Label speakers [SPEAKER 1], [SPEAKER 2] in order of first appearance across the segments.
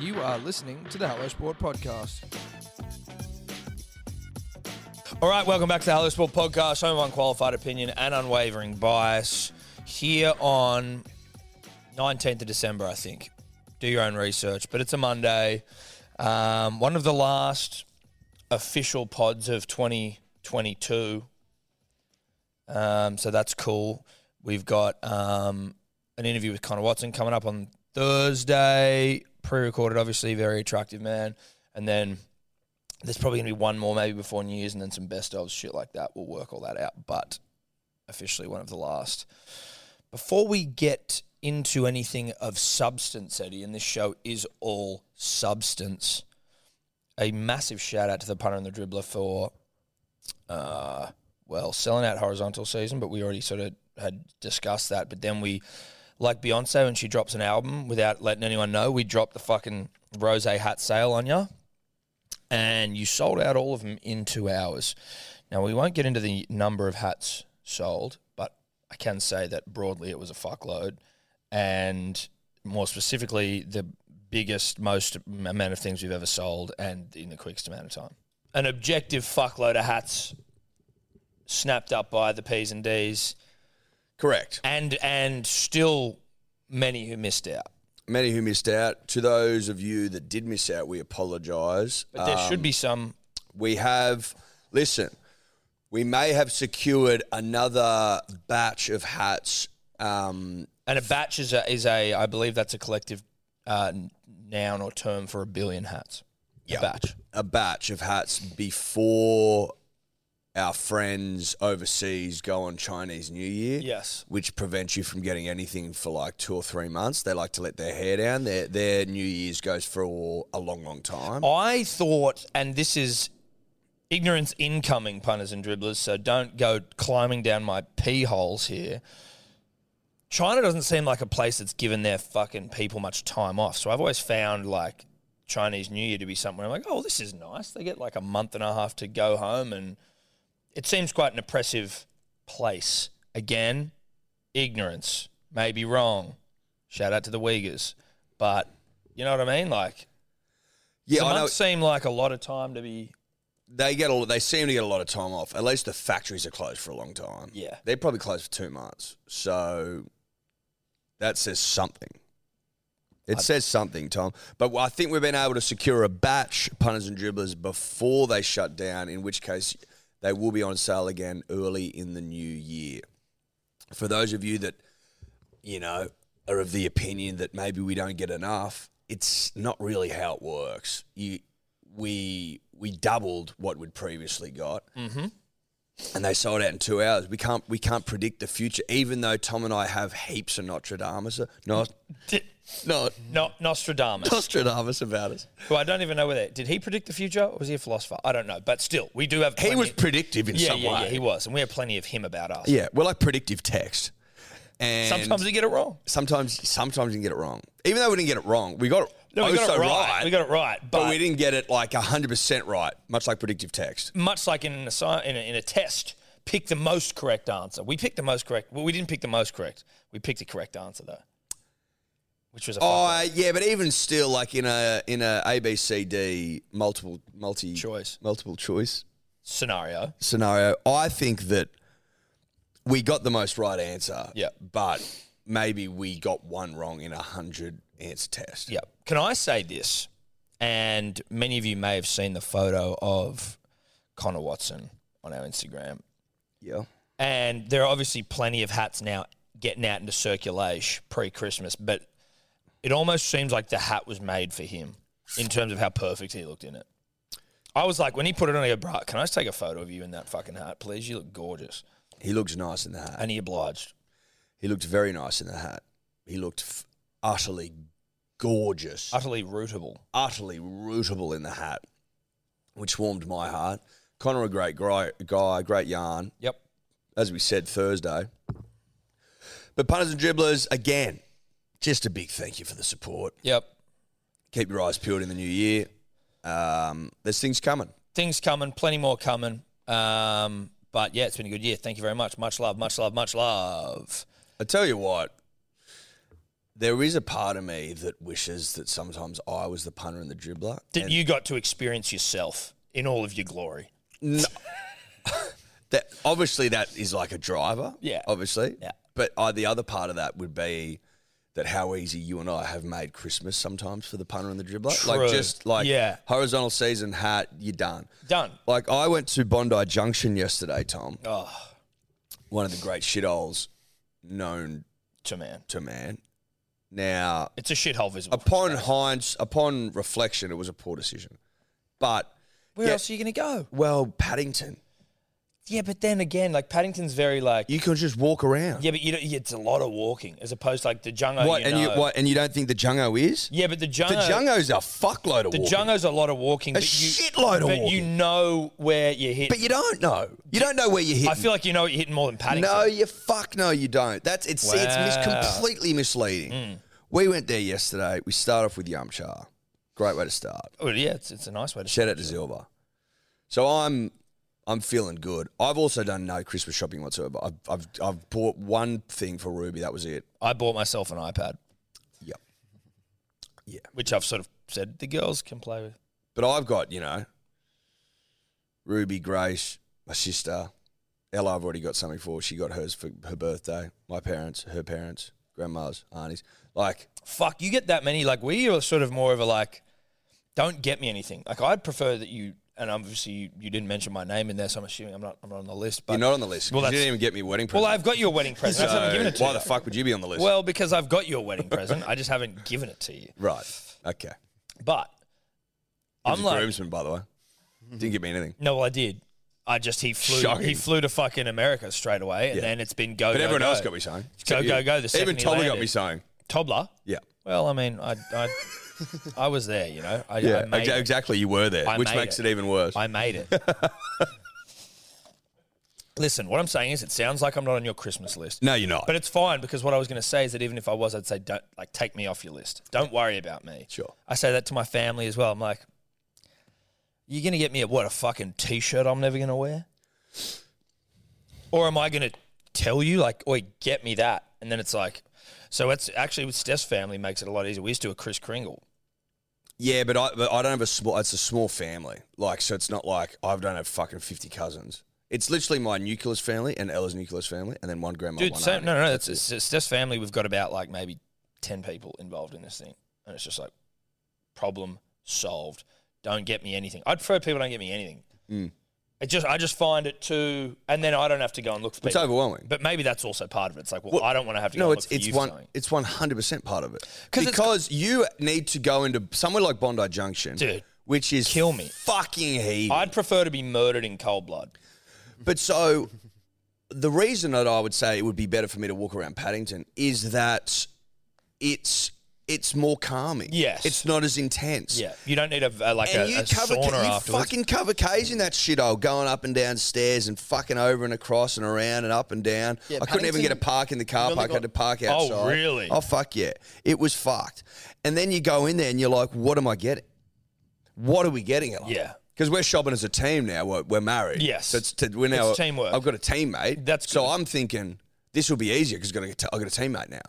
[SPEAKER 1] You are listening to the Hello Sport Podcast. All right, welcome back to the Hello Sport Podcast. Home of unqualified opinion and unwavering bias. Here on 19th of December, I think. Do your own research, but it's a Monday. Um, one of the last official pods of 2022. Um, so that's cool. We've got um, an interview with Connor Watson coming up on Thursday, pre recorded, obviously, very attractive man. And then there's probably going to be one more maybe before New Year's and then some best ofs, shit like that. We'll work all that out. But officially, one of the last. Before we get into anything of substance, Eddie, and this show is all substance, a massive shout out to the punter and the dribbler for, uh, well, selling out horizontal season, but we already sort of had discussed that. But then we, like Beyonce, when she drops an album without letting anyone know, we dropped the fucking rose hat sale on you and you sold out all of them in two hours. Now, we won't get into the number of hats sold, but I can say that broadly it was a fuckload. And more specifically, the biggest, most amount of things we've ever sold and in the quickest amount of time. An objective fuckload of hats snapped up by the P's and D's
[SPEAKER 2] Correct.
[SPEAKER 1] and and still many who missed out.
[SPEAKER 2] Many who missed out. To those of you that did miss out, we apologise.
[SPEAKER 1] But there should be some
[SPEAKER 2] Um, we have, listen, we may have secured another batch of hats. Um,
[SPEAKER 1] And a batch is a, is a I believe that's a collective uh, n- noun or term for a billion hats. A batch.
[SPEAKER 2] a batch of hats before our friends overseas go on Chinese New Year.
[SPEAKER 1] Yes.
[SPEAKER 2] Which prevents you from getting anything for like two or three months. They like to let their hair down. Their their New Year's goes for a long, long time.
[SPEAKER 1] I thought, and this is ignorance incoming, punters and dribblers, so don't go climbing down my pee holes here. China doesn't seem like a place that's given their fucking people much time off. So I've always found like Chinese New Year to be something where I'm like, oh, this is nice. They get like a month and a half to go home, and it seems quite an oppressive place. Again, ignorance may be wrong. Shout out to the Uyghurs. But you know what I mean? Like,
[SPEAKER 2] Yeah,
[SPEAKER 1] the
[SPEAKER 2] I know.
[SPEAKER 1] months seem like a lot of time to be.
[SPEAKER 2] they get a, they seem to get a lot of time off. At least the factories are closed for a long time.
[SPEAKER 1] Yeah.
[SPEAKER 2] they're probably closed for two months. So that says something. It says something, Tom. But I think we've been able to secure a batch punters and dribblers before they shut down. In which case, they will be on sale again early in the new year. For those of you that you know, are of the opinion that maybe we don't get enough, it's not really how it works. You, we, we doubled what we'd previously got, mm-hmm. and they sold out in two hours. We can't, we can't predict the future, even though Tom and I have heaps of Nostradamus, not, not
[SPEAKER 1] No, Nostradamus,
[SPEAKER 2] Nostradamus about us.
[SPEAKER 1] who I don't even know whether did he predict the future or was he a philosopher? I don't know, but still, we do have.
[SPEAKER 2] He
[SPEAKER 1] Plenty
[SPEAKER 2] was predictive in
[SPEAKER 1] yeah,
[SPEAKER 2] some
[SPEAKER 1] yeah,
[SPEAKER 2] way.
[SPEAKER 1] yeah, he was, and we have plenty of him about us.
[SPEAKER 2] yeah, we're like predictive text. And
[SPEAKER 1] Sometimes we get it wrong.
[SPEAKER 2] sometimes, sometimes you can get it wrong. Even though we didn't get it wrong, we got it.
[SPEAKER 1] No, we got
[SPEAKER 2] also
[SPEAKER 1] it right. We got it right, but,
[SPEAKER 2] but, we didn't get it like 100% right, much like predictive text.
[SPEAKER 1] much like in a, sci- in a in a test, pick the most correct answer. We picked the most correct. Well, we didn't pick the most correct. We picked the correct answer though, which was a
[SPEAKER 2] Oh
[SPEAKER 1] fuck
[SPEAKER 2] uh, yeah, but even still, like in a in a A B C D multiple multi
[SPEAKER 1] Choice.
[SPEAKER 2] multiple choice
[SPEAKER 1] scenario.
[SPEAKER 2] scenario, I think that we got the most right answer.
[SPEAKER 1] Yeah.
[SPEAKER 2] but maybe we got one wrong in a hundred answer test.
[SPEAKER 1] Yeah. Can I say this? And many of you may have seen the photo of Connor Watson on our Instagram.
[SPEAKER 2] yeah.
[SPEAKER 1] And there are obviously plenty of hats now getting out into circulation pre Christmas, but it almost seems like the hat was made for him in terms of how perfect he looked in it. I was like, when he put it on, I go, bro, can I just take a photo of you in that fucking hat, please? You look gorgeous.
[SPEAKER 2] He looks nice in the hat.
[SPEAKER 1] And he obliged.
[SPEAKER 2] He looked very nice in the hat. He looked f- utterly gorgeous.
[SPEAKER 1] Utterly rootable.
[SPEAKER 2] utterly rootable in the hat, which warmed my heart. Connor, a great gri- guy, great yarn,
[SPEAKER 1] Yep.
[SPEAKER 2] as we said Thursday. But punters and dribblers, again, just a big thank you for the support.
[SPEAKER 1] Yep.
[SPEAKER 2] Keep your eyes peeled in the new year. Um, there's things coming.
[SPEAKER 1] things coming, plenty more coming. Um, but yeah, it's been a good year. Thank you very much. Much love, much love, much love.
[SPEAKER 2] I tell you what, there is a part of me that wishes that sometimes I was the punter and the dribbler.
[SPEAKER 1] That you got to experience yourself in all of your glory.
[SPEAKER 2] No. that obviously that is like a driver.
[SPEAKER 1] Yeah.
[SPEAKER 2] Obviously.
[SPEAKER 1] Yeah.
[SPEAKER 2] But I, the other part of that would be that how easy you and I have made Christmas sometimes for the punter and the dribbler.
[SPEAKER 1] True.
[SPEAKER 2] Like just like
[SPEAKER 1] Yeah.
[SPEAKER 2] horizontal season hat, you're done.
[SPEAKER 1] Done.
[SPEAKER 2] Like I went to Bondi Junction yesterday, Tom.
[SPEAKER 1] Oh,
[SPEAKER 2] One of the great shitholes known
[SPEAKER 1] to man.
[SPEAKER 2] to man. Now
[SPEAKER 1] It's a shithole visible.
[SPEAKER 2] upon hinds upon reflection, it was a poor decision. But
[SPEAKER 1] Where
[SPEAKER 2] yeah.
[SPEAKER 1] else are you going to go?
[SPEAKER 2] well, Paddington.
[SPEAKER 1] Yeah, but then again, like Paddington's very like.
[SPEAKER 2] You can just walk around.
[SPEAKER 1] yeah, but you don't, yeah, it's a lot of walking as opposed to like the Jungo.
[SPEAKER 2] What
[SPEAKER 1] you
[SPEAKER 2] and
[SPEAKER 1] know.
[SPEAKER 2] you what and you don't think the Jungo is?
[SPEAKER 1] Yeah, but the Jungo.
[SPEAKER 2] The Jungo's a fuckload of
[SPEAKER 1] The
[SPEAKER 2] walking,
[SPEAKER 1] Jungo's a lot of walking.
[SPEAKER 2] a
[SPEAKER 1] but you,
[SPEAKER 2] shitload of
[SPEAKER 1] But
[SPEAKER 2] walking.
[SPEAKER 1] you know where you're hitting.
[SPEAKER 2] but you don't know. You don't know where you're hitting.
[SPEAKER 1] I feel like you know what you're hitting more than Paddington.
[SPEAKER 2] no, you fuck no, you don't. That's it's see, it's mis-
[SPEAKER 1] Wow. Mm.
[SPEAKER 2] completely misleading. We went there yesterday. We start off with Yamcha. Great way to start.
[SPEAKER 1] Oh, yeah, it's, it's a nice way to
[SPEAKER 2] Shout out to Zilba. So I'm I'm feeling good. I've also done no Christmas shopping whatsoever. I've I've, I've bought one thing for Ruby. That was it.
[SPEAKER 1] I bought myself an iPad,
[SPEAKER 2] Yep. Yeah.
[SPEAKER 1] which I've sort of said the girls can play with.
[SPEAKER 2] But I've got, you know, Ruby, Grace, my sister. Ella, I've already got something for. She got hers for her birthday. My parents, her parents, grandmas, aunties. Like,
[SPEAKER 1] Fuck, you get that many. Like, we are sort of more of a like, don't get me anything. Like, I'd prefer that you, and obviously you, you didn't mention my name in there, so I'm assuming I'm not, I'm not on the list. But
[SPEAKER 2] you're not on the list.
[SPEAKER 1] Well,
[SPEAKER 2] Well, you
[SPEAKER 1] that's-
[SPEAKER 2] didn't even get me a wedding
[SPEAKER 1] well,
[SPEAKER 2] present.
[SPEAKER 1] I've got your wedding present. That's why I haven't given it to
[SPEAKER 2] why
[SPEAKER 1] you.
[SPEAKER 2] the fuck would you be on the list?
[SPEAKER 1] well, because I've got your wedding present. I just haven't given it to you.
[SPEAKER 2] right. Okay.
[SPEAKER 1] But
[SPEAKER 2] I'm
[SPEAKER 1] I'm
[SPEAKER 2] a
[SPEAKER 1] like,
[SPEAKER 2] groomsman, by the way. Didn't get me anything.
[SPEAKER 1] no, I did. I just he flew
[SPEAKER 2] Shocking.
[SPEAKER 1] he flew to fucking America straight away, and
[SPEAKER 2] Yeah.
[SPEAKER 1] then it's been go.
[SPEAKER 2] But
[SPEAKER 1] go,
[SPEAKER 2] everyone
[SPEAKER 1] go.
[SPEAKER 2] else got me something.
[SPEAKER 1] Go,
[SPEAKER 2] Except
[SPEAKER 1] go,
[SPEAKER 2] you.
[SPEAKER 1] go, the
[SPEAKER 2] Even
[SPEAKER 1] second he
[SPEAKER 2] Tommy got
[SPEAKER 1] landed.
[SPEAKER 2] me something.
[SPEAKER 1] Toddler.
[SPEAKER 2] Yeah.
[SPEAKER 1] Well, I mean, I I, I was there, you know. I,
[SPEAKER 2] Yeah.
[SPEAKER 1] I made
[SPEAKER 2] exa-
[SPEAKER 1] it.
[SPEAKER 2] exactly. You were there,
[SPEAKER 1] I
[SPEAKER 2] which
[SPEAKER 1] made
[SPEAKER 2] makes
[SPEAKER 1] it.
[SPEAKER 2] it. even worse.
[SPEAKER 1] I made it. Listen, what I'm saying is, it sounds like I'm not on your Christmas list,
[SPEAKER 2] no, you're not.
[SPEAKER 1] but it's fine because what I was going to say is that even if I was, I'd say don't like take me off your list. Don't worry about me.
[SPEAKER 2] Sure.
[SPEAKER 1] I say that to my family as well. I'm like, you're going to get me a what a fucking t-shirt I'm never going to wear, or am I going to tell you like, oi, get me that? And then it's like, so it's actually with Steph's family makes it a lot easier. We used to do a Chris Kringle.
[SPEAKER 2] Yeah, but I but I don't have a small. It's a small family, like so. It's not like I don't have fucking fifty cousins. It's literally my nucleus family and Ella's nucleus family, and then one grandma.
[SPEAKER 1] Dude,
[SPEAKER 2] one
[SPEAKER 1] so,
[SPEAKER 2] auntie.
[SPEAKER 1] no, no, no. It's, it's, it's just family. We've got about like maybe 10 people involved in this thing. And it's just like, problem solved. Don't get me anything. I'd prefer people don't get me anything.
[SPEAKER 2] Mm.
[SPEAKER 1] It just, I just find it too, and then I don't have to go and look for
[SPEAKER 2] It's
[SPEAKER 1] people.
[SPEAKER 2] overwhelming.
[SPEAKER 1] But maybe that's also part of it. It's like, well,
[SPEAKER 2] Well,
[SPEAKER 1] I don't want to have to go
[SPEAKER 2] no,
[SPEAKER 1] and look
[SPEAKER 2] it's
[SPEAKER 1] for
[SPEAKER 2] it's
[SPEAKER 1] you for
[SPEAKER 2] one
[SPEAKER 1] something.
[SPEAKER 2] it's one hundred percent part of it
[SPEAKER 1] 'Cause it's-
[SPEAKER 2] because you need to go into somewhere like Bondi Junction,
[SPEAKER 1] Dude,
[SPEAKER 2] which is
[SPEAKER 1] kill me.
[SPEAKER 2] fucking heat.
[SPEAKER 1] I'd prefer to be murdered in cold blood.
[SPEAKER 2] But so the reason that I would say it would be better for me to walk around Paddington is that it's it's more calming.
[SPEAKER 1] Yes.
[SPEAKER 2] it's not as intense.
[SPEAKER 1] Yeah. You don't need a, a- like
[SPEAKER 2] and
[SPEAKER 1] a,
[SPEAKER 2] you
[SPEAKER 1] a
[SPEAKER 2] cover
[SPEAKER 1] sauna
[SPEAKER 2] you
[SPEAKER 1] afterwards.
[SPEAKER 2] fucking cover K's in that shithole, going up and down stairs and fucking over and across and around and up and down.
[SPEAKER 3] Yeah,
[SPEAKER 2] I couldn't
[SPEAKER 3] Paddington,
[SPEAKER 2] even get a park in the car
[SPEAKER 3] only
[SPEAKER 2] park. I
[SPEAKER 3] got-
[SPEAKER 2] had to park
[SPEAKER 1] Oh,
[SPEAKER 2] outside.
[SPEAKER 1] really?
[SPEAKER 2] Oh fuck yeah, it was fucked. And then you go in there and you're like, what am I getting? What are we getting? At
[SPEAKER 1] Yeah.
[SPEAKER 2] Because we're shopping as a team now. We're, we're married.
[SPEAKER 1] Yes.
[SPEAKER 2] So it's to, we're now
[SPEAKER 1] It's teamwork.
[SPEAKER 2] I've got a teammate.
[SPEAKER 1] That's
[SPEAKER 2] so
[SPEAKER 1] good.
[SPEAKER 2] I'm thinking this will be easier because I've got a teammate now.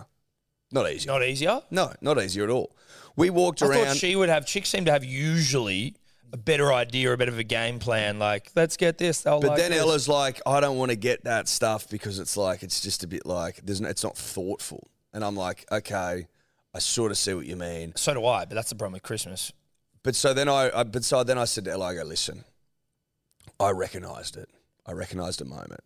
[SPEAKER 2] Not easy.
[SPEAKER 1] Not easier.
[SPEAKER 2] no, not easier at all. We walked
[SPEAKER 1] I thought
[SPEAKER 2] around.
[SPEAKER 1] she would have. Chicks seem to have usually a better idea, a bit of a game plan. Like, let's get this. They'll
[SPEAKER 2] But
[SPEAKER 1] like
[SPEAKER 2] then
[SPEAKER 1] this.
[SPEAKER 2] Ella's like, I don't want to get that stuff because it's like it's just a bit like there's no, it's not thoughtful. And I'm like, okay, I sort of see what you mean.
[SPEAKER 1] So do I, but that's the problem with Christmas.
[SPEAKER 2] But so then I, I but so then I said to Ella, I go, listen, I recognised it. I recognised a moment.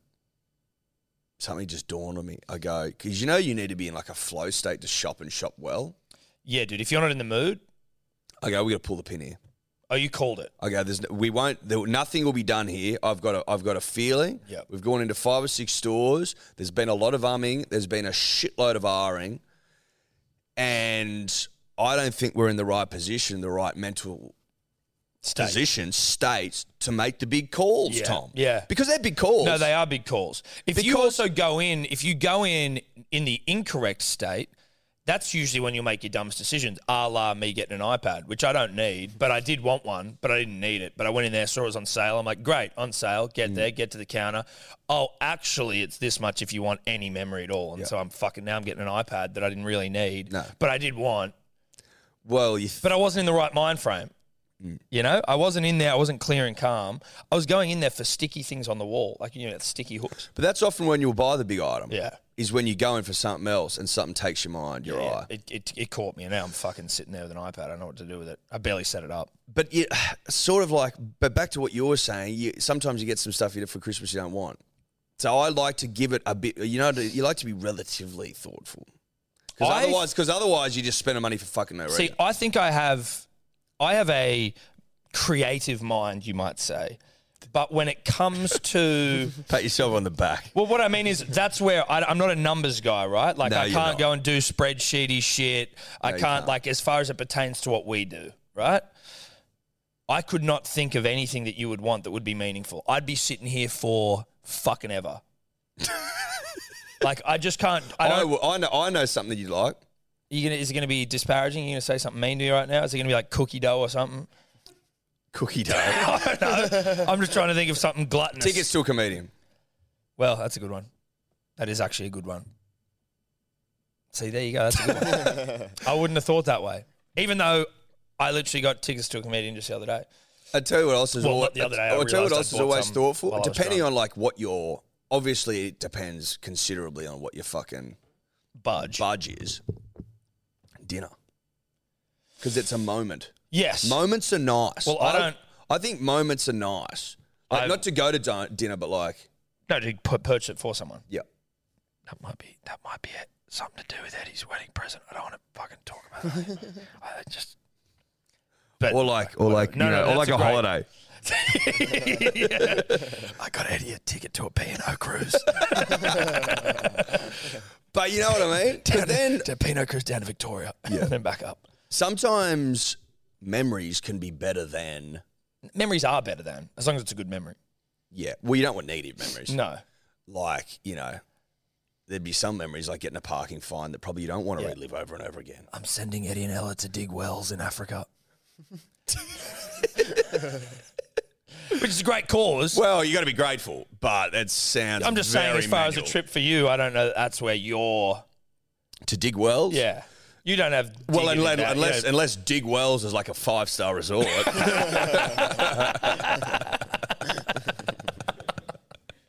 [SPEAKER 2] Something just dawned on me. I go because you know you need to be in like a flow state to shop and shop well.
[SPEAKER 1] Yeah, dude, if you're not in the mood,
[SPEAKER 2] I go, we got to pull the pin here.
[SPEAKER 1] oh, you called it.
[SPEAKER 2] I go, there's no, we won't. There, nothing will be done here. I've got a, I've got a feeling.
[SPEAKER 1] Yep.
[SPEAKER 2] We've gone into five or six stores. There's been a lot of umming. There's been a shitload of Ring, and I don't think we're in the right position, the right mental
[SPEAKER 1] State.
[SPEAKER 2] position, states to make the big calls,
[SPEAKER 1] Yeah,
[SPEAKER 2] Tom.
[SPEAKER 1] yeah.
[SPEAKER 2] because they're big calls.
[SPEAKER 1] No, they are big calls. If you
[SPEAKER 2] Because-
[SPEAKER 1] also go in, if you go in in the incorrect state, that's usually when you'll make your dumbest decisions, a la me getting an iPad, which I don't need, but I did want one, but I didn't need it. But I went in there, saw it was on sale. I'm like, great, on sale, get
[SPEAKER 2] Mm.
[SPEAKER 1] there, get to the counter. Oh, actually, it's this much if you want any memory at all. And so I'm fucking, now I'm getting an iPad that I didn't really need,
[SPEAKER 2] No.
[SPEAKER 1] but I did want,
[SPEAKER 2] Well, you Mm.
[SPEAKER 1] but I wasn't in the right mind frame. You know, I wasn't in there, I wasn't clear and calm. I was going in there for sticky things on the wall, like, you know, that sticky hooks.
[SPEAKER 2] But that's often when you'll buy the big item.
[SPEAKER 1] Yeah.
[SPEAKER 2] Is when you go in for something else and something takes your mind, your eye.
[SPEAKER 1] It, it, it caught me, and now I'm fucking sitting there with an iPad. I don't know what to do with it. I barely set it up.
[SPEAKER 2] But you sort of like, but back to what you were saying, you, sometimes you get some stuff you get for Christmas you don't want. So I like to give it a bit, you know, you like to be relatively thoughtful. Because
[SPEAKER 1] I-
[SPEAKER 2] otherwise, because otherwise, you just spend the money for fucking no
[SPEAKER 1] See,
[SPEAKER 2] reason.
[SPEAKER 1] I think I have, I have a creative mind, you might say, but when it comes to,
[SPEAKER 2] Pat yourself on the back.
[SPEAKER 1] well, what I mean is that's where I, am not a numbers guy, right? Like
[SPEAKER 2] No,
[SPEAKER 1] I
[SPEAKER 2] you're
[SPEAKER 1] can't
[SPEAKER 2] not.
[SPEAKER 1] go and do spreadsheety shit. I can't, like as far as it pertains to what we do, right? I could not think of anything that you would want that would be meaningful. I'd be sitting here for fucking ever. like I just can't. I
[SPEAKER 2] I,
[SPEAKER 1] don't.
[SPEAKER 2] w- I know, I know something that you like.
[SPEAKER 1] you gonna, is it going to be disparaging? you going to say something mean to me right now? Is it going to be like cookie dough or something?
[SPEAKER 2] Cookie dough.
[SPEAKER 1] I don't know. I'm just trying to think of something gluttonous.
[SPEAKER 2] Tickets to a comedian.
[SPEAKER 1] Well, that's a good one. That is actually a good one. See, there you go. That's a good one. I wouldn't have thought that way. Even though I literally got tickets to a comedian just the other day.
[SPEAKER 2] I tell you what else is
[SPEAKER 1] Well,
[SPEAKER 2] always,
[SPEAKER 1] the other day I
[SPEAKER 2] I tell you
[SPEAKER 1] realised
[SPEAKER 2] what
[SPEAKER 1] I
[SPEAKER 2] else is
[SPEAKER 1] bought
[SPEAKER 2] always
[SPEAKER 1] some
[SPEAKER 2] thoughtful.
[SPEAKER 1] while I was
[SPEAKER 2] Depending
[SPEAKER 1] drunk.
[SPEAKER 2] on like what your obviously it depends considerably on what your fucking
[SPEAKER 1] Budge.
[SPEAKER 2] budge is. Dinner. Because it's a moment.
[SPEAKER 1] yes.
[SPEAKER 2] Moments are nice.
[SPEAKER 1] Well, I don't-
[SPEAKER 2] I think moments are nice. Like,
[SPEAKER 1] I-
[SPEAKER 2] not to go to din- dinner, but like,
[SPEAKER 1] no, to pu- purchase it for someone.
[SPEAKER 2] yeah.
[SPEAKER 1] That might be. That might be it. Something to do with Eddie's wedding present. I don't want to fucking talk about it. I just. But
[SPEAKER 2] Or like, or like,
[SPEAKER 1] No,
[SPEAKER 2] you
[SPEAKER 1] no,
[SPEAKER 2] know, or
[SPEAKER 1] that's
[SPEAKER 2] like
[SPEAKER 1] a
[SPEAKER 2] a,
[SPEAKER 1] great-
[SPEAKER 2] holiday.
[SPEAKER 1] I got Eddie a ticket to a P and O cruise.
[SPEAKER 2] But you know what I mean? but then
[SPEAKER 1] to Pinot Cruise down to Victoria, and then back up.
[SPEAKER 2] sometimes memories can be better than,
[SPEAKER 1] Memories are better than as long as it's a good memory.
[SPEAKER 2] yeah. Well, you don't want negative memories.
[SPEAKER 1] No,
[SPEAKER 2] like you know there'd be some memories like getting a parking fine that probably you don't want to
[SPEAKER 1] Yeah.
[SPEAKER 2] relive over and over again
[SPEAKER 1] I'm sending Eddie and Ella to dig wells in Africa, which is a great cause.
[SPEAKER 2] well you got to be grateful but that sounds
[SPEAKER 1] I'm just saying,
[SPEAKER 2] very
[SPEAKER 1] as far as
[SPEAKER 2] manual.
[SPEAKER 1] a trip for you, I don't know. That that's where you're.
[SPEAKER 2] to dig wells
[SPEAKER 1] Yeah, you don't have.
[SPEAKER 2] well
[SPEAKER 1] digging in
[SPEAKER 2] unless
[SPEAKER 1] that, you
[SPEAKER 2] unless,
[SPEAKER 1] know.
[SPEAKER 2] unless dig wells is like a five star resort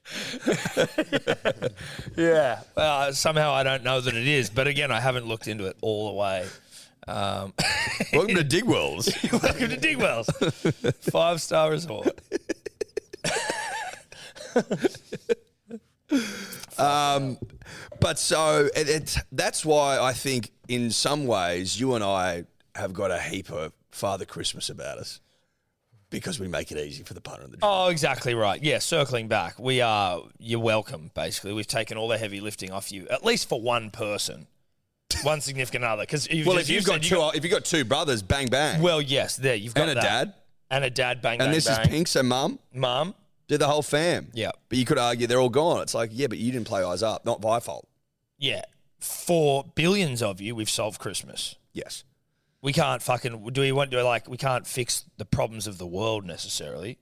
[SPEAKER 1] yeah. Well, somehow I don't know that it is, but again, I haven't looked into it all the way. Um,
[SPEAKER 2] welcome to dig wells
[SPEAKER 1] Welcome to Digwell's five star resort.
[SPEAKER 2] um, but so it, it, that's why i think in some ways you and i have got a heap of father christmas about us because we make it easy for the punter and the
[SPEAKER 1] Oh, exactly right. Yeah, circling back, we are. You're welcome. Basically, we've taken all the heavy lifting off you, at least for one person, one significant other. Because
[SPEAKER 2] well if you've got two if you've got two brothers bang bang
[SPEAKER 1] well, yes, there you've got
[SPEAKER 2] and a
[SPEAKER 1] that.
[SPEAKER 2] dad
[SPEAKER 1] and a dad. Bang,
[SPEAKER 2] And
[SPEAKER 1] bang,
[SPEAKER 2] this
[SPEAKER 1] bang.
[SPEAKER 2] is Pink's and mum.
[SPEAKER 1] mum.
[SPEAKER 2] Did the whole fam.
[SPEAKER 1] Yeah.
[SPEAKER 2] But you could argue they're all gone. It's like, yeah, but you didn't play eyes up. Not my fault.
[SPEAKER 1] Yeah, for billions of you, we've solved Christmas.
[SPEAKER 2] Yes.
[SPEAKER 1] We can't fucking do. We want to like we can't fix the problems of the world necessarily.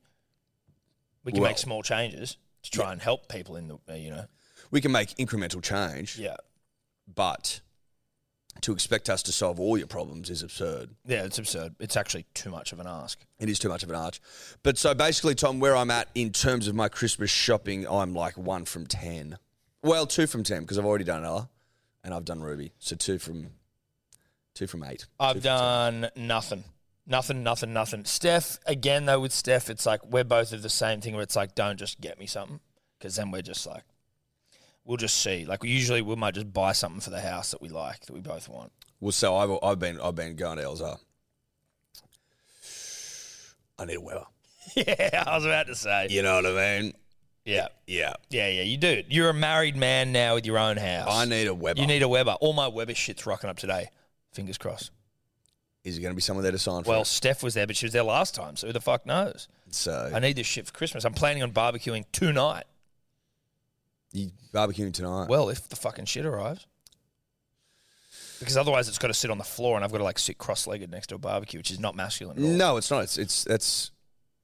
[SPEAKER 1] We can
[SPEAKER 2] Well-
[SPEAKER 1] make small changes to try and help people in the you know.
[SPEAKER 2] We can make incremental change,
[SPEAKER 1] Yeah.
[SPEAKER 2] but to expect us to solve all your problems is absurd.
[SPEAKER 1] Yeah, it's absurd. It's actually too much of an ask.
[SPEAKER 2] It is too much of an arch. But so basically, Tom, where I'm at in terms of my Christmas shopping, I'm like one from 10. Well, two from 10 because I've already done Ella and I've done Ruby. So two from two from eight.
[SPEAKER 1] I've done nothing. Nothing, nothing, nothing. Steph, again, though, with Steph, it's like we're both of the same thing where it's like, don't just get me something. Because then we're just like, we'll just see. Like, we usually we might just buy something for the house that we like, that we both want.
[SPEAKER 2] Well, oh, so I've, I've been I've been going to Elsa. I need a Weber.
[SPEAKER 1] yeah, I was about to say. Yeah.
[SPEAKER 2] You know what I mean?
[SPEAKER 1] Yeah,
[SPEAKER 2] Yeah.
[SPEAKER 1] yeah, you do. You're a married man now with your own house.
[SPEAKER 2] I need a Weber.
[SPEAKER 1] you need a Weber. All my Weber shit's rocking up today. Fingers crossed.
[SPEAKER 2] Is there going to be someone there to sign for
[SPEAKER 1] Well,
[SPEAKER 2] us?
[SPEAKER 1] Steph was there, but she was there last time, so who the fuck knows? I
[SPEAKER 2] So
[SPEAKER 1] need this shit for Christmas. I'm planning on barbecuing tonight.
[SPEAKER 2] you barbecuing tonight?
[SPEAKER 1] Well, if the fucking shit arrives. because otherwise it's got to sit on the floor, and I've got to like sit cross-legged next to a barbecue, which is not masculine. At all.
[SPEAKER 2] No, it's not. It's it's that's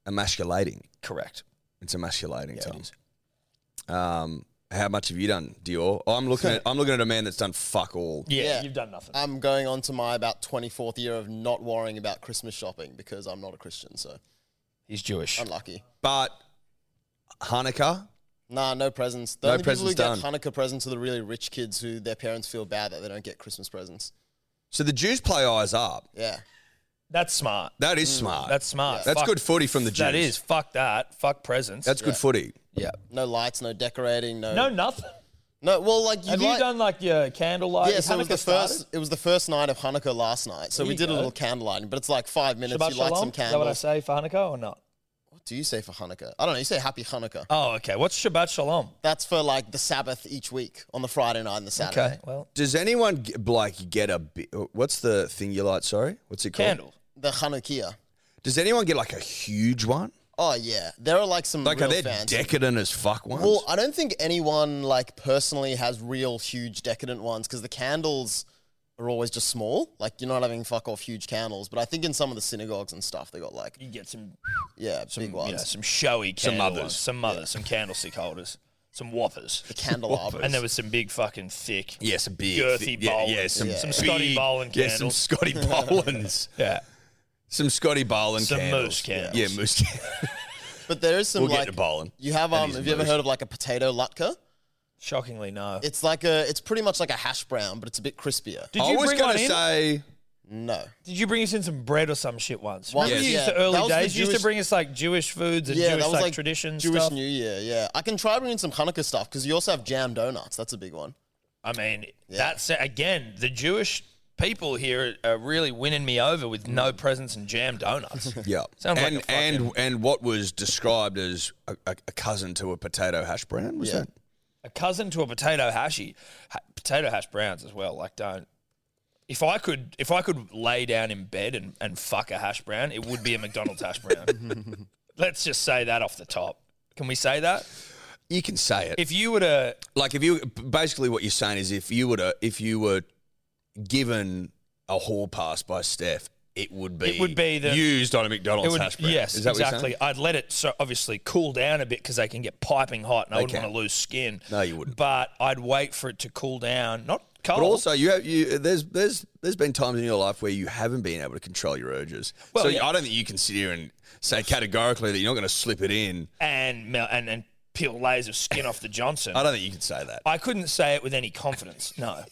[SPEAKER 2] emasculating.
[SPEAKER 1] Correct.
[SPEAKER 2] It's emasculating,
[SPEAKER 1] Yeah, it
[SPEAKER 2] Tom. Um, how much have you done, Dior? I'm looking at I'm looking at a man that's done fuck all.
[SPEAKER 1] Yeah,
[SPEAKER 3] Yeah.
[SPEAKER 1] you've done nothing.
[SPEAKER 3] I'm going on to my about 24th year of not worrying about Christmas shopping because I'm not a Christian, so
[SPEAKER 1] He's Jewish.
[SPEAKER 3] unlucky.
[SPEAKER 2] But Uh, Hanukkah,
[SPEAKER 3] Nah, no presents. The
[SPEAKER 2] No
[SPEAKER 3] only
[SPEAKER 2] presents
[SPEAKER 3] people who
[SPEAKER 2] done.
[SPEAKER 3] get Hanukkah presents are the really rich kids who their parents feel bad that they don't get Christmas presents.
[SPEAKER 2] so the Jews play eyes up.
[SPEAKER 3] Yeah. Mm.
[SPEAKER 1] That's smart.
[SPEAKER 2] That is smart.
[SPEAKER 1] That's smart.
[SPEAKER 2] That's
[SPEAKER 1] Fuck-
[SPEAKER 2] good footy from the Jews.
[SPEAKER 1] That is. Fuck that. Fuck presents.
[SPEAKER 2] That's good footy.
[SPEAKER 1] yeah.
[SPEAKER 3] No lights, no decorating, no.
[SPEAKER 1] No, nothing.
[SPEAKER 3] No, well, like you
[SPEAKER 1] Have you
[SPEAKER 3] light-
[SPEAKER 1] done like your candlelight?
[SPEAKER 3] Yeah, so it was
[SPEAKER 1] Hanukkah
[SPEAKER 3] the first.
[SPEAKER 1] started?
[SPEAKER 3] It was the first night of Hanukkah last night. So
[SPEAKER 1] There
[SPEAKER 3] we
[SPEAKER 1] you
[SPEAKER 3] did
[SPEAKER 1] go.
[SPEAKER 3] a little candle lighting, but it's like five minutes.
[SPEAKER 1] Shabbat
[SPEAKER 3] you light some
[SPEAKER 1] Shalom. Is that what I
[SPEAKER 3] candles.
[SPEAKER 1] say for Hanukkah or not?
[SPEAKER 3] What do you say for Hanukkah? I don't know. You say Happy Hanukkah.
[SPEAKER 1] Oh, okay. What's Shabbat Shalom?
[SPEAKER 3] That's for like the Sabbath each week on the Friday night and the Saturday.
[SPEAKER 1] Okay. Well,
[SPEAKER 2] Does anyone g- like get a bi- uh, what's the thing you light? Sorry, what's it called?
[SPEAKER 1] candle.
[SPEAKER 3] The Hanukkah.
[SPEAKER 2] Does anyone get like a huge one?
[SPEAKER 3] Oh yeah, there are like
[SPEAKER 1] Hmm,
[SPEAKER 3] some
[SPEAKER 2] Like
[SPEAKER 3] real
[SPEAKER 2] are they
[SPEAKER 3] fans.
[SPEAKER 2] decadent as fuck ones?
[SPEAKER 3] well, I don't think anyone like personally has real huge decadent ones because the candles are always just small. Like you're not having fuck off huge candles. But I think in some of the synagogues and stuff, they got like
[SPEAKER 1] You get some,
[SPEAKER 3] yeah big
[SPEAKER 1] you
[SPEAKER 3] ones,
[SPEAKER 1] know, some showy
[SPEAKER 2] Some
[SPEAKER 1] candle
[SPEAKER 2] mothers.
[SPEAKER 1] ones, some mothers, some candlestick holders, some whoppers,
[SPEAKER 3] the candelabra.
[SPEAKER 1] and there was some big fucking thick.
[SPEAKER 2] yes, a big
[SPEAKER 1] Girthy
[SPEAKER 2] thi-
[SPEAKER 1] Bolins.
[SPEAKER 2] Yeah, yeah, some,
[SPEAKER 1] Yeah. Some
[SPEAKER 2] big-
[SPEAKER 1] Scotty Bolin
[SPEAKER 2] Yeah, some
[SPEAKER 1] candles.
[SPEAKER 2] Scotty Bolins.
[SPEAKER 1] Yeah.
[SPEAKER 2] Some Scotty Bolin
[SPEAKER 1] Some
[SPEAKER 2] candles.
[SPEAKER 1] moose candles.
[SPEAKER 2] Yeah, moose candles.
[SPEAKER 3] But there is some
[SPEAKER 2] We'll get
[SPEAKER 3] like
[SPEAKER 2] to bowling.
[SPEAKER 3] You have
[SPEAKER 2] That
[SPEAKER 3] um.
[SPEAKER 2] is
[SPEAKER 3] Have you ever
[SPEAKER 2] nice.
[SPEAKER 3] heard of like a potato latke?
[SPEAKER 1] Shockingly, no.
[SPEAKER 3] It's like a. It's pretty much like a hash brown, but it's a bit crispier.
[SPEAKER 1] Did
[SPEAKER 2] I
[SPEAKER 1] you
[SPEAKER 2] was
[SPEAKER 1] bring
[SPEAKER 2] gonna
[SPEAKER 1] one in?
[SPEAKER 2] say
[SPEAKER 3] No.
[SPEAKER 1] Did you bring us in some bread or some shit once?
[SPEAKER 3] Once,
[SPEAKER 1] Remember you used
[SPEAKER 3] yeah.
[SPEAKER 1] the early
[SPEAKER 3] That was the
[SPEAKER 1] days. You used to
[SPEAKER 3] Jewish-
[SPEAKER 1] bring us like Jewish foods and
[SPEAKER 3] Yeah,
[SPEAKER 1] Jewish
[SPEAKER 3] that was
[SPEAKER 1] like,
[SPEAKER 3] like,
[SPEAKER 1] tradition
[SPEAKER 3] Jewish
[SPEAKER 1] stuff.
[SPEAKER 3] New Year. Yeah, I can try bringing some Hanukkah stuff because you also have jam donuts. That's a big one.
[SPEAKER 1] I mean, that's uh, again the Jewish people here are really winning me over with no presents and jam donuts.
[SPEAKER 2] yeah.
[SPEAKER 1] Sounds like
[SPEAKER 2] and
[SPEAKER 1] a fucking-
[SPEAKER 2] and and what was described as a, a, a cousin to a potato hash brown was
[SPEAKER 3] Yeah.
[SPEAKER 2] that?
[SPEAKER 1] a cousin to a potato hashy, ha- potato hash browns as well. Like, don't. If I could, if I could lay down in bed and, and fuck a hash brown, it would be a McDonald's hash brown. Let's just say that off the top. Can we say that?
[SPEAKER 2] You can say it.
[SPEAKER 1] If you were to,
[SPEAKER 2] like if you basically what you're saying is if you were to, if you were given a hall pass by Steph, it would be
[SPEAKER 1] It would be the-
[SPEAKER 2] used on a
[SPEAKER 1] it
[SPEAKER 2] McDonald's
[SPEAKER 1] would,
[SPEAKER 2] hash brown.
[SPEAKER 1] yes,
[SPEAKER 2] Is that what you're
[SPEAKER 1] exactly.
[SPEAKER 2] saying?
[SPEAKER 1] I'd let it so obviously cool down a bit because they can get piping hot, and I wouldn't
[SPEAKER 2] can.
[SPEAKER 1] want to lose skin.
[SPEAKER 2] No, you wouldn't.
[SPEAKER 1] But I'd wait for it to cool down, not cold.
[SPEAKER 2] But also, you have you. There's there's there's been times in your life where you haven't been able to control your urges.
[SPEAKER 1] Well,
[SPEAKER 2] so
[SPEAKER 1] yeah.
[SPEAKER 2] I don't think you can sit here and say categorically that you're not going to slip it in.
[SPEAKER 1] and mel- and and peel layers of skin off the Johnson.
[SPEAKER 2] I don't think you can say that.
[SPEAKER 1] I couldn't say it with any confidence, no.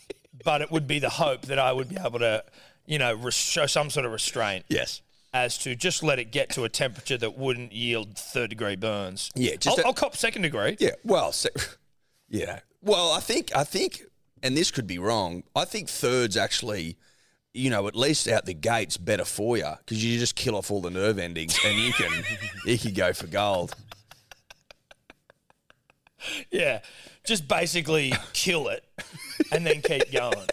[SPEAKER 1] But it would be the hope that I would be able to, you know, res- show some sort of restraint
[SPEAKER 2] yes.
[SPEAKER 1] as to just let it get to a temperature that wouldn't yield third degree burns.
[SPEAKER 2] Yeah, just
[SPEAKER 1] I'll,
[SPEAKER 2] a-
[SPEAKER 1] I'll cop second degree.
[SPEAKER 2] Yeah. Well. So, yeah. Well, I think I think, and this could be wrong. I think thirds actually, you know, at least out the gates better for you because you just kill off all the nerve endings and you can you can go for gold.
[SPEAKER 1] Yeah. Just basically kill it and then keep going.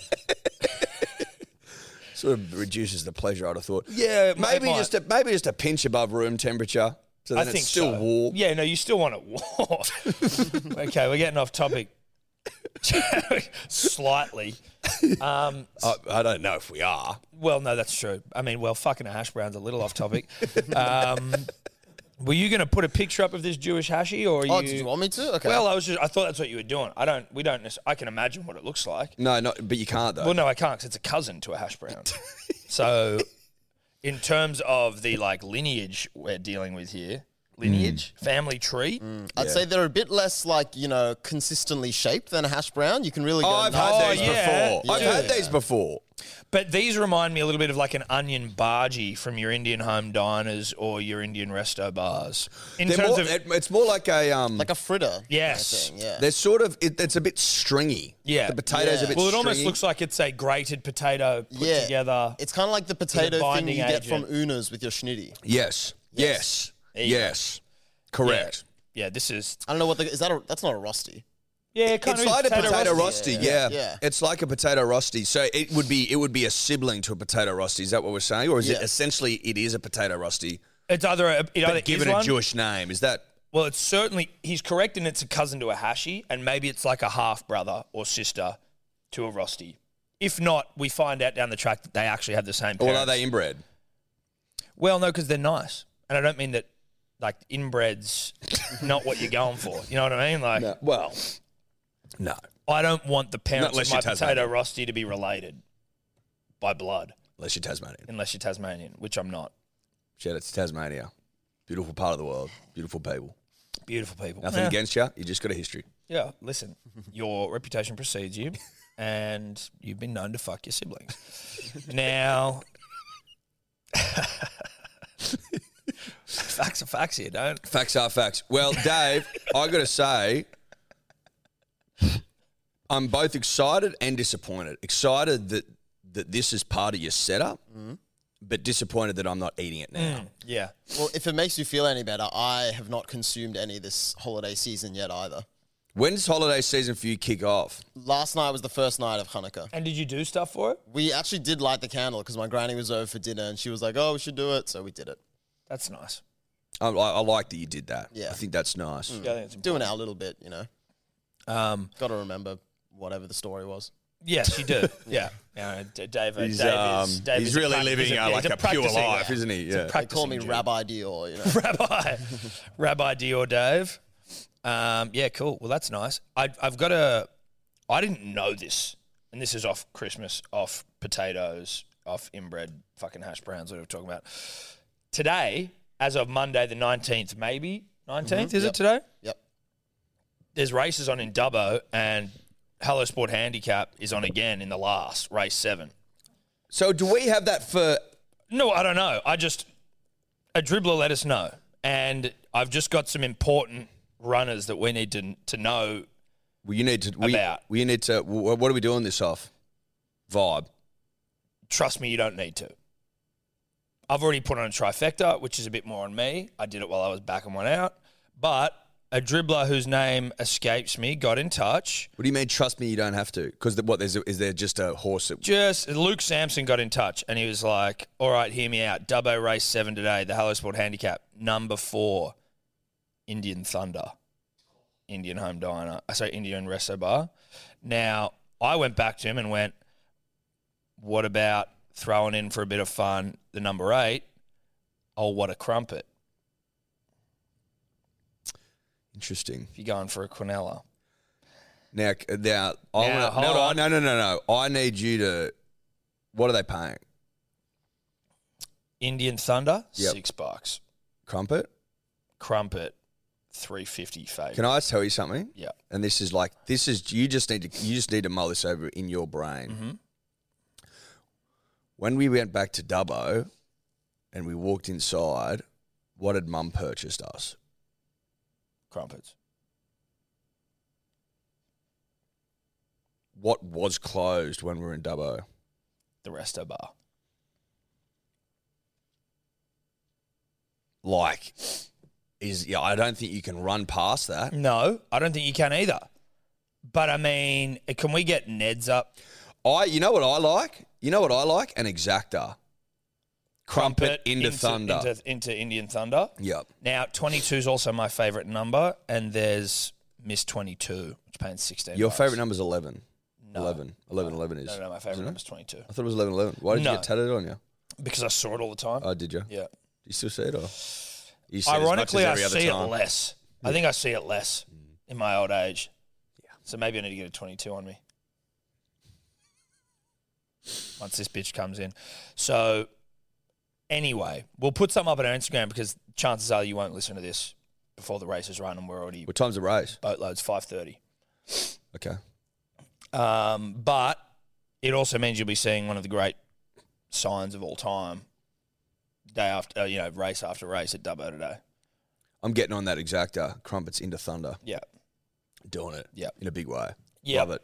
[SPEAKER 2] Sort of reduces the pleasure. I'd have thought.
[SPEAKER 1] Yeah, it
[SPEAKER 2] Maybe
[SPEAKER 1] might.
[SPEAKER 2] just a, maybe just a pinch above room temperature. So
[SPEAKER 1] I
[SPEAKER 2] then
[SPEAKER 1] think
[SPEAKER 2] it's still
[SPEAKER 1] so.
[SPEAKER 2] warm.
[SPEAKER 1] Yeah, no, you still want it warm. okay, we're getting off topic slightly. Um,
[SPEAKER 2] I, I don't know if we are.
[SPEAKER 1] Well, no, that's true. I mean, well, fucking a hash brown's a little off topic. Um, were you going to put a picture up of this Jewish hashi, or are
[SPEAKER 3] Oh,
[SPEAKER 1] you?
[SPEAKER 3] did you want me to? Okay.
[SPEAKER 1] well, I was just. I thought that's what you were doing. I don't. We don't. necess- I can imagine what it looks like.
[SPEAKER 2] No, not, but you can't though.
[SPEAKER 1] Well, no, I can't because it's a cousin to a hash brown. so, in terms of the like lineage we're dealing with here, lineage,
[SPEAKER 2] Mm.
[SPEAKER 1] family tree.
[SPEAKER 3] I'd say they're a bit less like you know consistently shaped than a hash brown. You can really go.
[SPEAKER 2] Oh, I've
[SPEAKER 3] nuts.
[SPEAKER 1] Oh,
[SPEAKER 2] had these
[SPEAKER 1] yeah.
[SPEAKER 2] before. I've
[SPEAKER 3] Yeah.
[SPEAKER 2] had these before.
[SPEAKER 1] But these remind me a little bit of like an onion bargee from your Indian home diners or your Indian resto bars. In
[SPEAKER 2] They're
[SPEAKER 1] terms
[SPEAKER 2] more,
[SPEAKER 1] of
[SPEAKER 2] it- it's more like a um,
[SPEAKER 3] like a fritter. kind of
[SPEAKER 1] Yes.
[SPEAKER 3] thing, Yeah.
[SPEAKER 2] They're sort of it, it's a bit stringy.
[SPEAKER 1] Yeah.
[SPEAKER 2] the potatoes
[SPEAKER 3] Yeah.
[SPEAKER 2] a bit.
[SPEAKER 1] Well, it almost
[SPEAKER 2] stringy.
[SPEAKER 1] looks like it's a grated potato put
[SPEAKER 3] yeah.
[SPEAKER 1] together.
[SPEAKER 3] It's kind of like the potato thing
[SPEAKER 1] binding
[SPEAKER 3] you get from
[SPEAKER 1] agent.
[SPEAKER 3] Una's with your schnitty.
[SPEAKER 2] Yes. Yes.
[SPEAKER 1] you go.
[SPEAKER 2] Yes. Correct.
[SPEAKER 1] Yeah, this is.
[SPEAKER 3] I don't know what the, is that. A, that's not a rusty.
[SPEAKER 1] Yeah, it kind
[SPEAKER 2] It's
[SPEAKER 1] of
[SPEAKER 2] like
[SPEAKER 1] is
[SPEAKER 2] a potato
[SPEAKER 1] rosti.
[SPEAKER 2] rosti, yeah.
[SPEAKER 3] Yeah.
[SPEAKER 2] It's like a potato rosti. So it would be it would be a sibling to a potato rosti. Is that what we're saying, or is it
[SPEAKER 3] Yeah.
[SPEAKER 2] essentially it is a potato rosti?
[SPEAKER 1] It's either a, it either
[SPEAKER 2] But given
[SPEAKER 1] is
[SPEAKER 2] a
[SPEAKER 1] one-
[SPEAKER 2] Jewish name, is that
[SPEAKER 1] Well, it's certainly he's correct, and it's a cousin to a hashi, and maybe it's like a half brother or sister to a rosti. If not, we find out down the track that they actually have the same
[SPEAKER 2] Or
[SPEAKER 1] parents.
[SPEAKER 2] are they inbred?
[SPEAKER 1] Well, no, because they're nice, and I don't mean that like inbreds not what you're going for. You know what I mean? Like,
[SPEAKER 2] Well, no.
[SPEAKER 1] I don't want the parents
[SPEAKER 2] unless
[SPEAKER 1] of my
[SPEAKER 2] you're
[SPEAKER 1] potato
[SPEAKER 2] Tasmanian.
[SPEAKER 1] rosti to be related by blood,
[SPEAKER 2] Unless you're Tasmanian.
[SPEAKER 1] unless you're Tasmanian, which I'm not.
[SPEAKER 2] Shout out to Tasmania. Beautiful part of the world. Beautiful people.
[SPEAKER 1] Beautiful people.
[SPEAKER 2] Nothing
[SPEAKER 1] Yeah.
[SPEAKER 2] against you. You just got a history.
[SPEAKER 1] Yeah, listen, your reputation precedes you, and you've been known to fuck your siblings. now, facts are facts here, don't.
[SPEAKER 2] Facts are facts. Well, Dave, I got to say, I'm both excited and disappointed. Excited that that this is part of your setup,
[SPEAKER 1] Mm-hmm.
[SPEAKER 2] but disappointed that I'm not eating it now.
[SPEAKER 1] Yeah.
[SPEAKER 3] Well, if it makes you feel any better, I have not consumed any this holiday season yet either.
[SPEAKER 2] When's holiday season for you kick off?
[SPEAKER 3] Last night was the first night of Hanukkah.
[SPEAKER 1] And did you do stuff for it?
[SPEAKER 3] We actually did light the candle because my granny was over for dinner and she was like, "Oh, we should do it," so we did it.
[SPEAKER 1] That's nice.
[SPEAKER 2] I, I, I like that you did that.
[SPEAKER 3] Yeah. Mm.
[SPEAKER 2] I think that's nice.
[SPEAKER 1] Mm. Yeah, I think it's
[SPEAKER 3] Doing our little bit, you know.
[SPEAKER 1] important. Um,
[SPEAKER 3] Got to remember whatever the story was.
[SPEAKER 1] yes, you do. yeah. yeah D- Dave, uh,
[SPEAKER 2] He's,
[SPEAKER 1] Dave
[SPEAKER 2] um,
[SPEAKER 1] is, Dave
[SPEAKER 2] he's
[SPEAKER 1] is a
[SPEAKER 2] really
[SPEAKER 1] prac-
[SPEAKER 2] living
[SPEAKER 1] he's
[SPEAKER 2] uh,
[SPEAKER 1] yeah,
[SPEAKER 2] like
[SPEAKER 1] he's
[SPEAKER 2] a pure
[SPEAKER 1] practicing-
[SPEAKER 2] life, isn't he? Yeah.
[SPEAKER 3] They call me
[SPEAKER 1] practicing Jew.
[SPEAKER 3] Rabbi Dior, you know.
[SPEAKER 1] Rabbi, Rabbi Dior Dave. Um, yeah, cool. Well, that's nice. I, I've got a. I didn't know this, and this is off Christmas, off potatoes, off inbred fucking hash browns. What we're talking about today, as of Monday the nineteenth, maybe 19th is
[SPEAKER 3] Yep.
[SPEAKER 1] it today?
[SPEAKER 3] Mm-hmm. yep.
[SPEAKER 1] There's races on in Dubbo, and Hello Sport Handicap is on again in the last race seven.
[SPEAKER 2] So do we have that for?
[SPEAKER 1] No, I don't know. I just a dribbler let us know, and I've just got some important runners that we need to to know.
[SPEAKER 2] Well, you need to. We,
[SPEAKER 1] About.
[SPEAKER 2] We need to. wh- What are we doing this off? Vibe.
[SPEAKER 1] Trust me, you don't need to. I've already put on a trifecta, which is a bit more on me. I did it while I was backing one out, but a dribbler whose name escapes me got in touch.
[SPEAKER 2] What do you mean? Trust me, you don't have to. Because what there's a, is there just a horse that
[SPEAKER 1] Just Luke Sampson got in touch and he was like, All right, hear me out. Dubbo race seven today, the Hello Sport handicap, number four, Indian Thunder, Indian Home Diner, uh, sorry, Indian Resto Bar. Now, I went back to him and went, What about throwing in for a bit of fun the number eight? Oh, what a crumpet.
[SPEAKER 2] interesting.
[SPEAKER 1] If you're going for a quinella.
[SPEAKER 2] Now, c- now, I
[SPEAKER 1] Now,
[SPEAKER 2] wanna,
[SPEAKER 1] hold
[SPEAKER 2] no,
[SPEAKER 1] on.
[SPEAKER 2] no, no, no, no. I need you to. What are they paying?
[SPEAKER 1] Indian Thunder,
[SPEAKER 2] Yep.
[SPEAKER 1] six bucks.
[SPEAKER 2] Crumpet.
[SPEAKER 1] Crumpet, 350 favourite.
[SPEAKER 2] Can I tell you something?
[SPEAKER 1] yeah.
[SPEAKER 2] And this is like this is you just need to you just need to mull this over in your brain.
[SPEAKER 1] Mm-hmm.
[SPEAKER 2] When we went back to Dubbo, and we walked inside, what had Mum purchased us?
[SPEAKER 1] Crumpets.
[SPEAKER 2] What was closed when we were in Dubbo?
[SPEAKER 1] The Resto Bar.
[SPEAKER 2] Like, is yeah? I don't think you can run past that.
[SPEAKER 1] No, I don't think you can either. But I mean, can we get Neds up?
[SPEAKER 2] I, you know what I like? You know what I like? An exacta. Crumpet into, thunder.
[SPEAKER 1] Into, into Indian Thunder.
[SPEAKER 2] yep.
[SPEAKER 1] Now, 22 is also my favorite number, and there's Miss 22, which pays 16.
[SPEAKER 2] Your
[SPEAKER 1] bucks.
[SPEAKER 2] favorite number's 11.
[SPEAKER 1] No.
[SPEAKER 2] 11. 11, 11 is.
[SPEAKER 1] No, no, my favorite number's 22
[SPEAKER 2] I thought it was 11, 11. Why did
[SPEAKER 1] No.
[SPEAKER 2] you get tatted on you?
[SPEAKER 1] because I saw it all the time.
[SPEAKER 2] Oh, did you?
[SPEAKER 1] yeah.
[SPEAKER 2] You still see it or? You see it as much
[SPEAKER 1] Ironically,
[SPEAKER 2] as
[SPEAKER 1] I
[SPEAKER 2] every other
[SPEAKER 1] see it
[SPEAKER 2] time. Mm.
[SPEAKER 1] less. I think I see it less in my old age. So maybe I need to get a 22 on me once this bitch comes in. So anyway, we'll put something up on our Instagram because chances are you won't listen to this before the race is run and we're already
[SPEAKER 2] What time's the race?
[SPEAKER 1] boatloads 5:30.
[SPEAKER 2] Okay.
[SPEAKER 1] Um, but it also means you'll be seeing one of the great signs of all time day after uh, you know race after race at Dubbo today.
[SPEAKER 2] I'm getting on that exacta. Crumpets into thunder.
[SPEAKER 1] Yeah.
[SPEAKER 2] Doing it.
[SPEAKER 1] Yep.
[SPEAKER 2] In a big way.
[SPEAKER 1] Yeah.
[SPEAKER 2] Love it.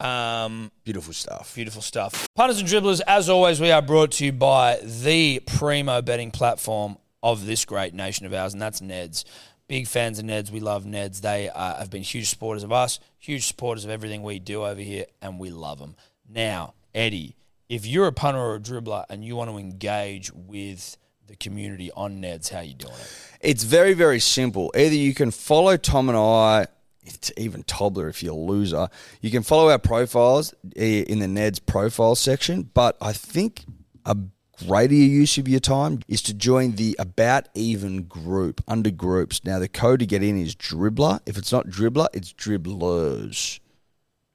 [SPEAKER 1] Um
[SPEAKER 2] Beautiful stuff.
[SPEAKER 1] Beautiful stuff. Punters and dribblers, as always, we are brought to you by the primo betting platform of this great nation of ours, and that's Neds. Big fans of Neds. We love Neds. They uh, have been huge supporters of us, huge supporters of everything we do over here, and we love them. Now, Eddie, if you're a punter or a dribbler and you want to engage with the community on Neds, how you doing it?
[SPEAKER 2] It's very, very simple. Either you can follow Tom and I it's even toddler if you're a loser. You can follow our profiles eh, in the Ned's profile section, but I think a greater use of your time is to join the About Even group under groups. Now, the code to get in is Dribbler. If it's not Dribbler, it's Dribblers.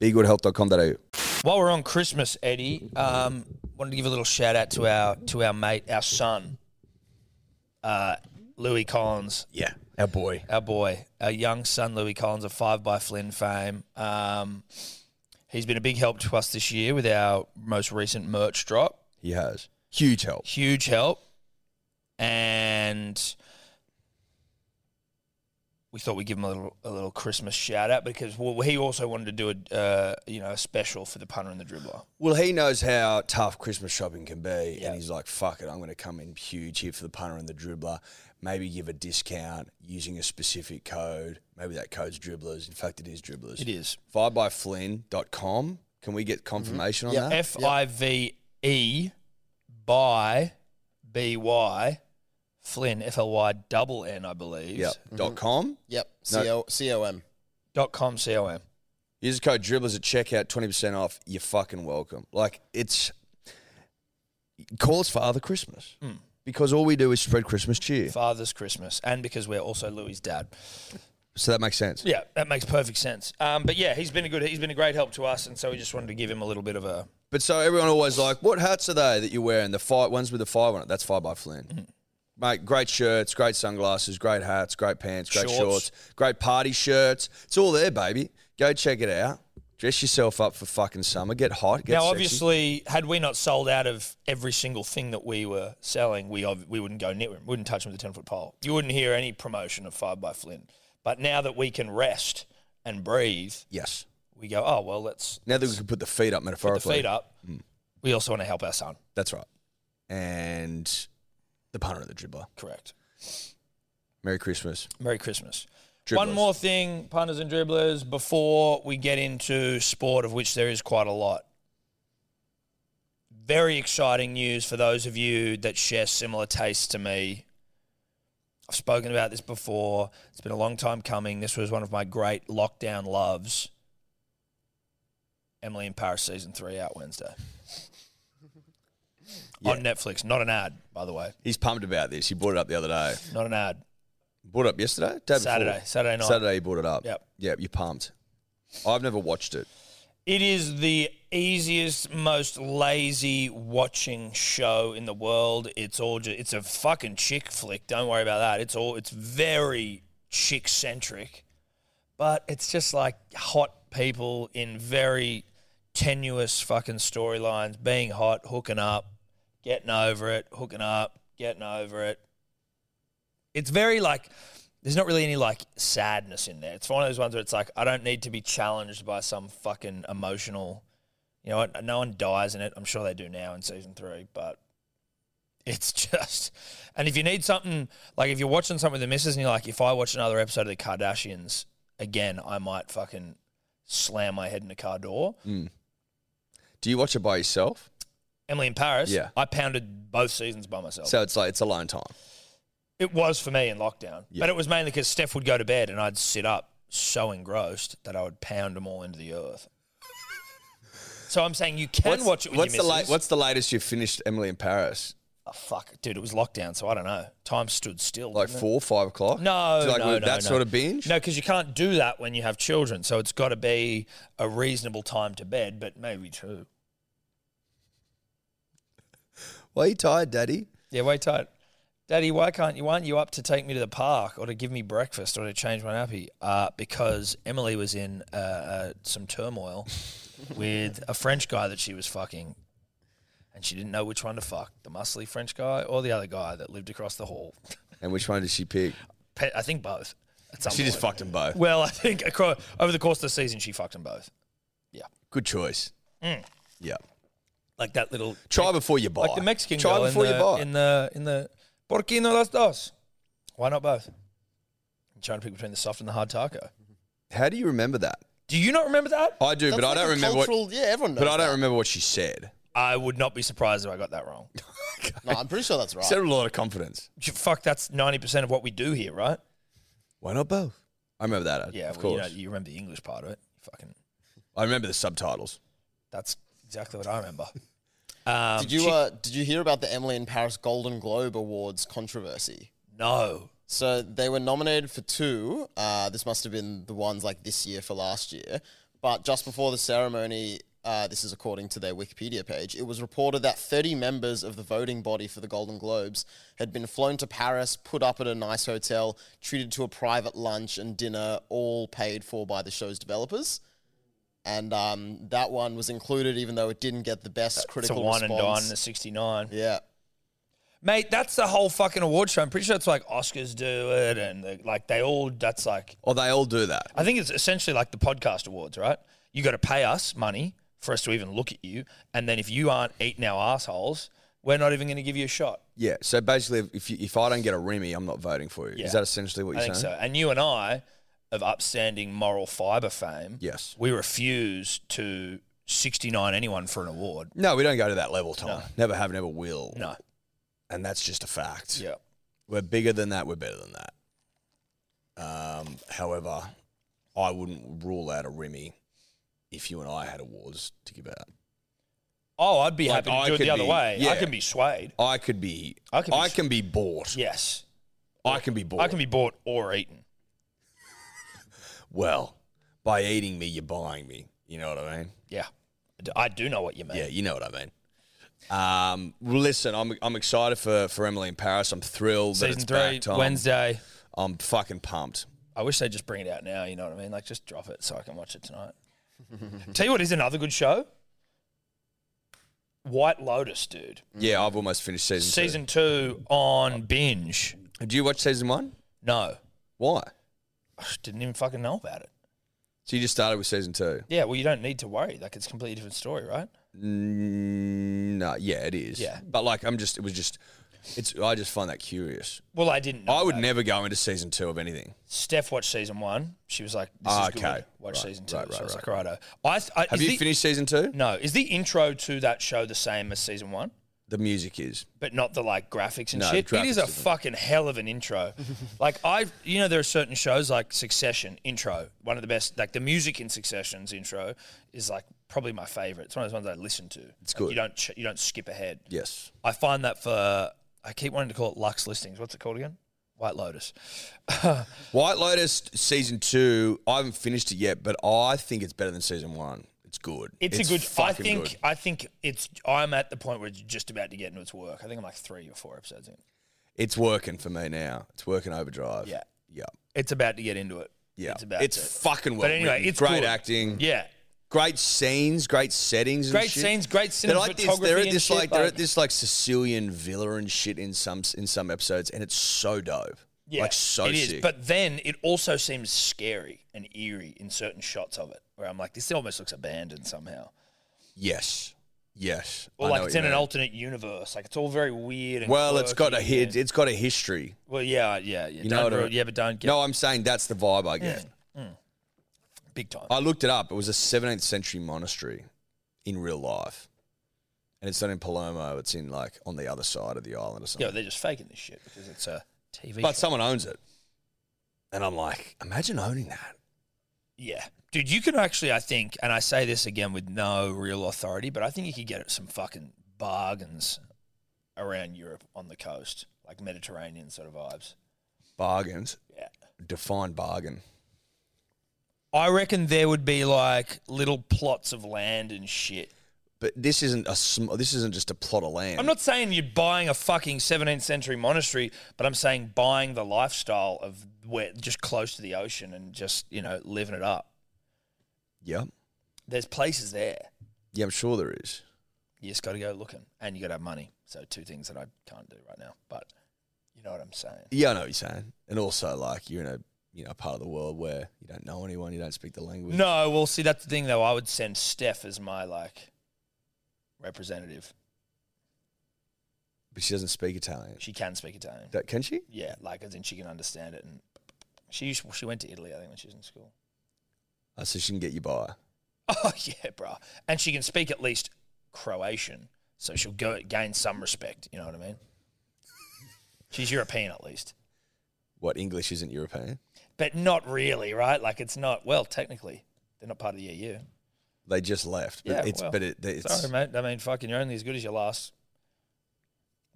[SPEAKER 2] BeGoodHealth.com.au.
[SPEAKER 1] While we're on Christmas, Eddie, um, wanted to give a little shout out to our to our mate, our son, uh, Louis Collins,
[SPEAKER 2] Yeah. Our boy.
[SPEAKER 1] our boy, our young son, Louis Collins of Five by Flynn fame. Um, he's been a big help to us this year with our most recent merch drop.
[SPEAKER 2] He has. Huge help.
[SPEAKER 1] Huge help, and we thought we'd give him a little a little Christmas shout out because well, he also wanted to do a uh, you know a special for the punter and the dribbler.
[SPEAKER 2] Well, he knows how tough Christmas shopping can be,
[SPEAKER 1] Yeah.
[SPEAKER 2] and he's like, "Fuck it, I'm going to come in huge here for the punter and the dribbler. Maybe give a discount using a specific code. Maybe that code's dribblers. In fact, it is dribblers.
[SPEAKER 1] It is. Mm-hmm.
[SPEAKER 2] Fivebyflynn.com. Can we get confirmation
[SPEAKER 3] Yeah.
[SPEAKER 2] on that?
[SPEAKER 1] F I V E by B Y Flynn F L Y double N I believe. Mm-hmm.
[SPEAKER 2] Yeah. Dot com.
[SPEAKER 3] Yep.
[SPEAKER 2] No.
[SPEAKER 3] C-O- C-O-M.
[SPEAKER 1] Dot com C O M.
[SPEAKER 2] Use the code dribblers at checkout, twenty percent off. You're fucking welcome. Like it's call us Father Christmas
[SPEAKER 1] Mm.
[SPEAKER 2] because all we do is spread Christmas cheer.
[SPEAKER 1] Father's Christmas, and because we're also Louis' dad.
[SPEAKER 2] So that makes sense.
[SPEAKER 1] Yeah, that makes perfect sense. Um, but yeah, he's been a good, he's been a great help to us, and so we just wanted to give him a little bit of a.
[SPEAKER 2] But so everyone always like, what hats are they that you're wearing? The five ones with the five on it. That's five by Flynn.
[SPEAKER 1] Mm-hmm.
[SPEAKER 2] Mate, great shirts, great sunglasses, great hats, great pants, great shorts.
[SPEAKER 1] Shorts.
[SPEAKER 2] great party shirts. It's all there, baby. Go check it out. Dress yourself up for fucking summer. Get hot. Get
[SPEAKER 1] now,
[SPEAKER 2] sexy.
[SPEAKER 1] obviously, had we not sold out of every single thing that we were selling, we ob- we wouldn't go near him, wouldn't touch him with a ten foot pole. You wouldn't hear any promotion of Five by Flynn. But now that we can rest and breathe,
[SPEAKER 2] yes.
[SPEAKER 1] we go, oh well, let's
[SPEAKER 2] Now that we can put the feet up
[SPEAKER 1] put the
[SPEAKER 2] metaphorically, Mm.
[SPEAKER 1] feet up. We also want to help our son.
[SPEAKER 2] that's right. And the punter and the dribbler.
[SPEAKER 1] Correct.
[SPEAKER 2] Merry Christmas.
[SPEAKER 1] Merry Christmas.
[SPEAKER 2] Dribblers.
[SPEAKER 1] One more thing, punters and dribblers, before we get into sport, of which there is quite a lot. Very exciting news for those of you that share similar tastes to me. I've spoken about this before. It's been a long time coming. This was one of my great lockdown loves. Emily in Paris season three out Wednesday on Netflix. Not an ad, by the way.
[SPEAKER 2] He's pumped about this. He brought it up the other day.
[SPEAKER 1] Not an ad.
[SPEAKER 2] Brought it up yesterday? Day before?
[SPEAKER 1] Saturday, Saturday night.
[SPEAKER 2] Saturday, you brought it up.
[SPEAKER 1] Yep.
[SPEAKER 2] Yep, you're pumped. I've never watched it.
[SPEAKER 1] It is the easiest, most lazy watching show in the world. It's all just, it's a fucking chick flick. Don't worry about that. It's all it's very chick centric, but it's just like hot people in very tenuous fucking storylines, being hot, hooking up, getting over it, hooking up, getting over it. It's very like there's not really any like sadness in there. It's one of those ones where it's like I don't need to be challenged by some fucking emotional. You know, what? no one dies in it. I'm sure they do now in season three, but it's just. And if you need something, like if you're watching something with the missus and you're like, if I watch another episode of the Kardashians again, I might fucking slam my head in a car door.
[SPEAKER 2] Hmm. Do you watch it by yourself?
[SPEAKER 1] Emily in Paris,
[SPEAKER 2] Yeah.
[SPEAKER 1] I pounded both seasons by myself.
[SPEAKER 2] So it's like it's alone time.
[SPEAKER 1] It was for me in lockdown,
[SPEAKER 2] Yeah.
[SPEAKER 1] but it was mainly because Steph would go to bed and I'd sit up so engrossed that I would pound them all into the earth. so I'm saying you can
[SPEAKER 2] What's-
[SPEAKER 1] watch it with
[SPEAKER 2] what's
[SPEAKER 1] your
[SPEAKER 2] the la-
[SPEAKER 1] missus.
[SPEAKER 2] What's the latest you finished Emily in Paris?
[SPEAKER 1] oh, fuck, dude, it was lockdown, so I don't know. Time stood still.
[SPEAKER 2] Like
[SPEAKER 1] didn't it?
[SPEAKER 2] four, five o'clock?
[SPEAKER 1] No,
[SPEAKER 2] It's like
[SPEAKER 1] no,
[SPEAKER 2] with
[SPEAKER 1] no,
[SPEAKER 2] that
[SPEAKER 1] no.
[SPEAKER 2] sort of binge.
[SPEAKER 1] No, because you can't do that when you have children. So it's got to be a reasonable time to bed, but maybe two.
[SPEAKER 2] Why are you tired, Daddy?
[SPEAKER 1] Yeah, wait tight. Daddy, why can't you? Why aren't you up to take me to the park or to give me breakfast or to change my nappy? Uh, because Emily was in uh, uh, some turmoil with a French guy that she was fucking, and she didn't know which one to fuck the muscly French guy or the other guy that lived across the hall.
[SPEAKER 2] And which one did she pick?
[SPEAKER 1] Pe- I think both. at some
[SPEAKER 2] She just
[SPEAKER 1] point.
[SPEAKER 2] fucked them both.
[SPEAKER 1] Well, I think across, over the course of the season, she fucked them both. Mm,
[SPEAKER 2] Good choice. Yeah.
[SPEAKER 1] Like that little
[SPEAKER 2] Try before you buy.
[SPEAKER 1] Like the Mexican
[SPEAKER 2] Try
[SPEAKER 1] girl in
[SPEAKER 2] before
[SPEAKER 1] the,
[SPEAKER 2] you buy.
[SPEAKER 1] in the in the ¿Por qué no las dos? Why not both? I'm trying to pick between the soft and the hard taco.
[SPEAKER 2] How do you remember that?
[SPEAKER 1] Do you not remember that?
[SPEAKER 2] I do, but
[SPEAKER 3] That's
[SPEAKER 2] I
[SPEAKER 3] like
[SPEAKER 2] don't
[SPEAKER 3] a
[SPEAKER 2] remember what.
[SPEAKER 3] cultural, Yeah, everyone knows.
[SPEAKER 2] But I don't remember what she said.
[SPEAKER 1] I would not be surprised if I got that wrong.
[SPEAKER 3] that. No, I'm pretty sure that's right.
[SPEAKER 2] Said with a lot of confidence.
[SPEAKER 1] J- Fuck, that's ninety percent of what we do here, right?
[SPEAKER 2] Why not both? I remember that. Yeah,
[SPEAKER 1] Yeah,
[SPEAKER 2] of
[SPEAKER 1] well,
[SPEAKER 2] course.
[SPEAKER 1] You, know, you remember the English part of it. Fucking,
[SPEAKER 2] I remember the subtitles.
[SPEAKER 1] that's exactly what I remember. Um,
[SPEAKER 3] did you
[SPEAKER 1] she-
[SPEAKER 3] uh, did you hear about the Emily in Paris Golden Globe Awards controversy?
[SPEAKER 1] no.
[SPEAKER 3] So they were nominated for two. Uh, this must have been the ones like this year for last year. But just before the ceremony, uh, this is according to their Wikipedia page, it was reported that 30 members of the voting body for the Golden Globes had been flown to Paris, put up at a nice hotel, treated to a private lunch and dinner, all paid for by the show's developers. And um, that one was included, even though it didn't get the best
[SPEAKER 1] It's a
[SPEAKER 3] critical
[SPEAKER 1] wine Uh, and
[SPEAKER 3] response.
[SPEAKER 1] dine in the '69.
[SPEAKER 3] yeah.
[SPEAKER 1] Mate, that's the whole fucking award show. I'm pretty sure it's like Oscars do it, and the, like they all. That's like
[SPEAKER 2] Oh, they all do that.
[SPEAKER 1] I think it's essentially like the podcast awards, right? You got to pay us money for us to even look at you, and then if you aren't eating our assholes, we're not even going to give you a shot.
[SPEAKER 2] Yeah. So basically, if you, if I don't get a Remy, I'm not voting for you.
[SPEAKER 1] Yeah.
[SPEAKER 2] Is that essentially what
[SPEAKER 1] I
[SPEAKER 2] you're
[SPEAKER 1] think
[SPEAKER 2] saying?
[SPEAKER 1] so. And you and I, of upstanding moral fibre fame,
[SPEAKER 2] Yes.
[SPEAKER 1] we refuse to sixty nine anyone for an award.
[SPEAKER 2] No, we don't go to that level, Tom. Never have, never will.
[SPEAKER 1] No.
[SPEAKER 2] And that's just a fact.
[SPEAKER 1] Yeah.
[SPEAKER 2] We're bigger than that. We're better than that. Um, however, I wouldn't rule out a Remy if you and I had awards to give out.
[SPEAKER 1] Oh, I'd be
[SPEAKER 2] Like,
[SPEAKER 1] happy to
[SPEAKER 2] I
[SPEAKER 1] do it the
[SPEAKER 2] could
[SPEAKER 1] other
[SPEAKER 2] be-
[SPEAKER 1] way.
[SPEAKER 2] yeah.
[SPEAKER 1] I can be swayed.
[SPEAKER 2] I could be.
[SPEAKER 1] I
[SPEAKER 2] I
[SPEAKER 1] could
[SPEAKER 2] can
[SPEAKER 1] be
[SPEAKER 2] be,
[SPEAKER 1] sh-
[SPEAKER 2] bought.
[SPEAKER 1] Yes,
[SPEAKER 2] I can be bought.
[SPEAKER 1] I can be bought or eaten.
[SPEAKER 2] Well, by eating me, you're buying me. You know what I mean?
[SPEAKER 1] Yeah, I do- I do know what you mean.
[SPEAKER 2] Yeah, you know what I mean. Um, listen, I'm I'm excited for, for Emily in Paris. I'm thrilled that
[SPEAKER 1] Season
[SPEAKER 2] it's
[SPEAKER 1] three,
[SPEAKER 2] back, Tom.
[SPEAKER 1] Wednesday.
[SPEAKER 2] I'm fucking pumped.
[SPEAKER 1] I wish they'd just bring it out now, you know what I mean? Like, just drop it so I can watch it tonight. Tell you what is another good show White Lotus, dude.
[SPEAKER 2] Mm. Yeah, I've almost finished season
[SPEAKER 1] Season two on binge.
[SPEAKER 2] Two. Do you watch season one?
[SPEAKER 1] No,
[SPEAKER 2] Why?
[SPEAKER 1] I didn't even fucking know about it.
[SPEAKER 2] So you just started with season two?
[SPEAKER 1] Yeah, well, you don't need to worry. Like, it's a completely different story, right?
[SPEAKER 2] Mm, no, yeah, it is.
[SPEAKER 1] Yeah.
[SPEAKER 2] but like I'm just it was just it's I just find that curious.
[SPEAKER 1] Well, I didn't know.
[SPEAKER 2] I would
[SPEAKER 1] that.
[SPEAKER 2] never go into season two of anything.
[SPEAKER 1] Steph watched season one. She was like, this
[SPEAKER 2] Ah,
[SPEAKER 1] is good.
[SPEAKER 2] okay.
[SPEAKER 1] Watch
[SPEAKER 2] Right,
[SPEAKER 1] season two.
[SPEAKER 2] right,
[SPEAKER 1] so I
[SPEAKER 2] right,
[SPEAKER 1] was
[SPEAKER 2] right.
[SPEAKER 1] like, righto. I th- I,
[SPEAKER 2] Have
[SPEAKER 1] is
[SPEAKER 2] you
[SPEAKER 1] the-
[SPEAKER 2] finished season two?
[SPEAKER 1] No. Is the intro to that show the same as season one?
[SPEAKER 2] The music is.
[SPEAKER 1] but not the like graphics and
[SPEAKER 2] No,
[SPEAKER 1] shit.
[SPEAKER 2] the
[SPEAKER 1] it is a
[SPEAKER 2] graphics isn't.
[SPEAKER 1] fucking hell of an intro. like I, you know, there are certain shows like Succession intro, one of the best. Like the music in Succession's intro is like probably my favorite. It's one of those ones I listen to. It's
[SPEAKER 2] good.
[SPEAKER 1] You don't ch- you don't skip ahead.
[SPEAKER 2] Yes.
[SPEAKER 1] I find that for I keep wanting to call it Lux listings. What's it called again? White Lotus.
[SPEAKER 2] White Lotus season two. I haven't finished it yet, but I think it's better than season one. It's good.
[SPEAKER 1] It's, a good. I
[SPEAKER 2] fucking
[SPEAKER 1] think.
[SPEAKER 2] good.
[SPEAKER 1] I think it's. I'm at the point where it's just about to get into its work. I think I'm like three or four episodes in.
[SPEAKER 2] it's working for me now. It's working overdrive.
[SPEAKER 1] Yeah.
[SPEAKER 2] yeah,
[SPEAKER 1] It's about to get into it.
[SPEAKER 2] yeah.
[SPEAKER 1] It's about.
[SPEAKER 2] it's
[SPEAKER 1] to-
[SPEAKER 2] fucking well.
[SPEAKER 1] but anyway,
[SPEAKER 2] written.
[SPEAKER 1] it's
[SPEAKER 2] great
[SPEAKER 1] good.
[SPEAKER 2] acting.
[SPEAKER 1] Yeah.
[SPEAKER 2] great scenes, great settings, and
[SPEAKER 1] Great
[SPEAKER 2] shit.
[SPEAKER 1] scenes, great
[SPEAKER 2] They're like this. They're
[SPEAKER 1] cinematography
[SPEAKER 2] at
[SPEAKER 1] and
[SPEAKER 2] this
[SPEAKER 1] shit,
[SPEAKER 2] like they're
[SPEAKER 1] like-
[SPEAKER 2] at this like Sicilian villa and shit in some in some episodes, and it's so dope. like so
[SPEAKER 1] it is.
[SPEAKER 2] sick.
[SPEAKER 1] But then it also seems scary and eerie in certain shots of it, where I'm like, this almost looks abandoned somehow,
[SPEAKER 2] yes, yes.
[SPEAKER 1] or
[SPEAKER 2] I
[SPEAKER 1] like
[SPEAKER 2] know
[SPEAKER 1] it's
[SPEAKER 2] what
[SPEAKER 1] in
[SPEAKER 2] you
[SPEAKER 1] an
[SPEAKER 2] mean.
[SPEAKER 1] alternate universe. Like it's all very weird. And
[SPEAKER 2] Well, it's got a
[SPEAKER 1] quirky
[SPEAKER 2] hid.
[SPEAKER 1] and-
[SPEAKER 2] It's got a history.
[SPEAKER 1] Well, yeah, yeah, yeah.
[SPEAKER 2] You
[SPEAKER 1] You
[SPEAKER 2] know
[SPEAKER 1] don't
[SPEAKER 2] what I
[SPEAKER 1] know,
[SPEAKER 2] mean?
[SPEAKER 1] yeah, but don't get
[SPEAKER 2] No, I'm saying that's the vibe I get.
[SPEAKER 1] Mm. big time.
[SPEAKER 2] I looked it up. It was a 17th century monastery in real life, and it's not in Palermo. It's in like on the other side of the island or something.
[SPEAKER 1] yeah, they're just faking this shit because it's a TV. show.
[SPEAKER 2] but someone owns it, and I'm like, imagine owning that.
[SPEAKER 1] yeah, dude, you can actually, I think, and I say this again with no real authority, but I think you could get some fucking bargains around Europe on the coast, like Mediterranean sort of vibes.
[SPEAKER 2] Bargains.
[SPEAKER 1] Yeah.
[SPEAKER 2] Define bargain.
[SPEAKER 1] I reckon there would be like little plots of land and shit.
[SPEAKER 2] But this isn't a sm- this isn't just a plot of land.
[SPEAKER 1] I'm not saying you're buying a fucking 17th century monastery, but I'm saying buying the lifestyle of where just close to the ocean and just, you know, living it up.
[SPEAKER 2] Yeah,
[SPEAKER 1] There's places there.
[SPEAKER 2] yeah, I'm sure there is.
[SPEAKER 1] You just got to go looking and you got to have money. So, two things that I can't do right now, but you know what I'm saying.
[SPEAKER 2] Yeah, I know what you're saying. And also, like, you're in a you know part of the world where you don't know anyone, you don't speak the language.
[SPEAKER 1] No, well, see, that's the thing though. I would send Steph as my like representative.
[SPEAKER 2] but she doesn't speak Italian.
[SPEAKER 1] She can speak Italian.
[SPEAKER 2] That- can she?
[SPEAKER 1] Yeah, like as in she can understand it. And she used, she went to Italy, I think, when she was in school.
[SPEAKER 2] Oh, so she can get you by.
[SPEAKER 1] Oh yeah, bro. And she can speak at least Croatian, so she'll go gain some respect. You know what I mean? She's European at least,
[SPEAKER 2] What English isn't European?
[SPEAKER 1] but not really, right? Like it's not. Well, technically, they're not part of the EU.
[SPEAKER 2] They just left. But
[SPEAKER 1] Yeah,
[SPEAKER 2] it's
[SPEAKER 1] well,
[SPEAKER 2] but it, it's
[SPEAKER 1] Sorry, mate. I mean, fucking, you're only as good as your last.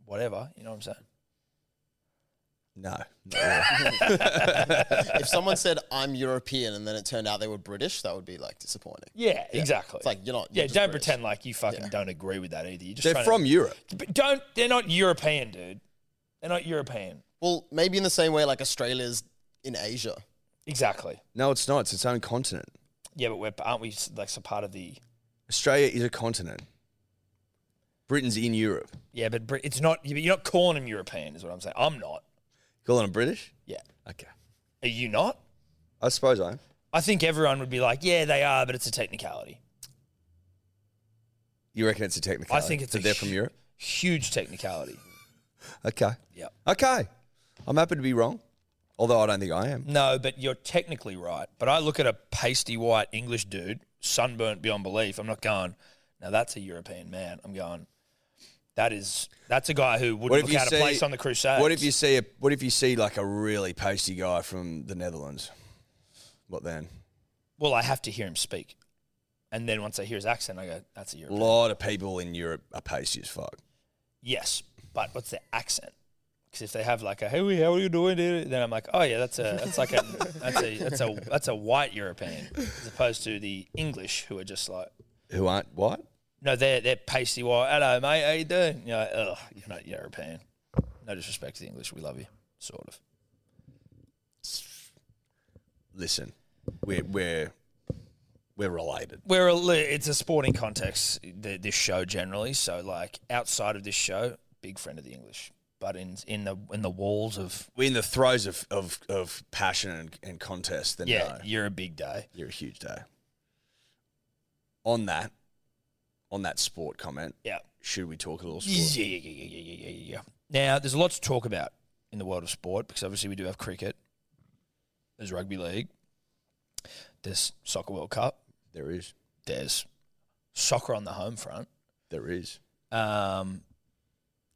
[SPEAKER 1] Whatever, you know what I'm saying?
[SPEAKER 2] no. not really.
[SPEAKER 3] if someone said I'm European and then it turned out they were British, that would be like disappointing.
[SPEAKER 1] Yeah, exactly.
[SPEAKER 3] It's like you're not.
[SPEAKER 1] yeah,
[SPEAKER 3] you're
[SPEAKER 1] don't
[SPEAKER 3] just British.
[SPEAKER 1] pretend like you fucking
[SPEAKER 3] Yeah.
[SPEAKER 1] don't agree with that either. You just
[SPEAKER 2] They're
[SPEAKER 1] trying
[SPEAKER 2] from
[SPEAKER 1] To,
[SPEAKER 2] Europe.
[SPEAKER 1] but don't. They're not European, dude. They're not European.
[SPEAKER 3] Well, maybe in the same way like Australia's in Asia.
[SPEAKER 1] Exactly.
[SPEAKER 2] No, it's not. It's its own continent.
[SPEAKER 1] Yeah, but we're aren't we like so part of the
[SPEAKER 2] Australia is a continent. Britain's in Europe.
[SPEAKER 1] Yeah, but Brit- it's not. You're not calling them European, is what I'm saying. I'm not.
[SPEAKER 2] Calling them British?
[SPEAKER 1] Yeah.
[SPEAKER 2] Okay.
[SPEAKER 1] Are you not?
[SPEAKER 2] I suppose I am.
[SPEAKER 1] I think everyone would be like, yeah, they are, but it's a technicality.
[SPEAKER 2] You reckon it's a technical?
[SPEAKER 1] I think it's
[SPEAKER 2] that
[SPEAKER 1] a
[SPEAKER 2] they're from
[SPEAKER 1] hu-
[SPEAKER 2] Europe.
[SPEAKER 1] Huge technicality.
[SPEAKER 2] Okay.
[SPEAKER 1] Yep.
[SPEAKER 2] Okay. I'm happy to be wrong, although I don't think I am.
[SPEAKER 1] No, but you're technically right. But I look at a pasty white English dude, sunburnt beyond belief. I'm not going. Now that's a European man. I'm going. That is. That's a guy who would
[SPEAKER 2] What if
[SPEAKER 1] look
[SPEAKER 2] you
[SPEAKER 1] out of
[SPEAKER 2] see
[SPEAKER 1] place on the Crusades.
[SPEAKER 2] What if you see a What if you see like a really pasty guy from the Netherlands? What then?
[SPEAKER 1] Well, I have to hear him speak, and then once I hear his accent, I go, "That's a
[SPEAKER 2] A
[SPEAKER 1] European."
[SPEAKER 2] lot of people in Europe are pasty as fuck.
[SPEAKER 1] Yes, but what's their accent? Because if they have like a "Hey, how are you doing?" dude?" then I'm like, "Oh yeah, that's a that's like a that's a that's a that's a white European," as opposed to the English who are just like,
[SPEAKER 2] Who aren't what?
[SPEAKER 1] "No, they're they're pasty white. Hello, mate, how you doing?" You're like, "Ugh, you're not European." No disrespect to the English, we love you, sort of.
[SPEAKER 2] Listen, we're we're we're related.
[SPEAKER 1] We're a, li- it's a sporting context th- this show generally, so like outside of this show, big friend of the English, but in in the in the walls of
[SPEAKER 2] We're in the throes of of, of passion and, and contest. Then
[SPEAKER 1] yeah,
[SPEAKER 2] no,
[SPEAKER 1] you're a big day.
[SPEAKER 2] you're a huge day. On that, on that sport comment,
[SPEAKER 1] Yeah.
[SPEAKER 2] should we talk a little sport?
[SPEAKER 1] Yeah, yeah, yeah, yeah, yeah, yeah, yeah, yeah. Now, there's a lot to talk about in the world of sport because obviously we do have cricket, there's rugby league, there's soccer World Cup,
[SPEAKER 2] There is,
[SPEAKER 1] there's soccer on the home front.
[SPEAKER 2] there is.
[SPEAKER 1] Um,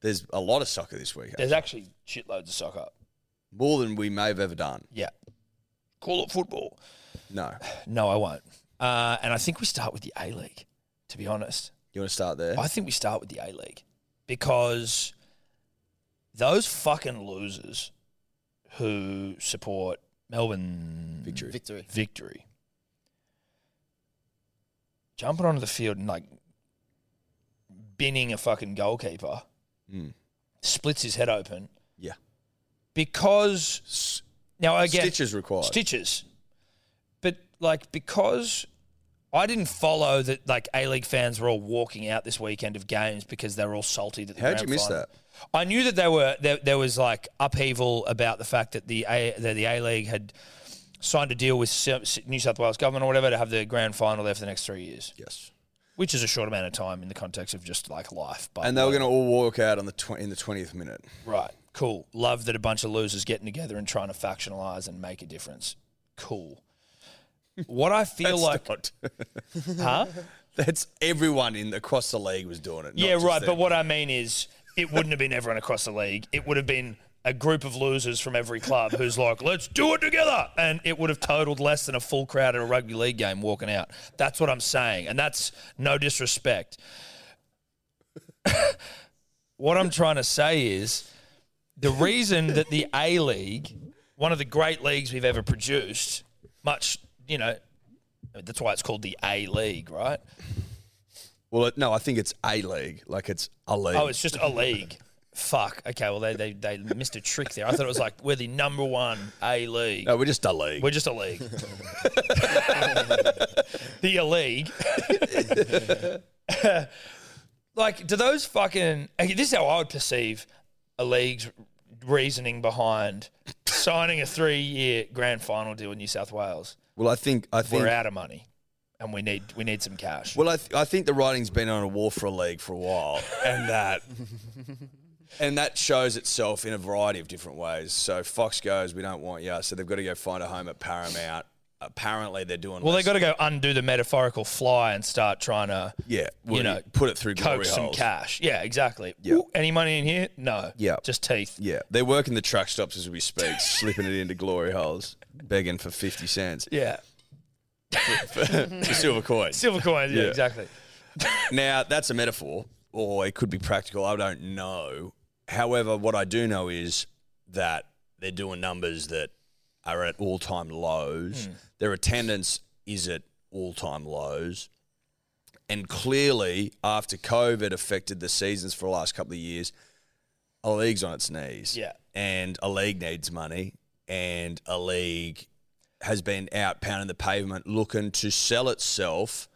[SPEAKER 2] There's a lot of soccer this week.
[SPEAKER 1] there's actually shitloads of soccer.
[SPEAKER 2] More than we may have ever done.
[SPEAKER 1] Yeah. Call it football.
[SPEAKER 2] No.
[SPEAKER 1] No, I won't. Uh, and I think we start with the A League, to be honest.
[SPEAKER 2] You want to start there?
[SPEAKER 1] I think we start with the A League because those fucking losers who support Melbourne
[SPEAKER 2] Victory.
[SPEAKER 3] Victory.
[SPEAKER 1] victory, jumping onto the field and like binning a fucking goalkeeper,
[SPEAKER 2] Mm.
[SPEAKER 1] splits his head open
[SPEAKER 2] Yeah.
[SPEAKER 1] because now again
[SPEAKER 2] Stitches required.
[SPEAKER 1] stitches, but like because I didn't follow that like A League fans were all walking out this weekend of games because they were all salty that the
[SPEAKER 2] How'd you
[SPEAKER 1] grand
[SPEAKER 2] miss
[SPEAKER 1] final-
[SPEAKER 2] that?
[SPEAKER 1] I knew that there were there, there was like upheaval about the fact that the A that the A League had signed a deal with S- New South Wales government or whatever to have the grand final there for the next three years,
[SPEAKER 2] Yes.
[SPEAKER 1] which is a short amount of time in the context of just like life. But
[SPEAKER 2] And they were going to all walk out on the tw- in the twentieth minute.
[SPEAKER 1] Right. Cool. Love that a bunch of losers getting together and trying to factionalize and make a difference. Cool. What I feel like,
[SPEAKER 2] That's not-
[SPEAKER 1] huh?
[SPEAKER 2] that's everyone in across the league was doing it. not
[SPEAKER 1] Yeah,
[SPEAKER 2] just
[SPEAKER 1] right.
[SPEAKER 2] them.
[SPEAKER 1] But what I mean is, it wouldn't have been everyone across the league. It would have been a group of losers from every club who's like, let's do it together. And it would have totaled less than a full crowd at a rugby league game walking out. That's what I'm saying. And that's no disrespect. what I'm trying to say is the reason that the A League, one of the great leagues we've ever produced, much, you know, that's why it's called the A League, right?
[SPEAKER 2] Well, it- no, I think it's a league. Like it's a league.
[SPEAKER 1] Oh, it's just a league. Fuck. Okay. Well, they, they they missed a trick there. I thought it was like we're the number one A league.
[SPEAKER 2] no, we're just a league.
[SPEAKER 1] We're just a league. the A league. like, do those fucking? okay, This is how I would perceive a league's reasoning behind signing a three-year grand final deal with New South Wales.
[SPEAKER 2] well, I think I think
[SPEAKER 1] We're out of money, and we need we need some cash.
[SPEAKER 2] Well, I, th- I think the writing's been on a wall for a league for a while, and that and that shows itself in a variety of different ways. So Fox goes, "We don't want you," so they've got to go find a home at Paramount. Apparently, they're doing
[SPEAKER 1] Well, they
[SPEAKER 2] less-
[SPEAKER 1] got to go undo the metaphorical fly and start trying to
[SPEAKER 2] yeah, well,
[SPEAKER 1] you know,
[SPEAKER 2] put it through glory
[SPEAKER 1] coax some
[SPEAKER 2] holes.
[SPEAKER 1] cash. Yeah, exactly.
[SPEAKER 2] Yeah.
[SPEAKER 1] Ooh, any money in here? No.
[SPEAKER 2] Yeah.
[SPEAKER 1] Just teeth.
[SPEAKER 2] Yeah, they're working the truck stops as we speak, slipping it into glory holes, begging for fifty cents,
[SPEAKER 1] Yeah.
[SPEAKER 2] for silver coin.
[SPEAKER 1] Silver coins. Yeah,
[SPEAKER 2] Yeah.
[SPEAKER 1] exactly.
[SPEAKER 2] Now, that's a metaphor, or it could be practical. I don't know. However, what I do know is that they're doing numbers that are at all time
[SPEAKER 1] Hmm.
[SPEAKER 2] lows. Their attendance is at all time lows. And clearly, after COVID affected the seasons for the last couple of years, a league's on its knees.
[SPEAKER 1] Yeah.
[SPEAKER 2] And a league needs money. And a league has been out pounding the pavement looking to sell itself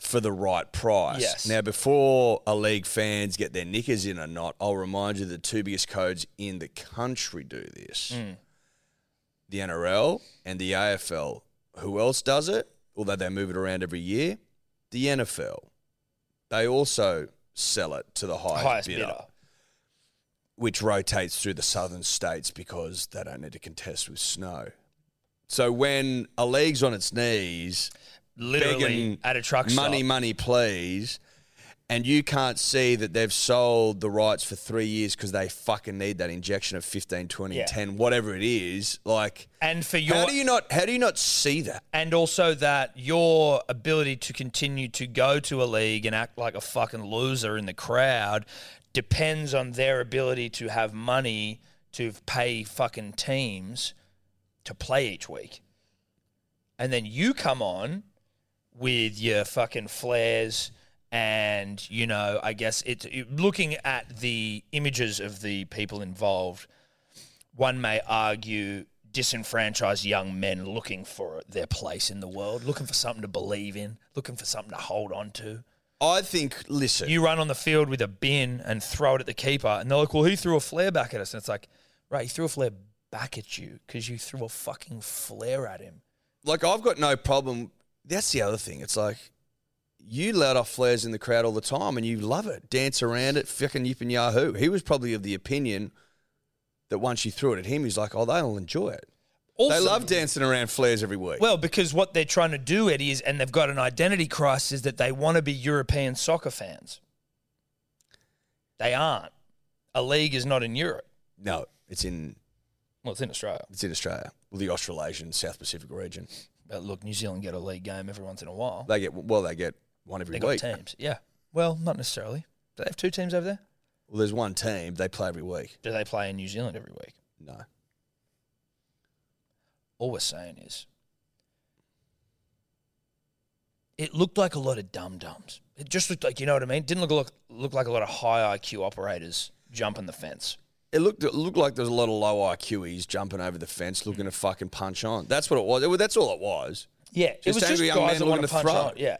[SPEAKER 2] for the right price.
[SPEAKER 1] Yes.
[SPEAKER 2] Now, before a league fans get their knickers in or not, I'll remind you the two biggest codes in the country do this the NRL and the AFL. Who else does it? Although they move it around every year, the NFL. They also sell it to the highest,
[SPEAKER 1] Highest
[SPEAKER 2] bidder,
[SPEAKER 1] bidder.
[SPEAKER 2] which rotates through the southern states because they don't need to contest with snow. So when a league's on its knees,
[SPEAKER 1] Literally
[SPEAKER 2] begging
[SPEAKER 1] at a truck
[SPEAKER 2] money,
[SPEAKER 1] stop.
[SPEAKER 2] money, please. And you can't see that they've sold the rights for three years because they fucking need that injection of 15, 20,
[SPEAKER 1] Yeah.
[SPEAKER 2] 10, whatever it is. Like,
[SPEAKER 1] And for your
[SPEAKER 2] how do you not? How do you not see that?
[SPEAKER 1] and also that your ability to continue to go to a league and act like a fucking loser in the crowd depends on their ability to have money to pay fucking teams to play each week. And then you come on with your fucking flares and you know, I guess it's it, looking at the images of the people involved one may argue disenfranchised young men looking for their place in the world, looking for something to believe in, looking for something to hold on to.
[SPEAKER 2] I think. Listen,
[SPEAKER 1] You run on the field with a bin and throw it at the keeper, and they're like, "Well, he threw a flare back at us," and it's like, "Right, he threw a flare back at you because you threw a fucking flare at him."
[SPEAKER 2] like I've got no problem. That's the other thing. It's like you let off flares in the crowd all the time, and you love it. Dance around it, fucking yip and yahoo. He was probably of the opinion that once you threw it at him, he's like, "Oh, they'll enjoy it.
[SPEAKER 1] Also,
[SPEAKER 2] they love dancing around flares every week."
[SPEAKER 1] Well, because what they're trying to do, Eddie, is, and they've got an identity crisis that they want to be European soccer fans. They aren't. A league is not in Europe.
[SPEAKER 2] no, it's in
[SPEAKER 1] Well, it's in Australia.
[SPEAKER 2] It's in Australia, well, the Australasian South Pacific region.
[SPEAKER 1] But look, New Zealand get a league game every once in a while.
[SPEAKER 2] They get well, they get one every
[SPEAKER 1] They
[SPEAKER 2] week.
[SPEAKER 1] got teams. Yeah. Well, not necessarily. Do they have two teams over there?
[SPEAKER 2] Well, there's one team they play every week.
[SPEAKER 1] Do they play in New Zealand every week?
[SPEAKER 2] No,
[SPEAKER 1] All we're saying is it looked like a lot of dum dums. It just looked like you know what I mean. Didn't look look look like a lot of high IQ operators jumping the fence.
[SPEAKER 2] it looked it looked like there was a lot of low IQs jumping over the fence, looking to fucking punch on. That's what it was. It, was- that's all it was.
[SPEAKER 1] Yeah, it
[SPEAKER 2] Just
[SPEAKER 1] was just
[SPEAKER 2] angry young
[SPEAKER 1] guys
[SPEAKER 2] men
[SPEAKER 1] that want to
[SPEAKER 2] looking to
[SPEAKER 1] punch
[SPEAKER 2] throw.
[SPEAKER 1] hard. Yeah,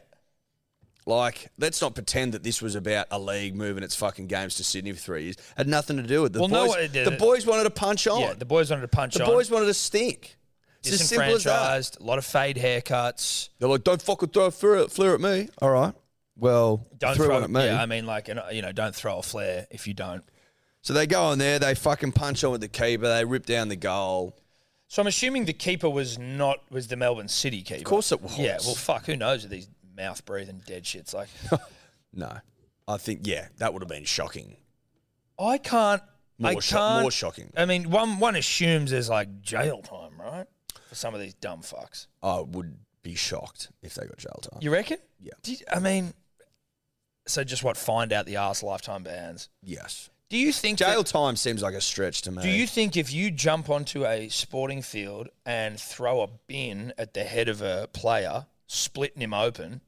[SPEAKER 2] Like, let's not pretend that this was about a league moving its fucking games to Sydney for three years. Had nothing to do with it. The
[SPEAKER 1] Well, no,
[SPEAKER 2] boys,
[SPEAKER 1] it did
[SPEAKER 2] the
[SPEAKER 1] it.
[SPEAKER 2] boys wanted to punch on.
[SPEAKER 1] yeah. The
[SPEAKER 2] the
[SPEAKER 1] boys wanted to punch on.
[SPEAKER 2] boys wanted to stink. It's as simple as that.
[SPEAKER 1] disenfranchised. A lot of fade haircuts.
[SPEAKER 2] They're like, don't fucking throw a flare, flare at me. All right. Well,
[SPEAKER 1] Don't
[SPEAKER 2] threw
[SPEAKER 1] throw.
[SPEAKER 2] one at me.
[SPEAKER 1] Yeah, I mean, like, and, uh, you know, don't throw a flare if you don't.
[SPEAKER 2] so they go on there. They fucking punch on with the keeper. They rip down the goal.
[SPEAKER 1] So I'm assuming the keeper was not was the Melbourne City keeper. Of
[SPEAKER 2] course it was.
[SPEAKER 1] Yeah. Well, fuck. Who knows with these mouth breathing dead shits? Like,
[SPEAKER 2] No. I think, yeah, that would have been shocking.
[SPEAKER 1] I can't. I
[SPEAKER 2] More,
[SPEAKER 1] can't.
[SPEAKER 2] sho- more shocking.
[SPEAKER 1] I mean, one one assumes there's like jail time, right? For some of these dumb fucks.
[SPEAKER 2] I would be shocked if they got jail time.
[SPEAKER 1] You reckon?
[SPEAKER 2] Yeah.
[SPEAKER 1] Did, I mean, so just what? Find out the arse lifetime bans.
[SPEAKER 2] yes.
[SPEAKER 1] Do you think that-
[SPEAKER 2] Jail time seems like a stretch to me.
[SPEAKER 1] Do you think if you jump onto a sporting field and throw a bin at the head of a player, splitting him open,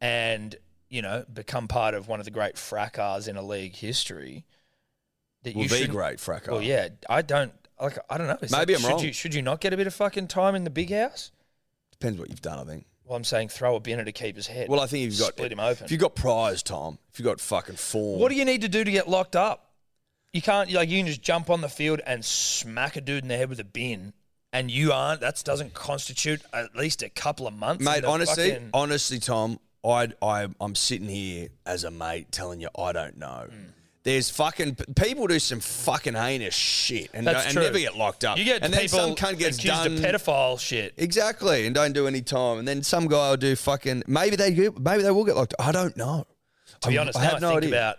[SPEAKER 1] and you know become part of one of the great fracas in a league history, that
[SPEAKER 2] will
[SPEAKER 1] you
[SPEAKER 2] be
[SPEAKER 1] should?
[SPEAKER 2] great, Fracker?
[SPEAKER 1] Well, yeah, I don't. Like, I don't know. It's
[SPEAKER 2] Maybe
[SPEAKER 1] like,
[SPEAKER 2] I'm
[SPEAKER 1] should
[SPEAKER 2] wrong.
[SPEAKER 1] You, should you not get a bit of fucking time in the big house?
[SPEAKER 2] Depends what you've done, I think.
[SPEAKER 1] Well, I'm saying throw a bin at a keeper's head.
[SPEAKER 2] Well, I think you've got
[SPEAKER 1] split him open.
[SPEAKER 2] If you've got prize, Tom, if you've got fucking form,
[SPEAKER 1] What do you need to do to get locked up? You can't like you can just jump on the field and smack a dude in the head with a bin, and you aren't. That doesn't constitute at least a couple of months.
[SPEAKER 2] mate?
[SPEAKER 1] into
[SPEAKER 2] Honestly,
[SPEAKER 1] fucking-
[SPEAKER 2] honestly, Tom, I, I, I'm sitting here as a mate telling you I don't know.
[SPEAKER 1] Hmm.
[SPEAKER 2] There's fucking p- people do some fucking heinous shit and,
[SPEAKER 1] That's
[SPEAKER 2] don't- and
[SPEAKER 1] true.
[SPEAKER 2] never get locked up.
[SPEAKER 1] you get
[SPEAKER 2] and then
[SPEAKER 1] people
[SPEAKER 2] some cunt gets
[SPEAKER 1] accused
[SPEAKER 2] done
[SPEAKER 1] of pedophile shit.
[SPEAKER 2] exactly and don't do any time. And then some guy will do fucking maybe they do, maybe they will get locked. up. I don't know.
[SPEAKER 1] To be honest,
[SPEAKER 2] I
[SPEAKER 1] now
[SPEAKER 2] have
[SPEAKER 1] I
[SPEAKER 2] no
[SPEAKER 1] think
[SPEAKER 2] idea.
[SPEAKER 1] about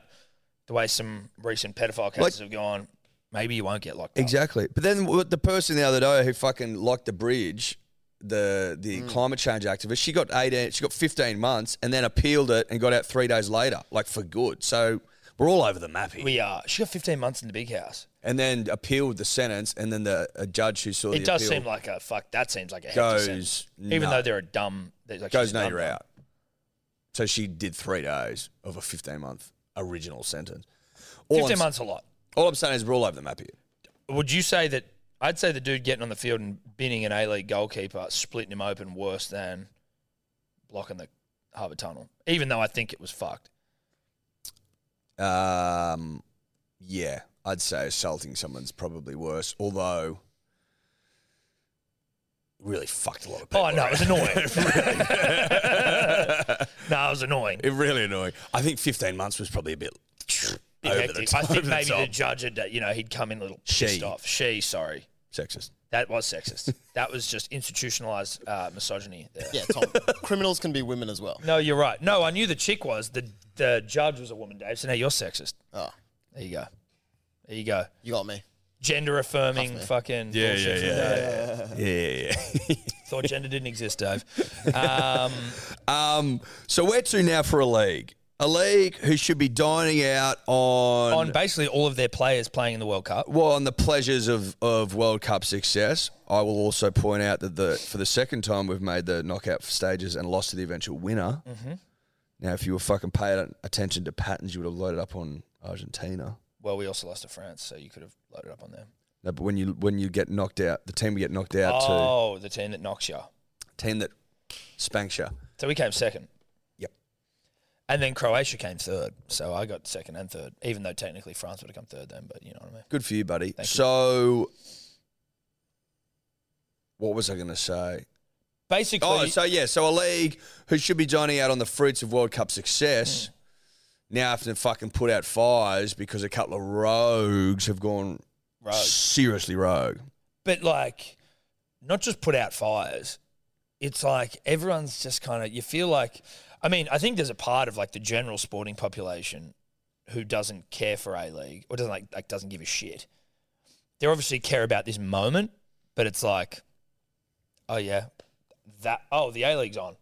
[SPEAKER 1] the way some recent pedophile cases have gone. Maybe you won't get locked up.
[SPEAKER 2] Exactly. But then w- the person the other day who fucking locked the bridge, the the
[SPEAKER 1] Mm.
[SPEAKER 2] climate change activist, she got 18, she got 15 months and then appealed it and got out 3 days later, like for good. So we're all over the map here.
[SPEAKER 1] We are. She got 15 months in the big house.
[SPEAKER 2] and then appealed the sentence and then the a judge who saw the
[SPEAKER 1] It does
[SPEAKER 2] appeal
[SPEAKER 1] seem like a fuck. That seems like a hefty sentence.
[SPEAKER 2] goes
[SPEAKER 1] Even
[SPEAKER 2] no,
[SPEAKER 1] though they're a dumb. they're Like she's
[SPEAKER 2] goes no
[SPEAKER 1] dumb
[SPEAKER 2] you're
[SPEAKER 1] dumb.
[SPEAKER 2] out. So she did 3 days of a 15 month original sentence. All,
[SPEAKER 1] 15
[SPEAKER 2] I'm,
[SPEAKER 1] months a lot.
[SPEAKER 2] all I'm saying is we're all over the map here.
[SPEAKER 1] Would you say that? I'd say the dude getting on the field and binning an A League goalkeeper, splitting him open, worse than blocking the harbour tunnel. Even though I think it was fucked.
[SPEAKER 2] Um, yeah, I'd say assaulting someone's probably worse. Although, really fucked a lot of people.
[SPEAKER 1] Oh no, it was annoying. no, it was annoying.
[SPEAKER 2] it really annoying. I think fifteen months was probably a bit
[SPEAKER 1] Bit
[SPEAKER 2] over the
[SPEAKER 1] hectic.
[SPEAKER 2] top.
[SPEAKER 1] I think
[SPEAKER 2] over the
[SPEAKER 1] maybe the
[SPEAKER 2] top.
[SPEAKER 1] judge had, you know, he'd come in a little pissed
[SPEAKER 2] She.
[SPEAKER 1] off. She, sorry,
[SPEAKER 2] sexist.
[SPEAKER 1] that was sexist. that was just institutionalized uh, misogyny. There.
[SPEAKER 3] Yeah, Tom. criminals can be women as well.
[SPEAKER 1] No, you're right. No, I knew the chick was the the judge was a woman, Dave. So now you're sexist.
[SPEAKER 3] Oh,
[SPEAKER 1] There you go. There you go.
[SPEAKER 3] you got me.
[SPEAKER 1] gender affirming fucking bullshit from Dave.
[SPEAKER 2] yeah, yeah, yeah.
[SPEAKER 1] Thought gender didn't exist, Dave. Um,
[SPEAKER 2] Um, so where to now for a league? A league who should be dining out on
[SPEAKER 1] on basically all of their players playing in the World Cup.
[SPEAKER 2] Well, on the pleasures of, of World Cup success, I will also point out that the for the second time we've made the knockout stages and lost to the eventual winner.
[SPEAKER 1] Mm-hmm.
[SPEAKER 2] Now, if you were fucking paying attention to patterns, you would have loaded up on Argentina.
[SPEAKER 1] Well, we also lost to France, so you could have loaded up on them.
[SPEAKER 2] No, but when you when you get knocked out, the team we get knocked out
[SPEAKER 1] Oh, the team that knocks you.
[SPEAKER 2] to team that spanks you.
[SPEAKER 1] So we came second.
[SPEAKER 2] Yep.
[SPEAKER 1] And then Croatia came third. So I got second and third, even though technically France would have come third then, but you know what I mean?
[SPEAKER 2] Good for you, buddy.
[SPEAKER 1] Thank you.
[SPEAKER 2] so, what was I going to say?
[SPEAKER 1] Basically,
[SPEAKER 2] Oh, so yeah, so a league who should be dining out on the fruits of World Cup success now have to fucking put out fires because a couple of rogues have gone
[SPEAKER 1] rogue.
[SPEAKER 2] seriously rogue.
[SPEAKER 1] but like not just put out fires it's like everyone's just kind of you feel like i mean i think there's a part of like the general sporting population who doesn't care for a league or doesn't like, like doesn't give a shit they obviously care about this moment but it's like oh yeah that oh the a league's on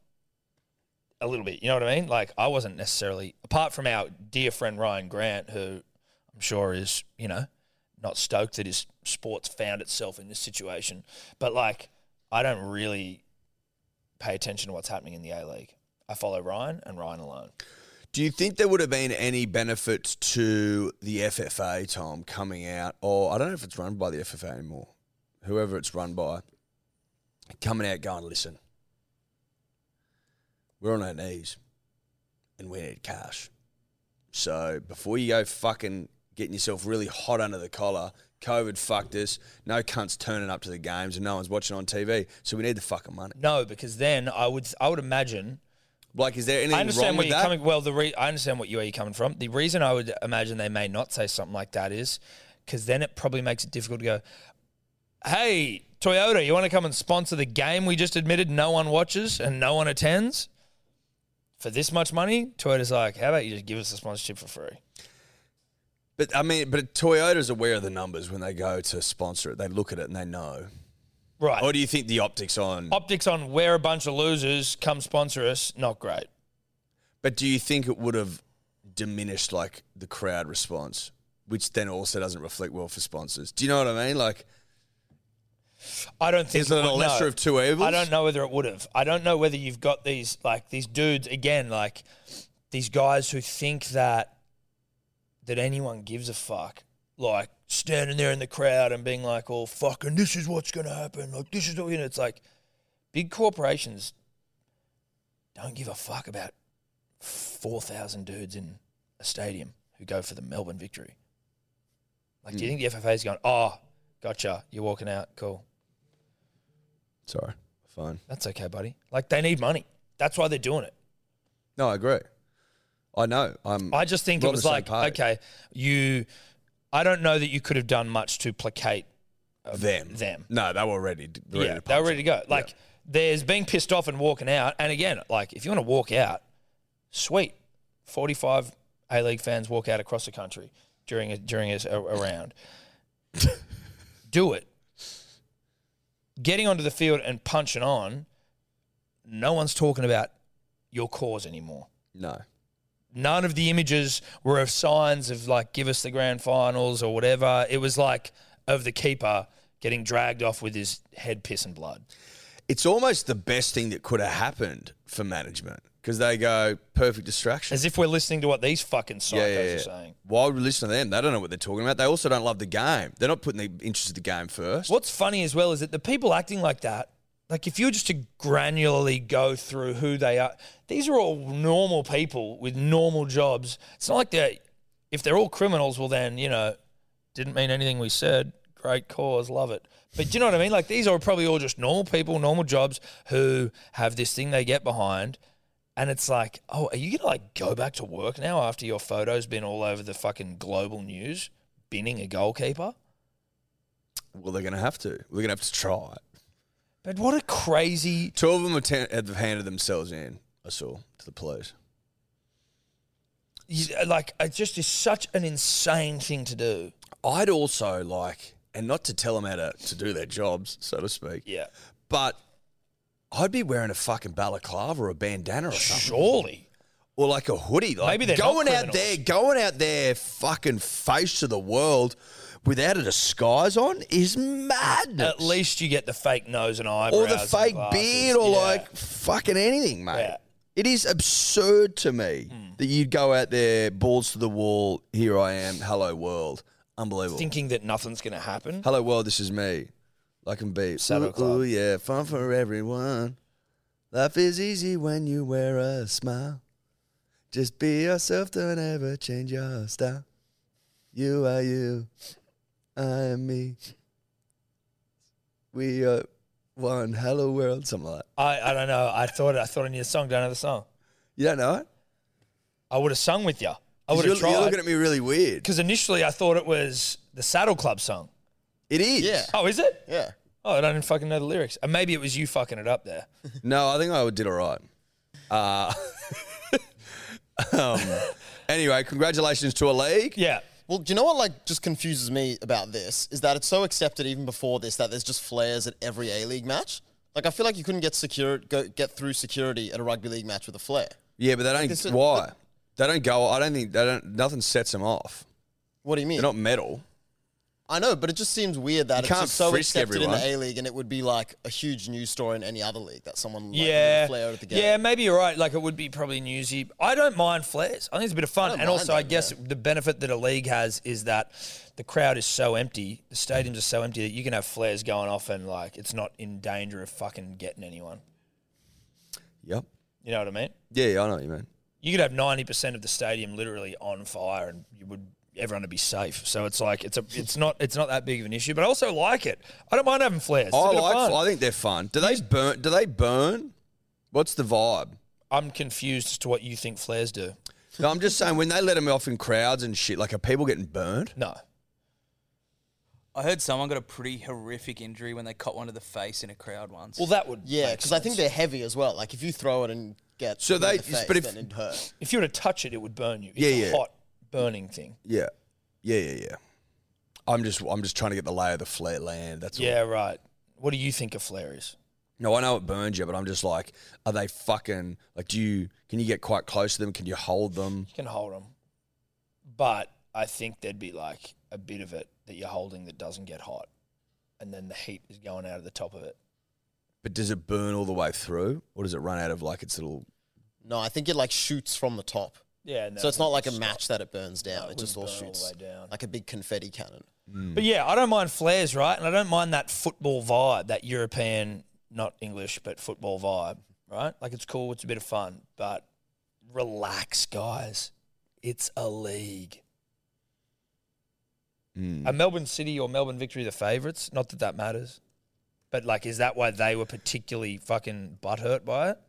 [SPEAKER 1] a little bit you know what i mean like i wasn't necessarily apart from our dear friend ryan grant who i'm sure is you know not stoked that his sports found itself in this situation. But like, I don't really pay attention to what's happening in the A League. I follow Ryan and Ryan alone.
[SPEAKER 2] Do you think there would have been any benefit to the FFA, Tom, coming out, or I don't know if it's run by the FFA anymore, whoever it's run by, coming out going, listen, we're on our knees and we need cash. So before you go fucking getting yourself really hot under the collar, COVID fucked us. No cunts turning up to the games and no one's watching on TV. So we need the fucking money.
[SPEAKER 1] No, because then I would I would imagine
[SPEAKER 2] Like, is there
[SPEAKER 1] I
[SPEAKER 2] anything
[SPEAKER 1] understand
[SPEAKER 2] wrong
[SPEAKER 1] where
[SPEAKER 2] with
[SPEAKER 1] you're
[SPEAKER 2] that?
[SPEAKER 1] coming. Well, the re- I understand what you where you're coming from. The reason I would imagine they may not say something like that is because then it probably makes it difficult to go. Hey, Toyota, you want to come and sponsor the game we just admitted no one watches and no one attends for this much money? Toyota's like, how about you just give us the sponsorship for free?
[SPEAKER 2] but I mean, but Toyota's aware of the numbers when they go to sponsor it. They look at it and they know.
[SPEAKER 1] Right.
[SPEAKER 2] Or do you think the optics on?
[SPEAKER 1] Optics on we're a bunch of losers. Come sponsor us. Not great.
[SPEAKER 2] But do you think it would have diminished like the crowd response, which then also doesn't reflect well for sponsors? Do you know what I mean? Like,
[SPEAKER 1] I don't think
[SPEAKER 2] is it a
[SPEAKER 1] would, no.
[SPEAKER 2] lesser of two evils?
[SPEAKER 1] I don't know whether it would have. I don't know whether you've got these like these dudes again, like these guys who think that that anyone gives a fuck. Like standing there in the crowd and being like, "Oh fucking, this is what's gonna happen." Like this is what you know. It's like big corporations don't give a fuck about four thousand dudes in a stadium who go for the Melbourne victory. Like,
[SPEAKER 2] Hmm.
[SPEAKER 1] do you think the FFA is going? Oh, gotcha. You're walking out. Cool.
[SPEAKER 2] Sorry, fine.
[SPEAKER 1] That's okay, buddy. Like they need money. That's why they're doing it.
[SPEAKER 2] No, I agree. I know. I'm.
[SPEAKER 1] I just think
[SPEAKER 2] We're
[SPEAKER 1] it
[SPEAKER 2] on
[SPEAKER 1] was
[SPEAKER 2] the same
[SPEAKER 1] like,
[SPEAKER 2] page.
[SPEAKER 1] okay, you. I don't know that you could have done much to placate uh,
[SPEAKER 2] them.
[SPEAKER 1] them.
[SPEAKER 2] No, they were ready. ready
[SPEAKER 1] yeah,
[SPEAKER 2] to
[SPEAKER 1] they
[SPEAKER 2] punch
[SPEAKER 1] were ready to go. Like there's being pissed off and walking out. And again, like if you want to walk out, sweet. Forty-five A League fans walk out across the country during a, during a, a, a round. Do it. Getting onto the field and punching on. No one's talking about your cause anymore.
[SPEAKER 2] No.
[SPEAKER 1] none of the images were of signs of like give us the grand finals or whatever. It was like of the keeper getting dragged off with his head piss and blood.
[SPEAKER 2] It's almost the best thing that could have happened for management because they go perfect distraction.
[SPEAKER 1] As if we're listening to what these fucking psychos
[SPEAKER 2] Yeah, yeah, yeah.
[SPEAKER 1] are saying.
[SPEAKER 2] Why would we listen to them? They don't know what they're talking about. They also don't love the game. They're not putting the interest of the game first.
[SPEAKER 1] What's funny as well is that the people acting like that, like if you were just to granularly go through who they are, these are all normal people with normal jobs. It's not like they're, if they're all criminals, well then, you know, didn't mean anything we said. Great cause, love it. But do you know what I mean? Like these are probably all just normal people, normal jobs who have this thing they get behind. And it's like, oh, are you gonna like go back to work now after your photo's been all over the fucking global news, binning a goalkeeper?
[SPEAKER 2] Well, they're going to have to. We're going to have to try.
[SPEAKER 1] But what a crazy
[SPEAKER 2] Two of them have, ten- have handed themselves in. I saw to the police.
[SPEAKER 1] you- uh, like it just is such an insane thing to do.
[SPEAKER 2] I'd also like, and not to tell them how to, to do their jobs, so to speak.
[SPEAKER 1] Yeah.
[SPEAKER 2] But I'd be wearing a fucking balaclava or a bandana or something.
[SPEAKER 1] Surely.
[SPEAKER 2] or like a hoodie. Like
[SPEAKER 1] Maybe they're not
[SPEAKER 2] going out
[SPEAKER 1] criminals.
[SPEAKER 2] there, going out there, fucking face to the world without a disguise on is madness.
[SPEAKER 1] At least you get the fake nose and eyebrows.
[SPEAKER 2] or the
[SPEAKER 1] and
[SPEAKER 2] fake
[SPEAKER 1] glasses.
[SPEAKER 2] beard, or
[SPEAKER 1] Yeah.
[SPEAKER 2] like fucking anything, mate.
[SPEAKER 1] Yeah.
[SPEAKER 2] It is absurd to me that you'd go out there, balls to the wall. Here I am, hello world, unbelievable.
[SPEAKER 1] thinking that nothing's gonna happen.
[SPEAKER 2] hello world, this is me. Like and beat.
[SPEAKER 1] Saddle
[SPEAKER 2] ooh,
[SPEAKER 1] Club.
[SPEAKER 2] ooh, yeah, fun for everyone. Life is easy when you wear a smile. Just be yourself, don't ever change your style. You are you, I am me. We are one. Hello world, something like that.
[SPEAKER 1] I, I don't know. I thought I thought I knew the song. Don't know the song.
[SPEAKER 2] You don't know it?
[SPEAKER 1] I would have sung with you. I would
[SPEAKER 2] you're,
[SPEAKER 1] have
[SPEAKER 2] you're
[SPEAKER 1] tried.
[SPEAKER 2] looking at me really weird.
[SPEAKER 1] Because initially I thought it was the Saddle Club song.
[SPEAKER 2] It is.
[SPEAKER 3] Yeah.
[SPEAKER 1] Oh, is it?
[SPEAKER 3] Yeah.
[SPEAKER 1] Oh, I don't even fucking know the lyrics. And maybe it was you fucking it up there.
[SPEAKER 2] No, I think I did all right. Uh, um, anyway, congratulations to a league.
[SPEAKER 1] Yeah.
[SPEAKER 3] Well, do you know what like just confuses me about this is that it's so accepted even before this that there's just flares at every A League match. Like I feel like you couldn't get secure go, get through security at a rugby league match with a flare.
[SPEAKER 2] Yeah, but they don't.
[SPEAKER 3] this is-
[SPEAKER 2] why? They don't go. I don't think they don't. Nothing sets them off.
[SPEAKER 3] What do you mean?
[SPEAKER 2] They're not metal.
[SPEAKER 3] I know, but it just seems weird that it's
[SPEAKER 2] can't
[SPEAKER 3] just so
[SPEAKER 2] frisk
[SPEAKER 3] accepted in the A
[SPEAKER 2] everyone.
[SPEAKER 3] League, and it would be like a huge news story in any other league that someone like, with
[SPEAKER 1] yeah,
[SPEAKER 3] a flare at the game.
[SPEAKER 1] yeah, maybe you're right. Like it would be probably newsy. I don't mind flares. I think it's a bit of fun,
[SPEAKER 3] don't
[SPEAKER 1] and
[SPEAKER 3] mind
[SPEAKER 1] also I
[SPEAKER 3] them,
[SPEAKER 1] guess the benefit that a league has is that the crowd is so empty, the stadiums are so empty that you can have flares going off, and like it's not in danger of fucking getting anyone.
[SPEAKER 2] Yep.
[SPEAKER 1] You know what I mean?
[SPEAKER 2] Yeah, yeah, I know what you mean.
[SPEAKER 1] You could have ninety percent of the stadium literally on fire, and you would everyone would be safe. So it's like it's a it's not it's not that big of an issue. But I also like it. I don't mind having flares. It's a
[SPEAKER 2] I
[SPEAKER 1] bit of
[SPEAKER 2] like.
[SPEAKER 1] fun.
[SPEAKER 2] I think they're fun. Do they burn? Do they burn? What's the vibe?
[SPEAKER 1] I'm confused as to what you think flares do.
[SPEAKER 2] No, I'm just saying when they let them off in crowds and shit, like are people getting burned?
[SPEAKER 1] No.
[SPEAKER 4] I heard someone got a pretty horrific injury when they caught one to the face in a crowd once.
[SPEAKER 1] Well, that would
[SPEAKER 3] Yeah,
[SPEAKER 1] make
[SPEAKER 3] because I think
[SPEAKER 1] sense.
[SPEAKER 3] they're heavy as well. Like if you throw it and get hit
[SPEAKER 2] So
[SPEAKER 3] in
[SPEAKER 2] they-
[SPEAKER 3] the face,
[SPEAKER 2] but if-
[SPEAKER 3] then it'd hurt.
[SPEAKER 1] if you were to touch it, it would burn you. It's
[SPEAKER 2] Yeah,
[SPEAKER 1] a
[SPEAKER 2] yeah.
[SPEAKER 1] hot burning thing.
[SPEAKER 2] Yeah, yeah, yeah, yeah. I'm just I'm just trying to get the lay of the flare land. That's all.
[SPEAKER 1] Yeah, right. What do you think a flare is?
[SPEAKER 2] No, I know it burns you, but I'm just like, are they fucking like? Do you can you get quite close to them? Can you hold them?
[SPEAKER 1] You can hold them, but I think there'd be like a bit of it that you're holding that doesn't get hot, and then the heat is going out of the top of it.
[SPEAKER 2] But does it burn all the way through, or does it run out of like its little?
[SPEAKER 3] No, I think it like shoots from the top.
[SPEAKER 1] Yeah, and
[SPEAKER 3] So it's
[SPEAKER 1] that
[SPEAKER 3] not like a
[SPEAKER 1] wouldn't
[SPEAKER 3] match that it burns down.
[SPEAKER 1] it
[SPEAKER 3] it just all
[SPEAKER 1] wouldn't burn all the
[SPEAKER 3] shoots
[SPEAKER 1] way down.
[SPEAKER 3] like a big confetti cannon.
[SPEAKER 1] stop. But yeah, I don't mind flares, right? And I don't mind that football vibe, that European, not English, but football vibe, right? Like it's cool, it's a bit of fun, but relax, guys. It's a league.
[SPEAKER 2] hmm,
[SPEAKER 1] Are Melbourne City or Melbourne Victory the favourites? Not that that matters. But, like, is that why they were particularly fucking butthurt by it?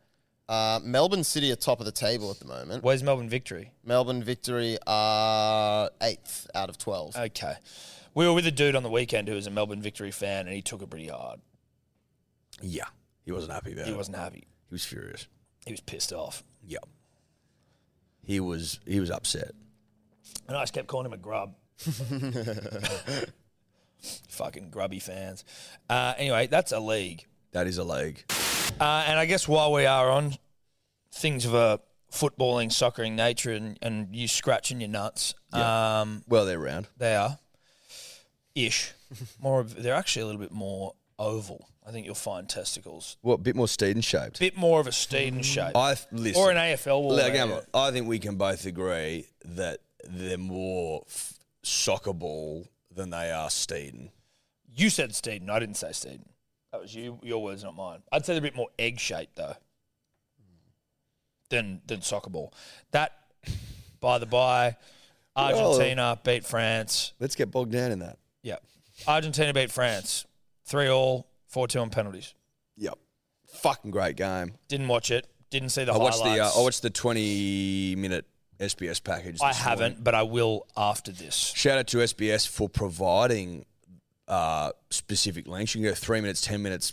[SPEAKER 3] Uh, Melbourne City are top of the table at the moment.
[SPEAKER 1] Where's Melbourne Victory?
[SPEAKER 3] Melbourne Victory are eighth out of twelve.
[SPEAKER 1] Okay. We were with a dude on the weekend who was a Melbourne Victory fan and he took it pretty hard.
[SPEAKER 2] Yeah, he wasn't happy about
[SPEAKER 1] He
[SPEAKER 2] it.
[SPEAKER 1] wasn't happy.
[SPEAKER 2] He was furious.
[SPEAKER 1] He was pissed off.
[SPEAKER 2] Yeah, he was he was upset.
[SPEAKER 1] And I just kept calling him a grub. Fucking grubby fans. Uh, anyway, that's a league.
[SPEAKER 2] That is a leg.
[SPEAKER 1] Uh, and I guess while we are on things of a footballing, soccering nature and, and you scratching your nuts, um,
[SPEAKER 2] Well, they're round.
[SPEAKER 1] they are ish. More of, they're actually a little bit more oval. I think you'll find testicles.
[SPEAKER 2] What bit more Steeden shaped?
[SPEAKER 1] Bit more of a Steeden shape.
[SPEAKER 2] I th- listen.
[SPEAKER 1] or an AFL wall.
[SPEAKER 2] Look,
[SPEAKER 1] area.
[SPEAKER 2] Gamble, I think we can both agree that they're more f- soccer ball than they are Steeden.
[SPEAKER 1] You said Steeden. I didn't say Steeden. That was you. Your words, not mine. I'd say they're a bit more egg shaped though, than than soccer ball. That, by the by,
[SPEAKER 2] Oh.
[SPEAKER 1] Argentina beat France.
[SPEAKER 2] Let's get bogged down in that.
[SPEAKER 1] Yeah, Argentina beat France. Three all, four two on penalties.
[SPEAKER 2] Yep. Fucking great game.
[SPEAKER 1] Didn't watch it. Didn't see the
[SPEAKER 2] I watched
[SPEAKER 1] highlights.
[SPEAKER 2] the uh, I watched the twenty minute SBS package.
[SPEAKER 1] I
[SPEAKER 2] this
[SPEAKER 1] haven't,
[SPEAKER 2] morning.
[SPEAKER 1] but I will after this.
[SPEAKER 2] Shout out to SBS for providing uh, specific lengths. You can go three minutes, ten minutes.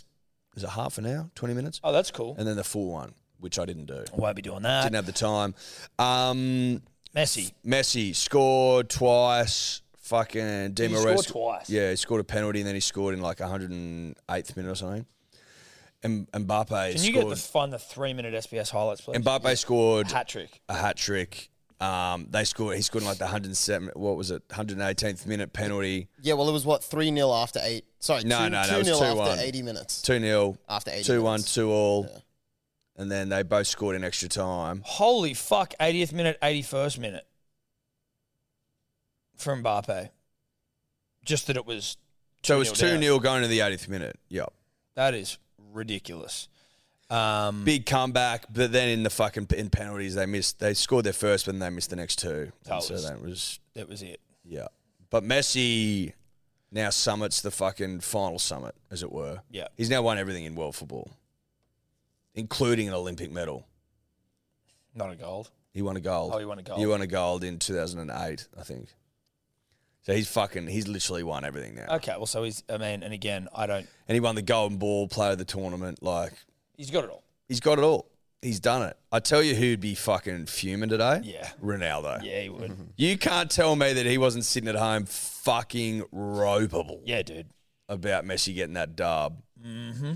[SPEAKER 2] Is it half an hour? Twenty minutes,
[SPEAKER 1] Oh, that's cool.
[SPEAKER 2] and then the full one, which I didn't do.
[SPEAKER 1] I won't be doing that.
[SPEAKER 2] Didn't have the time. Um,
[SPEAKER 1] Messi.
[SPEAKER 2] Messi scored twice. Fucking Di
[SPEAKER 1] He
[SPEAKER 2] Maria
[SPEAKER 1] scored twice.
[SPEAKER 2] Yeah, he scored a penalty and then he scored in like 108th minute or something. And Mbappe
[SPEAKER 1] Can you
[SPEAKER 2] scored.
[SPEAKER 1] get the find the three minute SBS highlights, please?
[SPEAKER 2] Mbappe scored
[SPEAKER 1] Hat trick.
[SPEAKER 2] a hat trick. Um, they scored. He scored in like the 107. What was it? 118th minute penalty.
[SPEAKER 3] Yeah, well, it was what three 0 after eight. Sorry,
[SPEAKER 2] No,
[SPEAKER 3] two,
[SPEAKER 2] no, no,
[SPEAKER 3] two
[SPEAKER 2] it
[SPEAKER 3] 0
[SPEAKER 2] was
[SPEAKER 3] after
[SPEAKER 2] 2-1.
[SPEAKER 3] eighty minutes.
[SPEAKER 2] Two 0
[SPEAKER 3] After 80
[SPEAKER 2] Two one.
[SPEAKER 3] minutes.
[SPEAKER 2] Two all. And then they both scored in extra time.
[SPEAKER 1] Holy fuck, 80th minute, 81st minute from Mbappe. Just that it was.
[SPEAKER 2] So it was
[SPEAKER 1] 2-0
[SPEAKER 2] two
[SPEAKER 1] down.
[SPEAKER 2] 0 going to the 80th minute. Yep.
[SPEAKER 1] That is ridiculous. Um,
[SPEAKER 2] Big comeback, but then in the fucking in penalties they missed. They scored their first, but then they missed the next two.
[SPEAKER 1] That
[SPEAKER 2] so
[SPEAKER 1] was-
[SPEAKER 2] that was
[SPEAKER 1] that was it.
[SPEAKER 2] yeah. But Messi now summits the fucking final summit, as it were.
[SPEAKER 1] Yeah.
[SPEAKER 2] He's now won everything in world football, including an Olympic medal.
[SPEAKER 1] Not a gold.
[SPEAKER 2] He won a gold.
[SPEAKER 1] Oh, he won a gold.
[SPEAKER 2] He won a gold in 2008, I think. So he's fucking. He's literally won everything now,
[SPEAKER 1] Okay, well, so he's, I mean, and again, I don't,
[SPEAKER 2] and he won the Golden Ball Player of the Tournament. Like
[SPEAKER 1] he's got it all.
[SPEAKER 2] he's got it all. He's done it. I tell you, who'd be fucking fuming today?
[SPEAKER 1] Yeah.
[SPEAKER 2] Ronaldo.
[SPEAKER 1] Yeah, he would.
[SPEAKER 2] You can't tell me that he wasn't sitting at home fucking ropeable
[SPEAKER 1] yeah, dude.
[SPEAKER 2] about Messi getting that dub. Mm-hmm.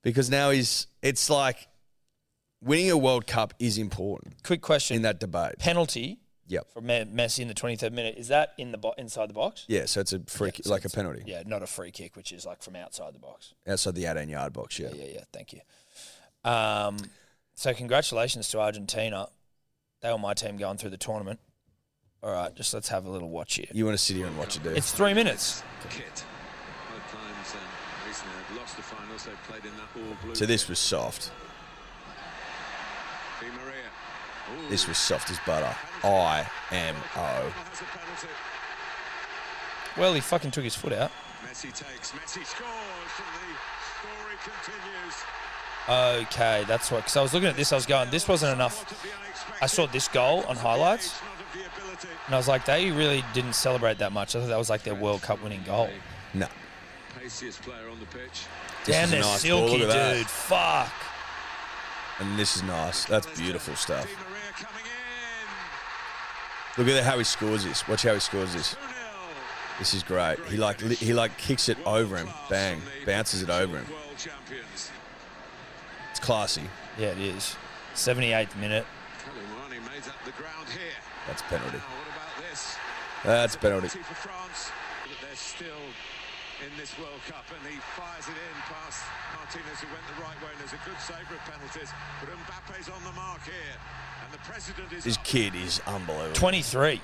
[SPEAKER 2] Because now he's, it's like winning a World Cup is important
[SPEAKER 1] Quick question.
[SPEAKER 2] in that debate.
[SPEAKER 1] Penalty
[SPEAKER 2] Yep.
[SPEAKER 1] for Me- Messi in the 23rd minute, is that in the bo- inside the box?
[SPEAKER 2] Yeah, so it's a free, kick like a penalty
[SPEAKER 1] Yeah, not a free kick, which is like from outside the box.
[SPEAKER 2] outside the 18 yard box. Yeah.
[SPEAKER 1] Yeah, yeah, thank you. Um, so congratulations to Argentina. They were my team going through the tournament. All right, just let's have a little watch here.
[SPEAKER 2] You want to sit here and watch it, do?
[SPEAKER 1] It's three minutes.
[SPEAKER 5] kit. Both times um, recently have lost the finals. They played in that all blue.
[SPEAKER 2] so this was soft.
[SPEAKER 5] Di Maria. Ooh,
[SPEAKER 2] This was soft as butter. I M O.
[SPEAKER 5] has a penalty.
[SPEAKER 1] Well, he fucking took his foot out.
[SPEAKER 5] Messi takes. Messi scores, and the story continues.
[SPEAKER 1] Okay, that's what. Because I was looking at this, I was going, this wasn't enough.
[SPEAKER 5] Look at the unexpected.
[SPEAKER 1] I saw this goal on highlights,
[SPEAKER 5] It's not of the ability.
[SPEAKER 1] and I was like, they really didn't celebrate that much. I thought that was like their World Cup winning goal.
[SPEAKER 2] No.
[SPEAKER 5] Paciest player on the pitch.
[SPEAKER 2] This
[SPEAKER 1] Damn,
[SPEAKER 2] is a
[SPEAKER 1] they're
[SPEAKER 2] nice ball,
[SPEAKER 1] silky,
[SPEAKER 2] look at that.
[SPEAKER 1] dude. Fuck.
[SPEAKER 2] And this is nice. That's beautiful stuff.
[SPEAKER 5] Di Maria coming in.
[SPEAKER 2] Look at how he scores this. Watch how he scores this.
[SPEAKER 5] 2-0.
[SPEAKER 2] This is great. He like li- he like kicks it over him. Bang. Bounces it over him.
[SPEAKER 5] World champions.
[SPEAKER 2] It's classy.
[SPEAKER 1] Yeah, it is. 78th minute.
[SPEAKER 5] Kalimani made up the ground here.
[SPEAKER 2] That's penalty.
[SPEAKER 5] Now, what about this?
[SPEAKER 2] That's penalty.
[SPEAKER 5] Penalty for France. But they're still in this World Cup, and he fires it in past Martinez, who went the right way, and there's a good saver of penalties. But Mbappe's on the mark here, and the president is.
[SPEAKER 2] This
[SPEAKER 5] up.
[SPEAKER 2] kid is unbelievable.
[SPEAKER 1] 23.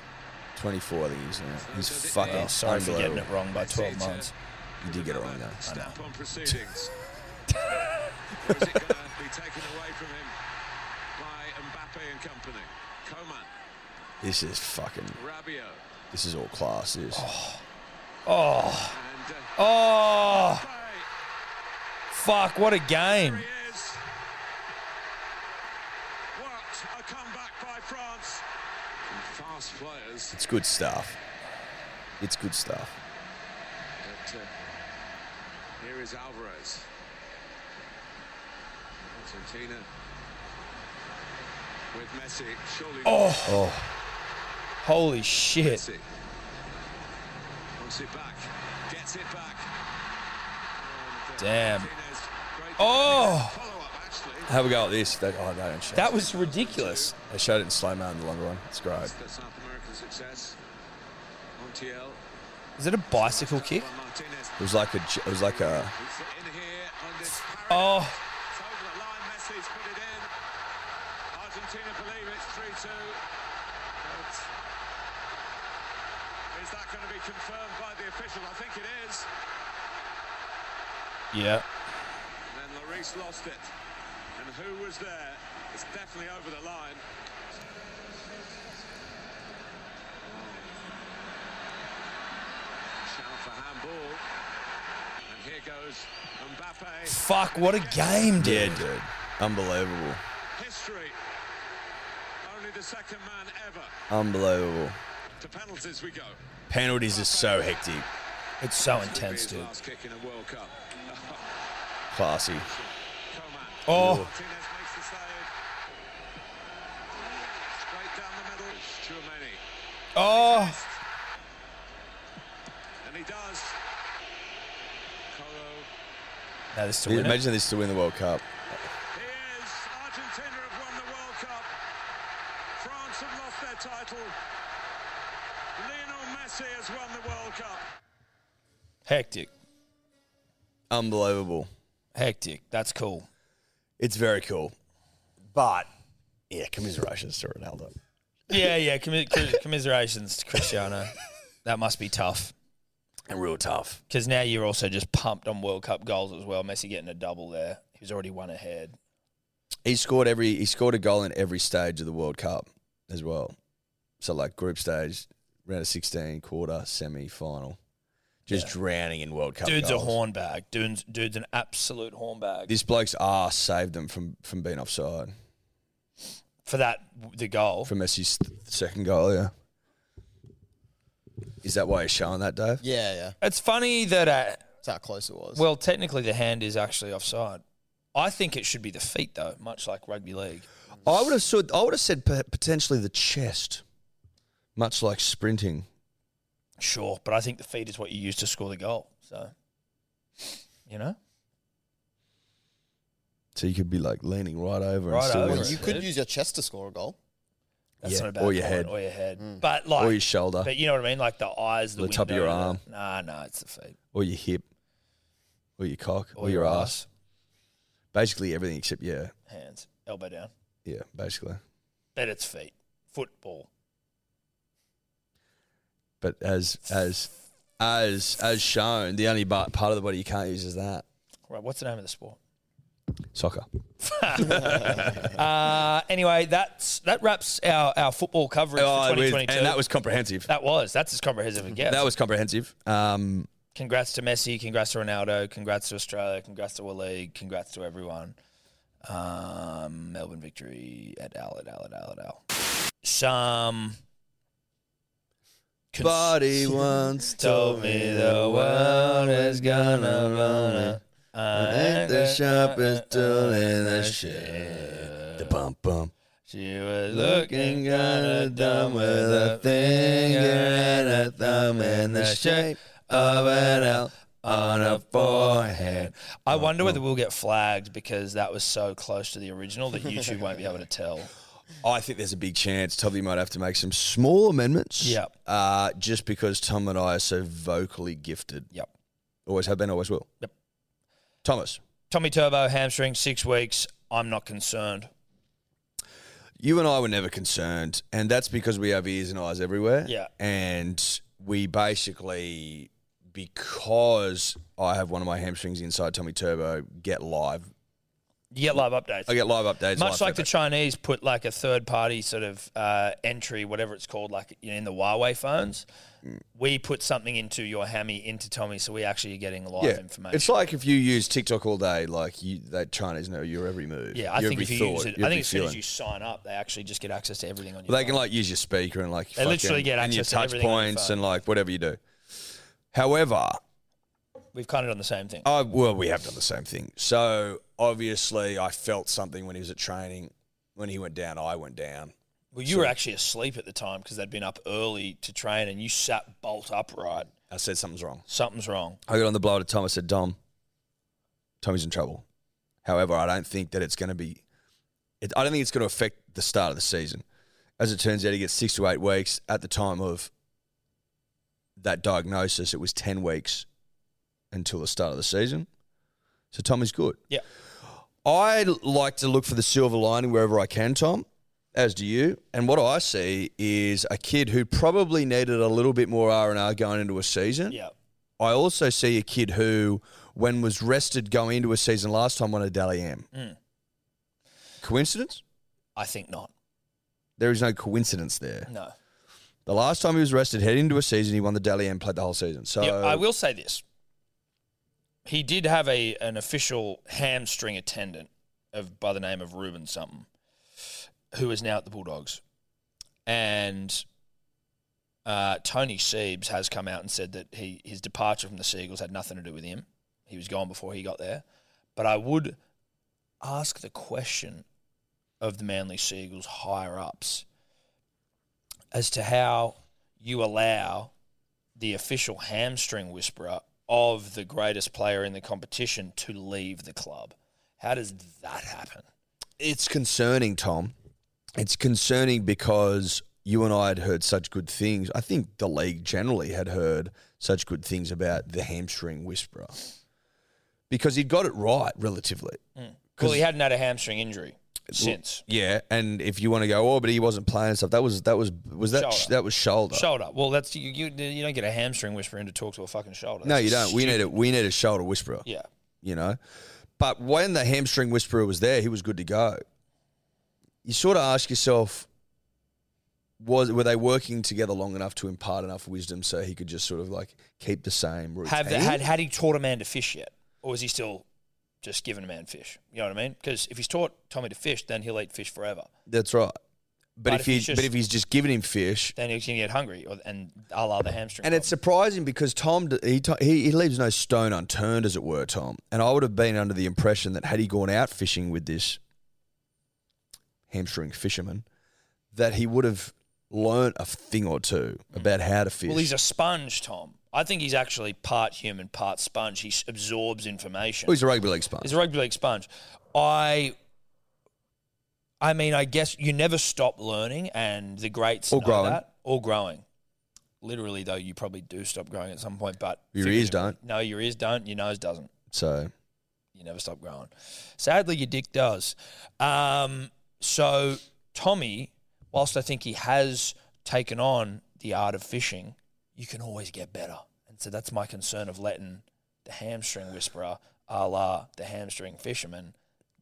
[SPEAKER 2] 24, I think he's now. He's fucking
[SPEAKER 1] Oh, sorry for getting
[SPEAKER 2] unbelievable.
[SPEAKER 1] it wrong by 12
[SPEAKER 5] Messi to
[SPEAKER 1] months.
[SPEAKER 2] You did get it wrong, though.
[SPEAKER 5] Step on proceedings. or is it going to be taken away from him by Mbappe and company? Coman,
[SPEAKER 2] This is fucking.
[SPEAKER 5] Rabiot,
[SPEAKER 2] This is all class. This.
[SPEAKER 1] Oh,
[SPEAKER 5] and. Uh,
[SPEAKER 1] oh,
[SPEAKER 5] Mbappe.
[SPEAKER 1] fuck, what a game.
[SPEAKER 5] Here he is. What a comeback by France. And fast players.
[SPEAKER 2] It's good stuff. It's good stuff.
[SPEAKER 5] But, uh, here is Alvarez. Argentina with Messi. Surely
[SPEAKER 1] Oh,
[SPEAKER 2] Oh,
[SPEAKER 1] holy shit.
[SPEAKER 5] Messi. Wants it back. Gets it back. And, uh,
[SPEAKER 1] Damn.
[SPEAKER 5] Martinez, great
[SPEAKER 1] Oh.
[SPEAKER 5] follow-up, actually.
[SPEAKER 2] have a go at this. They, oh, they don't show.
[SPEAKER 1] That was ridiculous.
[SPEAKER 2] they showed it in slow mo in the longer run. It's great.
[SPEAKER 5] That's South American success. Montiel.
[SPEAKER 1] Is it a bicycle kick?
[SPEAKER 5] Juan Martinez.
[SPEAKER 2] It was like a. j- It was like a.
[SPEAKER 5] It's in here on this parry.
[SPEAKER 1] Oh,
[SPEAKER 5] It's over the line. Messi's put it in. Argentina believe it's 3 2. But is that going to be confirmed by the official? I think it is.
[SPEAKER 1] yeah.
[SPEAKER 5] And then Lloris lost it. And who was there? It's definitely over the line. Shout for handball. And here goes Mbappe.
[SPEAKER 1] Fuck, what a game,
[SPEAKER 2] Yeah,
[SPEAKER 1] dude.
[SPEAKER 2] dude. Unbelievable.
[SPEAKER 5] history. Only the second man ever.
[SPEAKER 2] Unbelievable.
[SPEAKER 5] To penalties we go.
[SPEAKER 2] Penalties are so hectic.
[SPEAKER 1] It's so
[SPEAKER 5] Could be
[SPEAKER 1] intense,
[SPEAKER 5] his
[SPEAKER 1] dude.
[SPEAKER 5] Last kick in a World Cup.
[SPEAKER 2] Classy.
[SPEAKER 5] Coman.
[SPEAKER 1] Oh,
[SPEAKER 5] Martinez makes the save. Straight down the middle. It's Tchouameni.
[SPEAKER 1] oh,
[SPEAKER 5] And he does. Coro.
[SPEAKER 1] no, this is to win it.
[SPEAKER 2] Imagine this to win the World Cup.
[SPEAKER 5] He is. Argentina have won the World Cup. France have lost their title. Lionel Messi has won the World Cup.
[SPEAKER 1] Hectic,
[SPEAKER 2] Unbelievable.
[SPEAKER 1] hectic. That's cool.
[SPEAKER 2] It's very cool. But yeah, commiserations to Ronaldo.
[SPEAKER 1] Yeah, yeah. Commi- commi- commiserations to Cristiano. That must be tough.
[SPEAKER 2] And real tough.
[SPEAKER 1] Because now you're also just pumped on World Cup goals as well. Messi getting a double there. He's already one ahead.
[SPEAKER 2] He scored every he scored a goal in every stage of the World Cup as well. So like group stage, round of sixteen, quarter, semi, final. Just drowning in World Cup.
[SPEAKER 1] Dude's
[SPEAKER 2] goals.
[SPEAKER 1] a hornbag. Dude's, dude's an absolute hornbag.
[SPEAKER 2] This bloke's ass saved them from, from being offside.
[SPEAKER 1] For that, the goal.
[SPEAKER 2] For Messi's th- second goal, yeah. Is that why he's showing that, Dave?
[SPEAKER 3] Yeah, yeah.
[SPEAKER 1] It's funny that, uh,
[SPEAKER 3] That's how close it was.
[SPEAKER 1] well, technically the hand is actually offside. I think it should be the feet, though, much like rugby league.
[SPEAKER 2] I would have said I would have said p- potentially the chest, much like sprinting.
[SPEAKER 1] Sure, but I think the feet is what you use to score the goal. So, you know?
[SPEAKER 2] So you could be like leaning right over
[SPEAKER 1] Right
[SPEAKER 2] and still
[SPEAKER 1] over.
[SPEAKER 2] win
[SPEAKER 1] Well,
[SPEAKER 2] it.
[SPEAKER 3] you could use your chest to score a goal.
[SPEAKER 1] That's
[SPEAKER 2] Yeah,
[SPEAKER 1] not a bad
[SPEAKER 2] or your
[SPEAKER 1] point,
[SPEAKER 2] head.
[SPEAKER 1] Or your head.
[SPEAKER 3] Hmm.
[SPEAKER 1] But, like,
[SPEAKER 2] or your shoulder,
[SPEAKER 1] but you know what I mean? Like the eyes, the,
[SPEAKER 2] The top of
[SPEAKER 1] window,
[SPEAKER 2] your
[SPEAKER 1] the-
[SPEAKER 2] arm.
[SPEAKER 1] Nah, nah, it's the feet.
[SPEAKER 2] or your hip, or your cock, or, your, ass. Basically everything except yeah,
[SPEAKER 1] Hands, elbow down.
[SPEAKER 2] yeah. Basically,
[SPEAKER 1] Bet it's feet. Football.
[SPEAKER 2] but as as as as shown, the only bu- part of the body you can't use is that
[SPEAKER 1] Right, what's the name of the sport?
[SPEAKER 2] Soccer.
[SPEAKER 1] Uh, anyway, that's that wraps our, our football coverage
[SPEAKER 2] Oh,
[SPEAKER 1] for
[SPEAKER 2] with-
[SPEAKER 1] 2022.
[SPEAKER 2] and that was comprehensive.
[SPEAKER 1] that was that's as comprehensive as it gets.
[SPEAKER 2] That was comprehensive. Um,
[SPEAKER 1] congrats to Messi, congrats to Ronaldo, congrats to Australia, congrats to Waleed, congrats to everyone. Um, Melbourne victory at Al at Al at Al at Al. Some cons-
[SPEAKER 2] Buddy once
[SPEAKER 1] told me the world is gonna run it.
[SPEAKER 2] I ain't the sharpest tool in the shed. The bump bump.
[SPEAKER 1] She was
[SPEAKER 2] Looking kinda dumb with a finger and a thumb in the shape of an L on her forehead.
[SPEAKER 1] I wonder whether we'll get flagged because that was so close to the original that YouTube won't be able to tell.
[SPEAKER 2] I think there's a big chance Toby might have to make some small amendments.
[SPEAKER 1] Yep.
[SPEAKER 2] Uh, just because Tom and I are so vocally gifted.
[SPEAKER 1] Yep.
[SPEAKER 2] Always have been, always will.
[SPEAKER 1] Yep.
[SPEAKER 2] Thomas,
[SPEAKER 1] Tommy Turbo hamstring six weeks. I'm not concerned.
[SPEAKER 2] you and I were never concerned, and that's because we have ears and eyes everywhere.
[SPEAKER 1] Yeah.
[SPEAKER 2] And we basically, because I have one of my hamstrings inside Tommy Turbo, get live.
[SPEAKER 1] You get live updates.
[SPEAKER 2] I get live updates.
[SPEAKER 1] Much
[SPEAKER 2] live
[SPEAKER 1] like the
[SPEAKER 2] feedback.
[SPEAKER 1] Chinese put like a third party sort of uh, entry, whatever it's called, like in the Huawei phones,
[SPEAKER 2] Mm.
[SPEAKER 1] we put something into your hammy into Tommy, so we actually are getting live
[SPEAKER 2] yeah.
[SPEAKER 1] information.
[SPEAKER 2] It's like if you use TikTok all day, like you, that Chinese know your every move.
[SPEAKER 1] yeah, I
[SPEAKER 2] your
[SPEAKER 1] think if
[SPEAKER 2] every
[SPEAKER 1] you use
[SPEAKER 2] thought,
[SPEAKER 1] it,
[SPEAKER 2] your
[SPEAKER 1] I think
[SPEAKER 2] every
[SPEAKER 1] as soon as
[SPEAKER 2] feeling.
[SPEAKER 1] you sign up, they actually just get access to everything on your.
[SPEAKER 2] But they can
[SPEAKER 1] phone.
[SPEAKER 2] like use your speaker and like
[SPEAKER 1] They literally
[SPEAKER 2] fucking-
[SPEAKER 1] get
[SPEAKER 2] and your
[SPEAKER 1] access to
[SPEAKER 2] touch
[SPEAKER 1] everything on your
[SPEAKER 2] points
[SPEAKER 1] phone.
[SPEAKER 2] and like whatever you do. However,
[SPEAKER 1] We've kind of done the same thing.
[SPEAKER 2] I well we have done the same thing. So obviously, I felt something when he was at training. When he went down, I went down.
[SPEAKER 1] Well, you were actually asleep at the time because they'd been up early to train, and you sat bolt upright.
[SPEAKER 2] I said something's wrong.
[SPEAKER 1] Something's wrong.
[SPEAKER 2] I got on the blower to Tom. I said, Dom, Tommy's in trouble. However, I don't think that it's going to be. It, I don't think it's going to affect the start of the season. As it turns out, he gets six to eight weeks. At the time of that diagnosis, it was ten weeks until the start of the season. So Tommy's good.
[SPEAKER 1] Yeah.
[SPEAKER 2] I like to look for the silver lining wherever I can, Tom, as do you. And what I see is a kid who probably needed a little bit more R and R going into a season.
[SPEAKER 1] Yeah.
[SPEAKER 2] I also see a kid who, when was rested going into a season last time, won a Dally M.
[SPEAKER 1] Mm.
[SPEAKER 2] Coincidence?
[SPEAKER 1] I think not.
[SPEAKER 2] There is no coincidence there.
[SPEAKER 1] No.
[SPEAKER 2] The last time he was rested, heading into a season, he won the Dally M, played the whole season. So
[SPEAKER 1] yeah, I will say this. He did have a an official hamstring attendant of by the name of Ruben something, who is now at the Bulldogs, and uh, Tony Siebes has come out and said that he his departure from the Seagulls had nothing to do with him. He was gone before he got there, but I would ask the question of the Manly Seagulls higher ups as to how you allow the official hamstring whisperer of the greatest player in the competition to leave the club. How does that happen?
[SPEAKER 2] it's concerning, Tom. It's concerning because you and I had heard such good things. I think the league generally had heard such good things about the hamstring whisperer because he got it right relatively.
[SPEAKER 1] hmm. Well, he hadn't had a hamstring injury since
[SPEAKER 2] Yeah, and if you want to go, oh, but he wasn't playing and stuff. That was that was was that
[SPEAKER 1] Shoulder.
[SPEAKER 2] that was shoulder.
[SPEAKER 1] shoulder. Well, that's you, you. You don't get a hamstring whisperer in to talk to a fucking shoulder.
[SPEAKER 2] No,
[SPEAKER 1] That's
[SPEAKER 2] you don't. We
[SPEAKER 1] stupid.
[SPEAKER 2] need a we need a shoulder whisperer.
[SPEAKER 1] Yeah,
[SPEAKER 2] You know, but when the hamstring whisperer was there, he was good to go. You sort of ask yourself, was were they working together long enough to impart enough wisdom so he could just sort of like keep the same routine?
[SPEAKER 1] have the, had had he taught a man to fish yet, or is he still just giving a man fish? You know what I mean? Because if he's taught Tommy to fish, then he'll eat fish forever.
[SPEAKER 2] That's right. But, if, he
[SPEAKER 1] he's just-
[SPEAKER 2] but if he's just giving him fish,
[SPEAKER 1] Then he's gonna get hungry, or, and I'll other hamstring.
[SPEAKER 2] And it's surprising because Tom d- he, t- he he leaves no stone unturned, as it were, Tom. And I would have been under the impression that had he gone out fishing with this hamstring fisherman, that he would have learnt a thing or two about how to fish.
[SPEAKER 1] Hmm. Well, he's a sponge, Tom. I think he's actually part human, part sponge. He s- absorbs information.
[SPEAKER 2] Well, Oh, he's a rugby league sponge.
[SPEAKER 1] He's a rugby league sponge. I, I mean, I guess you never stop learning, and the greats
[SPEAKER 2] Or
[SPEAKER 1] know
[SPEAKER 2] growing.
[SPEAKER 1] that. Or growing. Literally, though, you probably do stop growing at some point, but
[SPEAKER 2] Your ears
[SPEAKER 1] figuratively-
[SPEAKER 2] don't.
[SPEAKER 1] No, your ears don't. Your nose doesn't.
[SPEAKER 2] so
[SPEAKER 1] You never stop growing. Sadly, your dick does. Um, so Tommy, whilst I think he has taken on the art of fishing, you can always get better. And so that's my concern of letting the hamstring whisperer, a la the hamstring fisherman,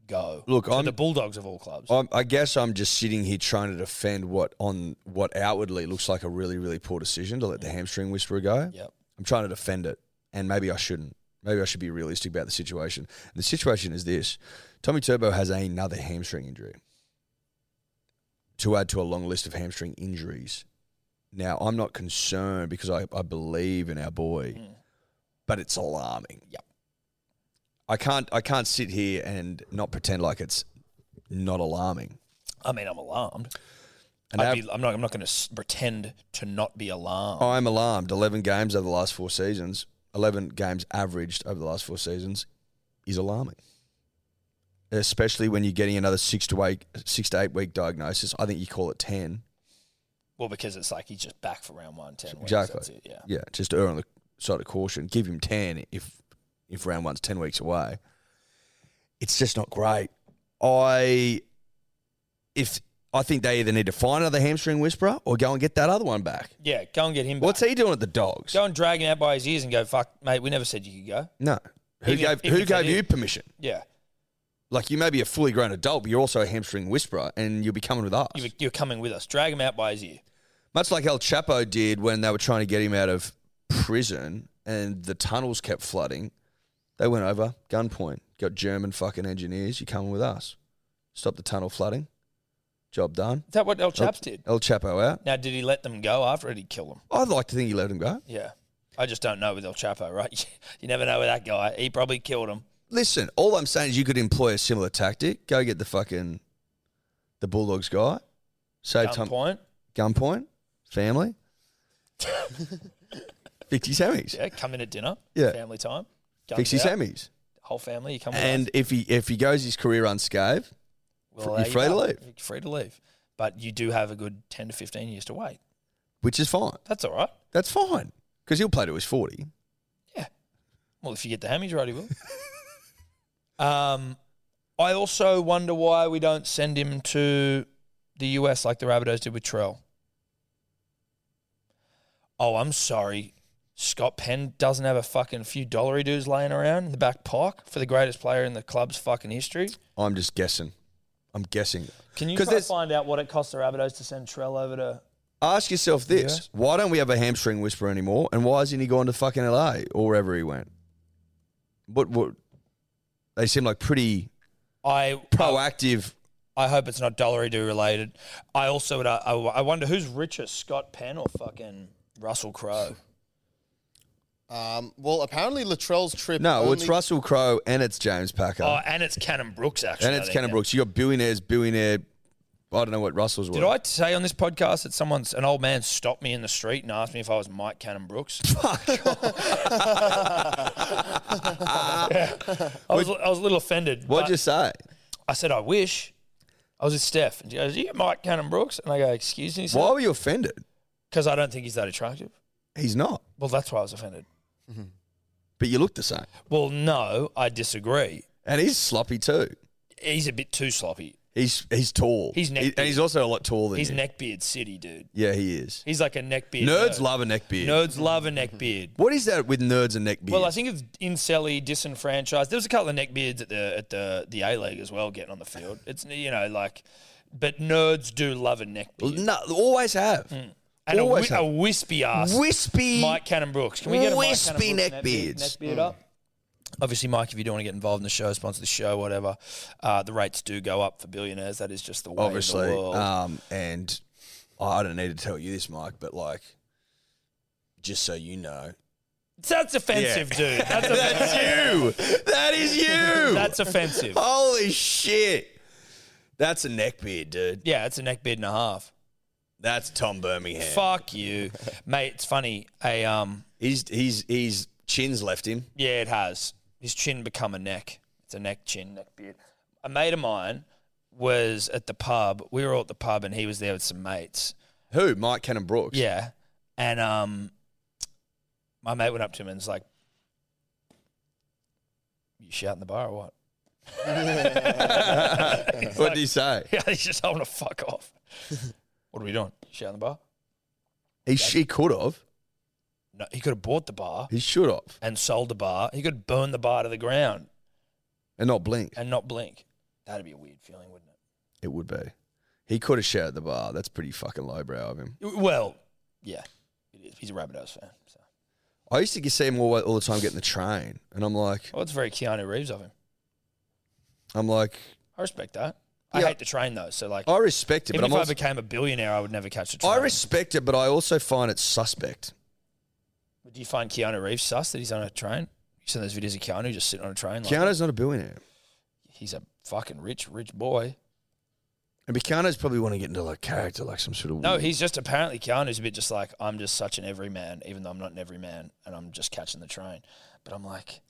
[SPEAKER 1] go.
[SPEAKER 2] Look,
[SPEAKER 1] to
[SPEAKER 2] I'm-
[SPEAKER 1] the Bulldogs of all clubs.
[SPEAKER 2] I'm, I guess I'm just sitting here trying to defend what on what outwardly looks like a really really poor decision to let the hamstring whisperer go.
[SPEAKER 1] Mm-hmm. Yep.
[SPEAKER 2] I'm trying to defend it, and maybe I shouldn't. Maybe I should be realistic about the situation. The situation is this: Tommy Turbo has another hamstring injury. To add to a long list of hamstring injuries. Now I'm not concerned because I, I believe in our boy, but it's alarming.
[SPEAKER 1] Mm. Yep.
[SPEAKER 2] I can't I can't sit here and not pretend like it's not alarming.
[SPEAKER 1] I mean, I'm alarmed.
[SPEAKER 2] And
[SPEAKER 1] I'd
[SPEAKER 2] our-
[SPEAKER 1] be, I'm not. I'm not going to pretend to not be alarmed.
[SPEAKER 2] I'm alarmed. 11 games over the last four seasons, 11 games averaged over the last four seasons is alarming. Especially when you're getting another six to eight, six to eight week diagnosis. I think you call it 10.
[SPEAKER 1] Well, because it's like he's just back for round one, ten. Weeks.
[SPEAKER 2] Exactly.
[SPEAKER 1] That's it, yeah.
[SPEAKER 2] Yeah. Just err on the side of caution. Give him 10 if, if round one's 10 weeks away. It's just not great. I, if, I think they either need to find another hamstring whisperer or go and get that other one back.
[SPEAKER 1] Yeah. Go and get him.
[SPEAKER 2] What's
[SPEAKER 1] back.
[SPEAKER 2] he doing at the dogs?
[SPEAKER 1] Go and drag him out by his ears and go, fuck, mate. We never said you could go.
[SPEAKER 2] No. Who
[SPEAKER 1] Even if-
[SPEAKER 2] gave
[SPEAKER 1] even
[SPEAKER 2] who
[SPEAKER 1] if they
[SPEAKER 2] gave you
[SPEAKER 1] did.
[SPEAKER 2] permission?
[SPEAKER 1] Yeah.
[SPEAKER 2] Like you may be a fully grown adult, but you're also a hamstring whisperer, and you'll be coming with us.
[SPEAKER 1] You, you're coming with us. Drag him out by his ear.
[SPEAKER 2] Much like El Chapo did when they were trying to get him out of prison, and the tunnels kept flooding. They went over gunpoint, got German fucking engineers. You're coming with us. Stop the tunnel flooding. Job done.
[SPEAKER 1] Is that what El
[SPEAKER 2] El-
[SPEAKER 1] Chaps did?
[SPEAKER 2] El Chapo out.
[SPEAKER 1] Now, did he let them go after it? He killed them.
[SPEAKER 2] I'd like to think he let him go.
[SPEAKER 1] Yeah. I just don't know with El Chapo, right? you never know with that guy. He probably killed him.
[SPEAKER 2] Listen, all I'm saying is you could employ a similar tactic. Go get the fucking the Bulldogs guy. Save time.
[SPEAKER 1] Gunpoint.
[SPEAKER 2] gunpoint, family, 50 semis,
[SPEAKER 1] Yeah. Come in at dinner.
[SPEAKER 2] Yeah.
[SPEAKER 1] Family time. Guns
[SPEAKER 2] 50
[SPEAKER 1] out.
[SPEAKER 2] semis.
[SPEAKER 1] Whole family. You come with us.
[SPEAKER 2] And if he if he goes his career unscathed,
[SPEAKER 1] We'll
[SPEAKER 2] Fr-
[SPEAKER 1] allow
[SPEAKER 2] you're
[SPEAKER 1] you
[SPEAKER 2] free to
[SPEAKER 1] back.
[SPEAKER 2] leave.
[SPEAKER 1] You're free to leave. But you do have a good 10 to 15 years to wait.
[SPEAKER 2] which is fine,
[SPEAKER 1] That's all right.
[SPEAKER 2] that's fine because he'll play to his 40.
[SPEAKER 1] Yeah. Well, if you get the hammies right, he will. um, I also wonder why we don't send him to the US like the Rabbitohs did with Trell. Oh, I'm sorry. Scott Penn doesn't have a fucking few dollary dues laying around in the back park for the greatest player in the club's fucking history.
[SPEAKER 2] I'm just guessing. I'm guessing.
[SPEAKER 1] Can you
[SPEAKER 2] 'Cause
[SPEAKER 1] try to
[SPEAKER 2] there's-
[SPEAKER 1] find out what it costs the Rabbitohs to send Trell over to
[SPEAKER 2] Ask yourself this:
[SPEAKER 1] Yes.
[SPEAKER 2] Why don't we have a hamstring whisperer anymore? And why isn't he gone to fucking LA or wherever he went? What? What? They seem like pretty
[SPEAKER 1] I um,
[SPEAKER 2] proactive.
[SPEAKER 1] I hope it's not dollary do related. I also would, uh, I, I wonder who's richer, Scott Penn or fucking Russell Crowe.
[SPEAKER 3] Um, well, apparently Latrell's trip.
[SPEAKER 2] No, well, it's
[SPEAKER 3] only-
[SPEAKER 2] Russell Crowe and it's James Packer.
[SPEAKER 1] Oh, and it's Cannon Brooks actually.
[SPEAKER 2] And
[SPEAKER 1] I
[SPEAKER 2] it's
[SPEAKER 1] think.
[SPEAKER 2] Cannon Brooks. You got billionaires, billionaire. I don't know what Russell's
[SPEAKER 1] Did I say on this podcast that someone's an old man stopped me in the street and asked me if I was Mike Cannon Brooks? I was I was a little offended.
[SPEAKER 2] What'd
[SPEAKER 1] but
[SPEAKER 2] you say?
[SPEAKER 1] I said I wish. I was with Steph and she goes, Are you Mike Cannon Brooks? And I go, Excuse me,
[SPEAKER 2] Why
[SPEAKER 1] sir.
[SPEAKER 2] were you offended?
[SPEAKER 1] Because I don't think he's that attractive.
[SPEAKER 2] He's not.
[SPEAKER 1] Well, that's why I was offended.
[SPEAKER 2] But you look the same.
[SPEAKER 1] Well, no, I disagree.
[SPEAKER 2] And he's sloppy too.
[SPEAKER 1] He's a bit too sloppy.
[SPEAKER 2] He's he's tall.
[SPEAKER 1] He's neck
[SPEAKER 2] He-
[SPEAKER 1] big.
[SPEAKER 2] and he's also a lot taller than
[SPEAKER 1] He's
[SPEAKER 2] you.
[SPEAKER 1] neckbeard city, dude.
[SPEAKER 2] Yeah, he is.
[SPEAKER 1] He's like a neckbeard.
[SPEAKER 2] Nerds
[SPEAKER 1] nerd.
[SPEAKER 2] love a neck beard.
[SPEAKER 1] Nerds love a neckbeard.
[SPEAKER 2] What is that with nerds and neck beards?
[SPEAKER 1] Well, I think it's incelly, disenfranchised. There was a couple of neckbeards at the at the the A League as well getting on the field. It's you know like, but nerds do love a neckbeard
[SPEAKER 2] no, always have.
[SPEAKER 1] and a, wi-
[SPEAKER 2] always
[SPEAKER 1] a
[SPEAKER 2] have.
[SPEAKER 1] wispy ass.
[SPEAKER 2] Wispy.
[SPEAKER 1] Mike Cannon Brooks. Can we get a Mike Cannon
[SPEAKER 2] Wispy
[SPEAKER 1] Brooks
[SPEAKER 2] neckbeards.
[SPEAKER 1] neckbeard up? Obviously, Mike, if you do want to get involved in the show, sponsor the show, whatever, uh, the rates do go up for billionaires. That is just the way of
[SPEAKER 2] Obviously.
[SPEAKER 1] the world.
[SPEAKER 2] Um, and I don't need to tell you this, Mike, but like, just so you know.
[SPEAKER 1] That's offensive, dude. That's,
[SPEAKER 2] That's
[SPEAKER 1] offensive.
[SPEAKER 2] you. That is you.
[SPEAKER 1] That's offensive.
[SPEAKER 2] Holy shit. That's a neck beard, dude.
[SPEAKER 1] Yeah, it's a neckbeard and a half.
[SPEAKER 2] That's Tom Birmingham.
[SPEAKER 1] Fuck you, mate. It's funny. A um,
[SPEAKER 2] He's he's he's chin's left him.
[SPEAKER 1] Yeah, it has. His chin become a neck. It's a neck, chin, neck beard. A mate of mine was at the pub. We were all at the pub, and he was there with some mates.
[SPEAKER 2] Who? Mike Cannon Brooks.
[SPEAKER 1] Yeah, and um, my mate went up to him and was like, "You shouting the bar or what?"
[SPEAKER 2] what did he say?
[SPEAKER 1] Yeah, he's just I want to fuck off. what are we doing? You shouting the bar?
[SPEAKER 2] He she could have.
[SPEAKER 1] No, he could have bought the bar
[SPEAKER 2] He should have.
[SPEAKER 1] and sold the bar. He could burn the bar to the ground
[SPEAKER 2] And not blink.
[SPEAKER 1] and not blink. That'd be a weird feeling, wouldn't it?
[SPEAKER 2] It would be. He could have shouted at the bar. That's pretty fucking lowbrow of him.
[SPEAKER 1] Well, yeah, it is. He's a Rabbitohs fan. So.
[SPEAKER 2] I used to see him all, all the time getting the train, and I'm like,
[SPEAKER 1] Well, it's very Keanu Reeves of him.
[SPEAKER 2] I'm like,
[SPEAKER 1] I respect that. I
[SPEAKER 2] Yeah.
[SPEAKER 1] hate the train though. So like,
[SPEAKER 2] I respect it,
[SPEAKER 1] even
[SPEAKER 2] but
[SPEAKER 1] if
[SPEAKER 2] I'm
[SPEAKER 1] I
[SPEAKER 2] also,
[SPEAKER 1] became a billionaire, I would never catch the train.
[SPEAKER 2] I respect it, but I also find it suspect.
[SPEAKER 1] Do you find Keanu Reeves sus that he's on a train? You seen those videos of Keanu just sitting on a train? Like,
[SPEAKER 2] Keanu's not a billionaire,
[SPEAKER 1] he's a fucking rich, rich boy.
[SPEAKER 2] and but Keanu's probably want to get into like character, like some sort of
[SPEAKER 1] No,
[SPEAKER 2] weird-
[SPEAKER 1] he's just apparently Keanu's a bit just like I'm just such an everyman, even though I'm not an everyman, and I'm just catching the train. But I'm like,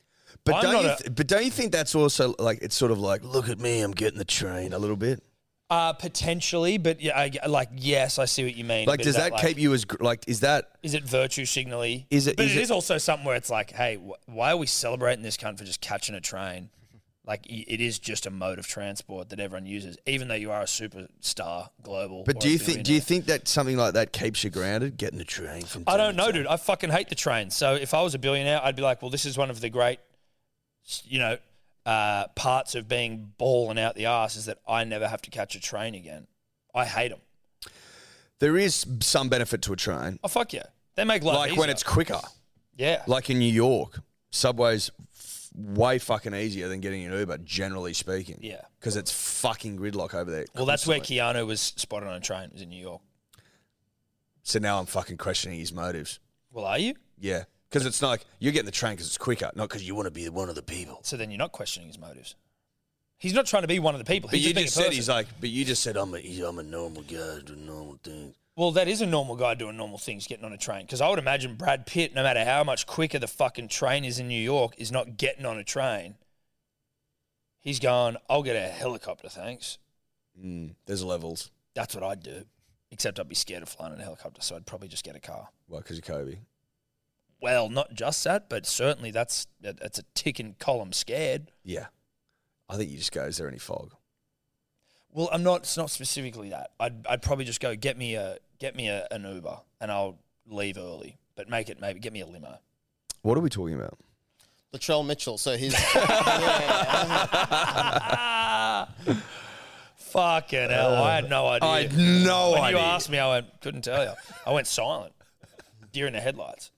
[SPEAKER 2] But
[SPEAKER 1] I'm
[SPEAKER 2] don't you
[SPEAKER 1] not a-
[SPEAKER 2] th- but don't you think that's also like it's sort of like look at me, I'm getting the train a little bit.
[SPEAKER 1] uh, potentially, but yeah, I, like yes, I see what you mean.
[SPEAKER 2] Like,
[SPEAKER 1] but
[SPEAKER 2] does
[SPEAKER 1] is
[SPEAKER 2] that,
[SPEAKER 1] like-
[SPEAKER 2] keep you as gr- like? Is that
[SPEAKER 1] Is it virtue signally?
[SPEAKER 2] Is it-
[SPEAKER 1] But
[SPEAKER 2] is
[SPEAKER 1] it
[SPEAKER 2] it-
[SPEAKER 1] is also something where it's like, hey, wh- why are we celebrating this cunt for just catching a train? Like i- it is just a mode of transport that everyone uses, even though you are a superstar, global.
[SPEAKER 2] But
[SPEAKER 1] or
[SPEAKER 2] do
[SPEAKER 1] a
[SPEAKER 2] you think do
[SPEAKER 1] billionaire.
[SPEAKER 2] you think that something like that keeps you grounded? Getting the train from
[SPEAKER 1] I
[SPEAKER 2] town
[SPEAKER 1] don't
[SPEAKER 2] to
[SPEAKER 1] know,
[SPEAKER 2] town?
[SPEAKER 1] dude. I fucking hate the train. So if I was a billionaire, I'd be like, well, this is one of the great, s- you know, uh, parts of being balling out the ass is that I never have to catch a train again. I hate them.
[SPEAKER 2] There is some benefit to a train,
[SPEAKER 1] Oh fuck yeah, they make life
[SPEAKER 2] like when
[SPEAKER 1] easier.
[SPEAKER 2] it's quicker,
[SPEAKER 1] yeah.
[SPEAKER 2] like in New York, subways f- way fucking easier than getting an Uber, generally speaking.
[SPEAKER 1] Yeah.
[SPEAKER 2] because it's fucking gridlock over there.
[SPEAKER 1] well, that's where
[SPEAKER 2] constantly.
[SPEAKER 1] Keanu was spotted on a train. It was in New York.
[SPEAKER 2] So now I'm fucking questioning his motives.
[SPEAKER 1] Well, are you?
[SPEAKER 2] Yeah, because it's not like you're getting the train because it's quicker, not because you want to be one of the people.
[SPEAKER 1] So then you're not questioning his motives. He's not trying to be one of the people.
[SPEAKER 2] But
[SPEAKER 1] He's
[SPEAKER 2] you
[SPEAKER 1] just being
[SPEAKER 2] just
[SPEAKER 1] a
[SPEAKER 2] said
[SPEAKER 1] person.
[SPEAKER 2] he's like, but you just said I'm a I'm a normal guy doing normal things.
[SPEAKER 1] well, that is a normal guy doing normal things, getting on a train. Because I would imagine Brad Pitt, no matter how much quicker the fucking train is in New York, is not getting on a train. He's going, I'll get a helicopter, thanks.
[SPEAKER 2] Mm, there's levels.
[SPEAKER 1] That's what I'd do. Except I'd be scared of flying in a helicopter, so I'd probably just get a car.
[SPEAKER 2] Well, because of Kobe.
[SPEAKER 1] Well, not just that, but certainly that's that- that's a ticking column scared.
[SPEAKER 2] Yeah, I think you just go. Is there any fog?
[SPEAKER 1] Well, I'm not. It's not specifically that. I'd, I'd probably just go get me a get me a, an Uber, and I'll leave early. But make it maybe get me a limo.
[SPEAKER 2] What are we talking about?
[SPEAKER 3] Latrell Mitchell. So he's yeah,
[SPEAKER 1] Fucking hell! I had no idea.
[SPEAKER 2] I had no
[SPEAKER 1] when
[SPEAKER 2] idea.
[SPEAKER 1] you asked me, I went couldn't tell you. I went silent. Deer in the headlights.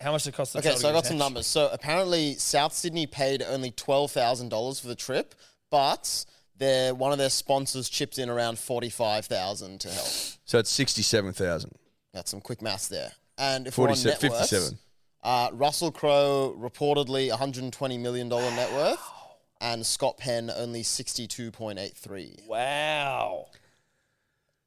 [SPEAKER 1] How much did it cost? The
[SPEAKER 3] Okay,
[SPEAKER 1] child to
[SPEAKER 3] so I
[SPEAKER 1] get
[SPEAKER 3] got some
[SPEAKER 1] attached?
[SPEAKER 3] numbers. So apparently, South Sydney paid only twelve thousand dollars for the trip, but their one of their sponsors chipped in around forty five thousand to help.
[SPEAKER 2] So it's sixty-seven thousand.
[SPEAKER 3] That's some quick maths there. And if we're on
[SPEAKER 2] 47,
[SPEAKER 3] net worths,
[SPEAKER 2] 57.
[SPEAKER 3] uh, Russell Crowe reportedly one hundred twenty million dollar net worth, and Scott Penn only sixty two point eight three.
[SPEAKER 1] Wow.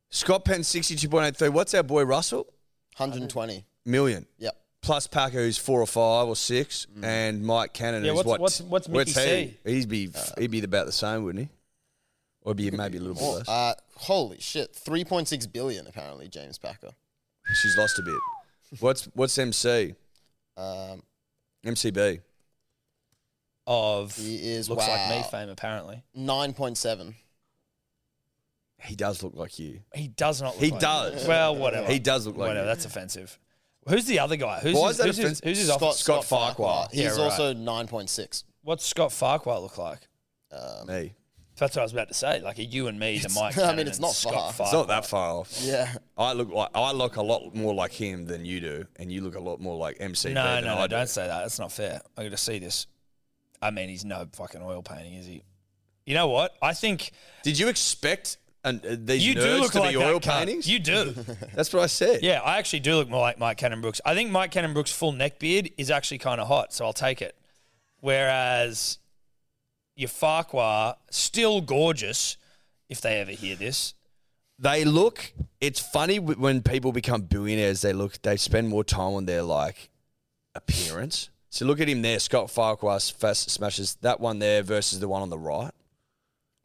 [SPEAKER 2] Scott Penn sixty-two point eight three. What's our boy Russell?
[SPEAKER 3] One hundred twenty.
[SPEAKER 2] Million
[SPEAKER 3] Yep. Mm.
[SPEAKER 2] plus Parker, who's four or five or six, and Mike Cannon.
[SPEAKER 1] Yeah,
[SPEAKER 2] who's
[SPEAKER 1] what's-
[SPEAKER 2] what?
[SPEAKER 1] what's- what's Mickey
[SPEAKER 2] he? He'd be
[SPEAKER 3] Uh,
[SPEAKER 2] he'd be about the same, wouldn't he? Or be maybe a little bit less.
[SPEAKER 3] Uh, holy shit! Three point six billion apparently James Packer.
[SPEAKER 2] She's lost a bit. What's what's MC?
[SPEAKER 3] Um,
[SPEAKER 2] MCB.
[SPEAKER 1] Of
[SPEAKER 3] He is
[SPEAKER 1] looks like me
[SPEAKER 3] wow.
[SPEAKER 1] fame apparently.
[SPEAKER 3] nine point seven.
[SPEAKER 2] He does look like you.
[SPEAKER 1] He does not. look
[SPEAKER 2] He
[SPEAKER 1] like
[SPEAKER 2] does.
[SPEAKER 1] Me. Well, whatever.
[SPEAKER 2] He does look like
[SPEAKER 1] whatever.
[SPEAKER 2] me.
[SPEAKER 1] That's offensive. Who's the other guy? Who's
[SPEAKER 2] Why
[SPEAKER 1] his,
[SPEAKER 2] is that
[SPEAKER 1] who's his,
[SPEAKER 2] offensive?
[SPEAKER 1] who's his
[SPEAKER 3] Scott,
[SPEAKER 1] office?
[SPEAKER 2] Scott Farquhar.
[SPEAKER 3] He's
[SPEAKER 1] Yeah, right.
[SPEAKER 3] also nine point six.
[SPEAKER 1] What's Scott Farquhar look like?
[SPEAKER 3] Um,
[SPEAKER 2] Me.
[SPEAKER 1] That's what I was about to say. Like a you and me, the Mike.
[SPEAKER 3] I mean,
[SPEAKER 1] Cannon
[SPEAKER 3] it's
[SPEAKER 1] and
[SPEAKER 3] not
[SPEAKER 1] Scott
[SPEAKER 3] Ah. far.
[SPEAKER 2] It's
[SPEAKER 1] Farquhar.
[SPEAKER 2] not that far off.
[SPEAKER 3] yeah,
[SPEAKER 2] I look like I look a lot more like him than you do, and you look a lot more like MC.
[SPEAKER 1] No,
[SPEAKER 2] than
[SPEAKER 1] no,
[SPEAKER 2] I
[SPEAKER 1] no,
[SPEAKER 2] do.
[SPEAKER 1] don't say that. That's not fair. I got to see this. I mean, he's no fucking oil painting, is he? You know what? I think
[SPEAKER 2] Did you expect an, uh, these
[SPEAKER 1] you
[SPEAKER 2] nerds
[SPEAKER 1] do look
[SPEAKER 2] to
[SPEAKER 1] like
[SPEAKER 2] be
[SPEAKER 1] that
[SPEAKER 2] oil
[SPEAKER 1] cunt.
[SPEAKER 2] paintings?
[SPEAKER 1] You do.
[SPEAKER 2] That's what I said.
[SPEAKER 1] yeah, I actually do look more like Mike Cannon Brooks. I think Mike Cannon Brooks' full neck beard is actually kind of hot, so I'll take it. Whereas your Farquhar, still gorgeous, if they ever hear this.
[SPEAKER 2] They look. It's funny wh- when people become billionaires. They look. They spend more time on their like appearance. So look at him there. Scott Farquhar fast smashes that one there versus the one on the right.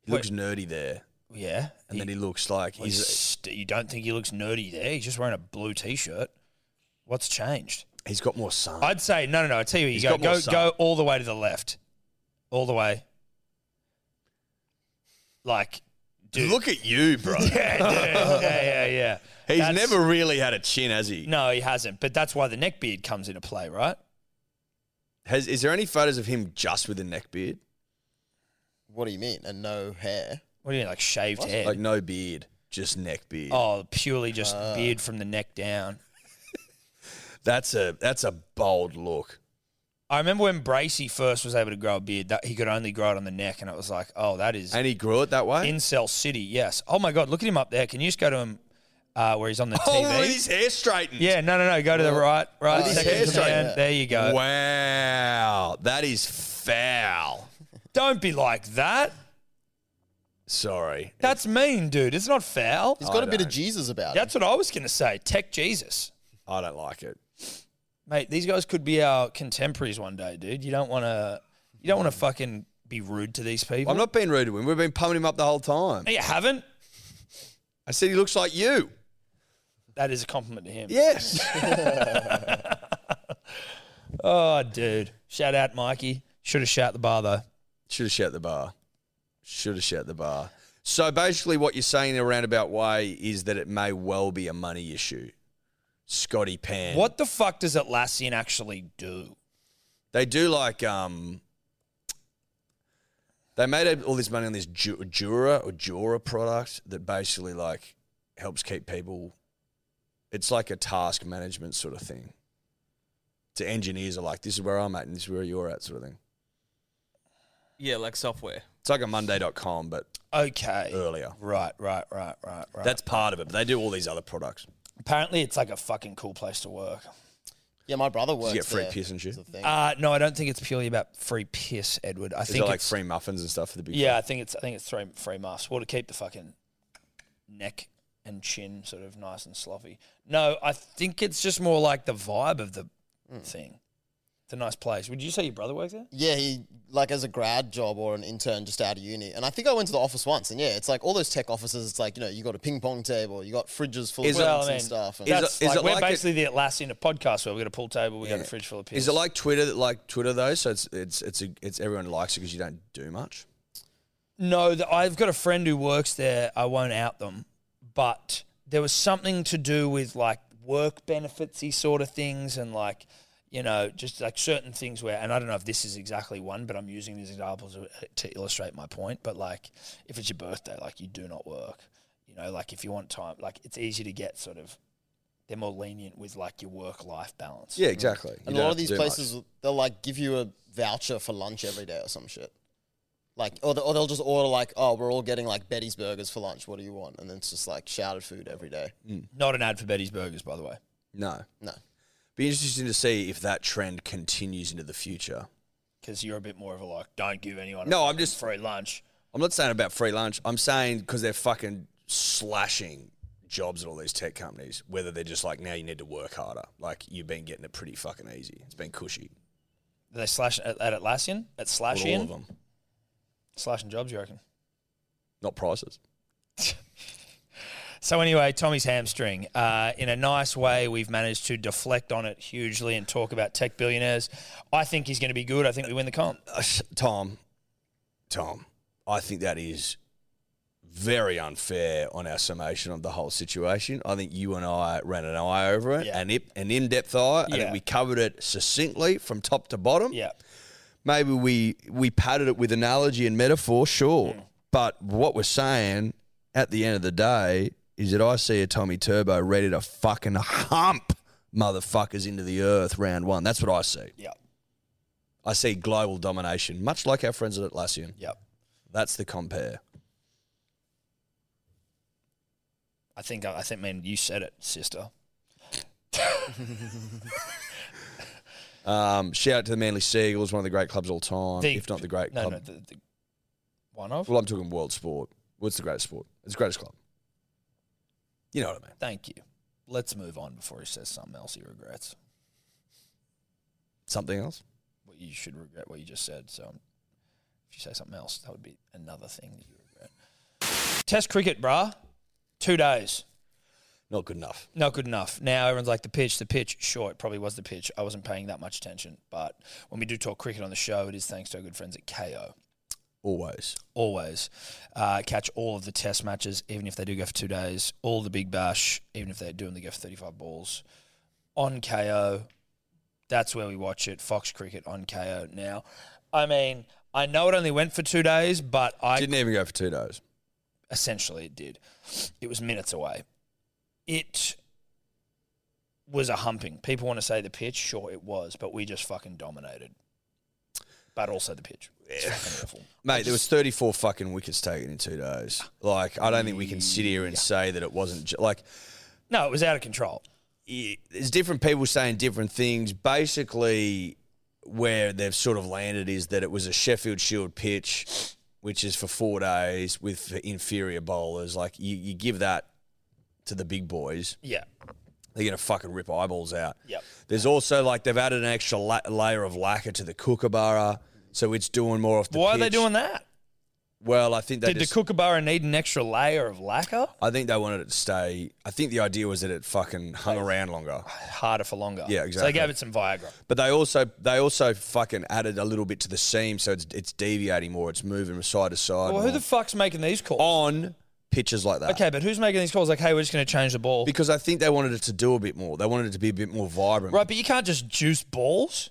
[SPEAKER 2] He
[SPEAKER 1] Wait.
[SPEAKER 2] looks nerdy there,
[SPEAKER 1] Yeah.
[SPEAKER 2] and then he looks like
[SPEAKER 1] Well, he's
[SPEAKER 2] he's
[SPEAKER 1] st- you don't think he looks nerdy there? He's just wearing a blue t-shirt. What's changed?
[SPEAKER 2] he's got more sun.
[SPEAKER 1] I'd say no, no, no. I tell you, what, you
[SPEAKER 2] He's
[SPEAKER 1] go
[SPEAKER 2] got more
[SPEAKER 1] go
[SPEAKER 2] sun.
[SPEAKER 1] go all the way to the left, all the way. Like, dude,
[SPEAKER 2] Look at you, bro.
[SPEAKER 1] yeah, dude. yeah, yeah, yeah.
[SPEAKER 2] He's
[SPEAKER 1] That's-
[SPEAKER 2] never really had a chin, has he?
[SPEAKER 1] No, he hasn't. But that's why the neck beard comes into play, right?
[SPEAKER 2] Has is there any photos of him just with a neck beard?
[SPEAKER 3] What do you mean? And no hair?
[SPEAKER 1] What do you mean, like shaved head?
[SPEAKER 2] Like no beard, just neck beard. Ah.
[SPEAKER 1] oh, purely just beard from the neck down.
[SPEAKER 2] That's a that's a bold look.
[SPEAKER 1] I remember when Bracey first was able to grow a beard, that he could only grow it on the neck, and it was like, oh, that is
[SPEAKER 2] And he grew it that way.
[SPEAKER 1] incel city. Yes. Oh my god, look at him up there. Can you just go to him uh, where he's on the
[SPEAKER 2] oh,
[SPEAKER 1] TV?
[SPEAKER 2] with his hair straightened.
[SPEAKER 1] Yeah, no, no, no. Go to the right, right.
[SPEAKER 2] his
[SPEAKER 1] Second
[SPEAKER 2] hair
[SPEAKER 1] to
[SPEAKER 2] straight.
[SPEAKER 1] man. There you go.
[SPEAKER 2] Wow, that is foul.
[SPEAKER 1] Don't be like that.
[SPEAKER 2] Sorry.
[SPEAKER 1] That's mean, dude. It's not foul.
[SPEAKER 3] He's got a bit of Jesus about him.
[SPEAKER 1] That's what I was gonna say. Tech Jesus,
[SPEAKER 2] I don't like it.
[SPEAKER 1] mate. These guys could be our contemporaries one day, dude. You don't want to. You don't want to fucking be rude to these people.
[SPEAKER 2] I'm not being rude to him. We've been pumping him up the whole time.
[SPEAKER 1] No, you haven't.
[SPEAKER 2] I said he looks like you.
[SPEAKER 1] That is a compliment to him.
[SPEAKER 2] Yes.
[SPEAKER 1] Oh, dude. Shout out, Mikey. Should have shut the bar though.
[SPEAKER 2] Should have shut the bar. Should have shut the bar. So basically, what you're saying in a roundabout way is that it may well be a money issue. Scotty Pan.
[SPEAKER 1] What the fuck does Atlassian actually do?
[SPEAKER 2] they do like um. They made all this money on this Ju- Jura or Jura product that basically like helps keep people. It's like a task management sort of thing. To engineers are like, this is where I'm at and this is where you're at, sort of thing.
[SPEAKER 4] Yeah, like software.
[SPEAKER 2] It's like a Monday.com, but
[SPEAKER 1] Okay.
[SPEAKER 2] earlier.
[SPEAKER 1] Right, right, right, right, right.
[SPEAKER 2] That's part of it. But they do all these other products.
[SPEAKER 1] Apparently, it's like a fucking cool place to work.
[SPEAKER 3] Yeah, my brother works
[SPEAKER 2] you get free
[SPEAKER 3] there.
[SPEAKER 2] piss and shit?
[SPEAKER 3] It's a thing.
[SPEAKER 1] Uh, no, I don't think it's purely about free piss, Edward. I
[SPEAKER 2] Is
[SPEAKER 1] think
[SPEAKER 2] it like
[SPEAKER 1] it's,
[SPEAKER 2] free muffins and stuff for the big?
[SPEAKER 1] Yeah, I think it's I think it's free free muffs. Well, to keep the fucking neck and chin sort of nice and sloppy. No, I think it's just more like the vibe of the
[SPEAKER 2] Hmm.
[SPEAKER 1] thing. It's a nice place. Would you say your brother works there?
[SPEAKER 3] yeah, he like as a grad job or an intern just out of uni. And I think I went to the office once, and yeah, it's like all those tech offices. It's like you know, you got a ping pong table, you got fridges full
[SPEAKER 2] Is it-
[SPEAKER 3] of
[SPEAKER 2] Well,
[SPEAKER 3] drinks and stuff. And
[SPEAKER 2] is
[SPEAKER 1] that's
[SPEAKER 2] it- is
[SPEAKER 1] like,
[SPEAKER 2] it
[SPEAKER 1] we're
[SPEAKER 2] like it-
[SPEAKER 1] basically the Atlassian of podcast where we've got a pool table, we've got a fridge full of piss.
[SPEAKER 2] Is it like Twitter? That like Twitter though, so it's it's it's a, it's everyone likes it because you don't do much.
[SPEAKER 1] No, th I've got a friend who works there. I won't out them, but there was something to do with like work benefitsy sort of things and like you know just like certain things where and I don't know if this is exactly one, but I'm using these examples to, to illustrate my point. But like if it's your birthday, like you do not work. You know, like if you want time, like it's easy to get sort of. They're more lenient with like your work life balance.
[SPEAKER 2] Yeah, exactly. You
[SPEAKER 3] and a lot
[SPEAKER 2] don't have
[SPEAKER 3] of
[SPEAKER 2] to
[SPEAKER 3] these
[SPEAKER 2] do much.
[SPEAKER 3] places, they'll like give you a voucher for lunch every day or some shit. Like, or, they, or they'll just order like, oh, we're all getting like Betty's burgers for lunch. What do you want? And then it's just like shouted food every day.
[SPEAKER 1] Mm. Not an ad for Betty's Burgers, by the way.
[SPEAKER 2] No,
[SPEAKER 3] No,
[SPEAKER 2] be interesting to see if that trend continues into the future.
[SPEAKER 1] Because you're a bit more of a like, don't give anyone.
[SPEAKER 2] No,
[SPEAKER 1] a
[SPEAKER 2] I'm just-
[SPEAKER 1] free lunch.
[SPEAKER 2] I'm not saying about free lunch. I'm saying because they're fucking slashing jobs at all these tech companies. Whether they're just like now you need to work harder. Like you've been getting it pretty fucking easy. It's been cushy.
[SPEAKER 1] They slash at, at Atlassian at
[SPEAKER 2] Not
[SPEAKER 1] Slashian
[SPEAKER 2] all of them,
[SPEAKER 1] slashing jobs. You reckon?
[SPEAKER 2] not prices.
[SPEAKER 1] So anyway, Tommy's hamstring. Uh, in a nice way, we've managed to deflect on it hugely and talk about tech billionaires. I think he's going to be good. I think we win the comp.
[SPEAKER 2] Uh, sh- Tom, Tom, I think that is very unfair on our summation of the whole situation. I think you and I ran an eye over it,
[SPEAKER 1] Yeah.
[SPEAKER 2] an, ip- an in-depth eye. I
[SPEAKER 1] Yeah.
[SPEAKER 2] think we covered it succinctly from top to bottom.
[SPEAKER 1] Yeah.
[SPEAKER 2] Maybe we we padded it with analogy and metaphor, sure.
[SPEAKER 1] Mm.
[SPEAKER 2] But what we're saying at the end of the day is that I see a Tommy Turbo ready to fucking hump motherfuckers into the earth round one. That's what I see.
[SPEAKER 1] Yeah.
[SPEAKER 2] I see global domination, much like our friends at Atlassian.
[SPEAKER 1] Yeah.
[SPEAKER 2] That's the compare.
[SPEAKER 1] I think. I think. Man, you said it, sister.
[SPEAKER 2] Um, shout out to the Manly Seagulls, one of the great clubs of all time,
[SPEAKER 1] The-
[SPEAKER 2] if not the great
[SPEAKER 1] No,
[SPEAKER 2] club.
[SPEAKER 1] no. The, the, one of.
[SPEAKER 2] Well, I'm talking world sport. What's the greatest sport? It's the greatest club. You know what I mean?
[SPEAKER 1] Thank you. Let's move on before he says something else he regrets.
[SPEAKER 2] Something else?
[SPEAKER 1] What you should regret what you just said. So if you say something else, that would be another thing that you regret. Test cricket, brah. Two days.
[SPEAKER 2] Not good enough.
[SPEAKER 1] Not good enough. Now everyone's like the pitch, the pitch. Sure, it probably was the pitch. I wasn't paying that much attention, but when we do talk cricket on the show, it is thanks to our good friends at KO.
[SPEAKER 2] Always.
[SPEAKER 1] Always uh, catch all of the test matches, even if they do go for two days. All the big bash, even if they do only go for thirty-five balls, on KO. That's where we watch it. Fox Cricket on KO now. I mean, I know it only went for two days, but I
[SPEAKER 2] Didn't even go for two days.
[SPEAKER 1] essentially it did. It was minutes away. It was a humping. People want to say the pitch, sure it was, but we just fucking dominated. But also the pitch. It's fucking awful.
[SPEAKER 2] Mate, there was 34 fucking wickets taken in two days. Like, I don't think we can sit here and say that it wasn't ju- like
[SPEAKER 1] No, it was out of control.
[SPEAKER 2] it- there's different people saying different things. Basically, where they've sort of landed is that it was a Sheffield Shield pitch, which is for four days with inferior bowlers. Like you, you give that to the big boys,
[SPEAKER 1] Yeah.
[SPEAKER 2] they're gonna fucking rip eyeballs out.
[SPEAKER 1] Yep.
[SPEAKER 2] There's also like they've added an extra la- layer of lacquer to the Kookaburra, so it's doing more off the.
[SPEAKER 1] Why are they
[SPEAKER 2] pitch.
[SPEAKER 1] doing that?
[SPEAKER 2] Well, I think they
[SPEAKER 1] Did the
[SPEAKER 2] just,
[SPEAKER 1] Kookaburra need an extra layer of lacquer?
[SPEAKER 2] I think they wanted it to stay. I think the idea was that it fucking hung around longer.
[SPEAKER 1] Harder for longer.
[SPEAKER 2] Yeah,
[SPEAKER 1] So they
[SPEAKER 2] exactly.
[SPEAKER 1] gave it some Viagra.
[SPEAKER 2] But they also they also fucking added a little bit to the seam, so it's it's deviating more. It's moving from side to side.
[SPEAKER 1] Well, who
[SPEAKER 2] more.
[SPEAKER 1] the fuck's making these calls?
[SPEAKER 2] on pitches like that?
[SPEAKER 1] Okay, but who's making these calls? Like, hey, we're just going to change the ball.
[SPEAKER 2] Because I think they wanted it to do a bit more. They wanted it to be a bit more vibrant.
[SPEAKER 1] right, but you can't just juice balls.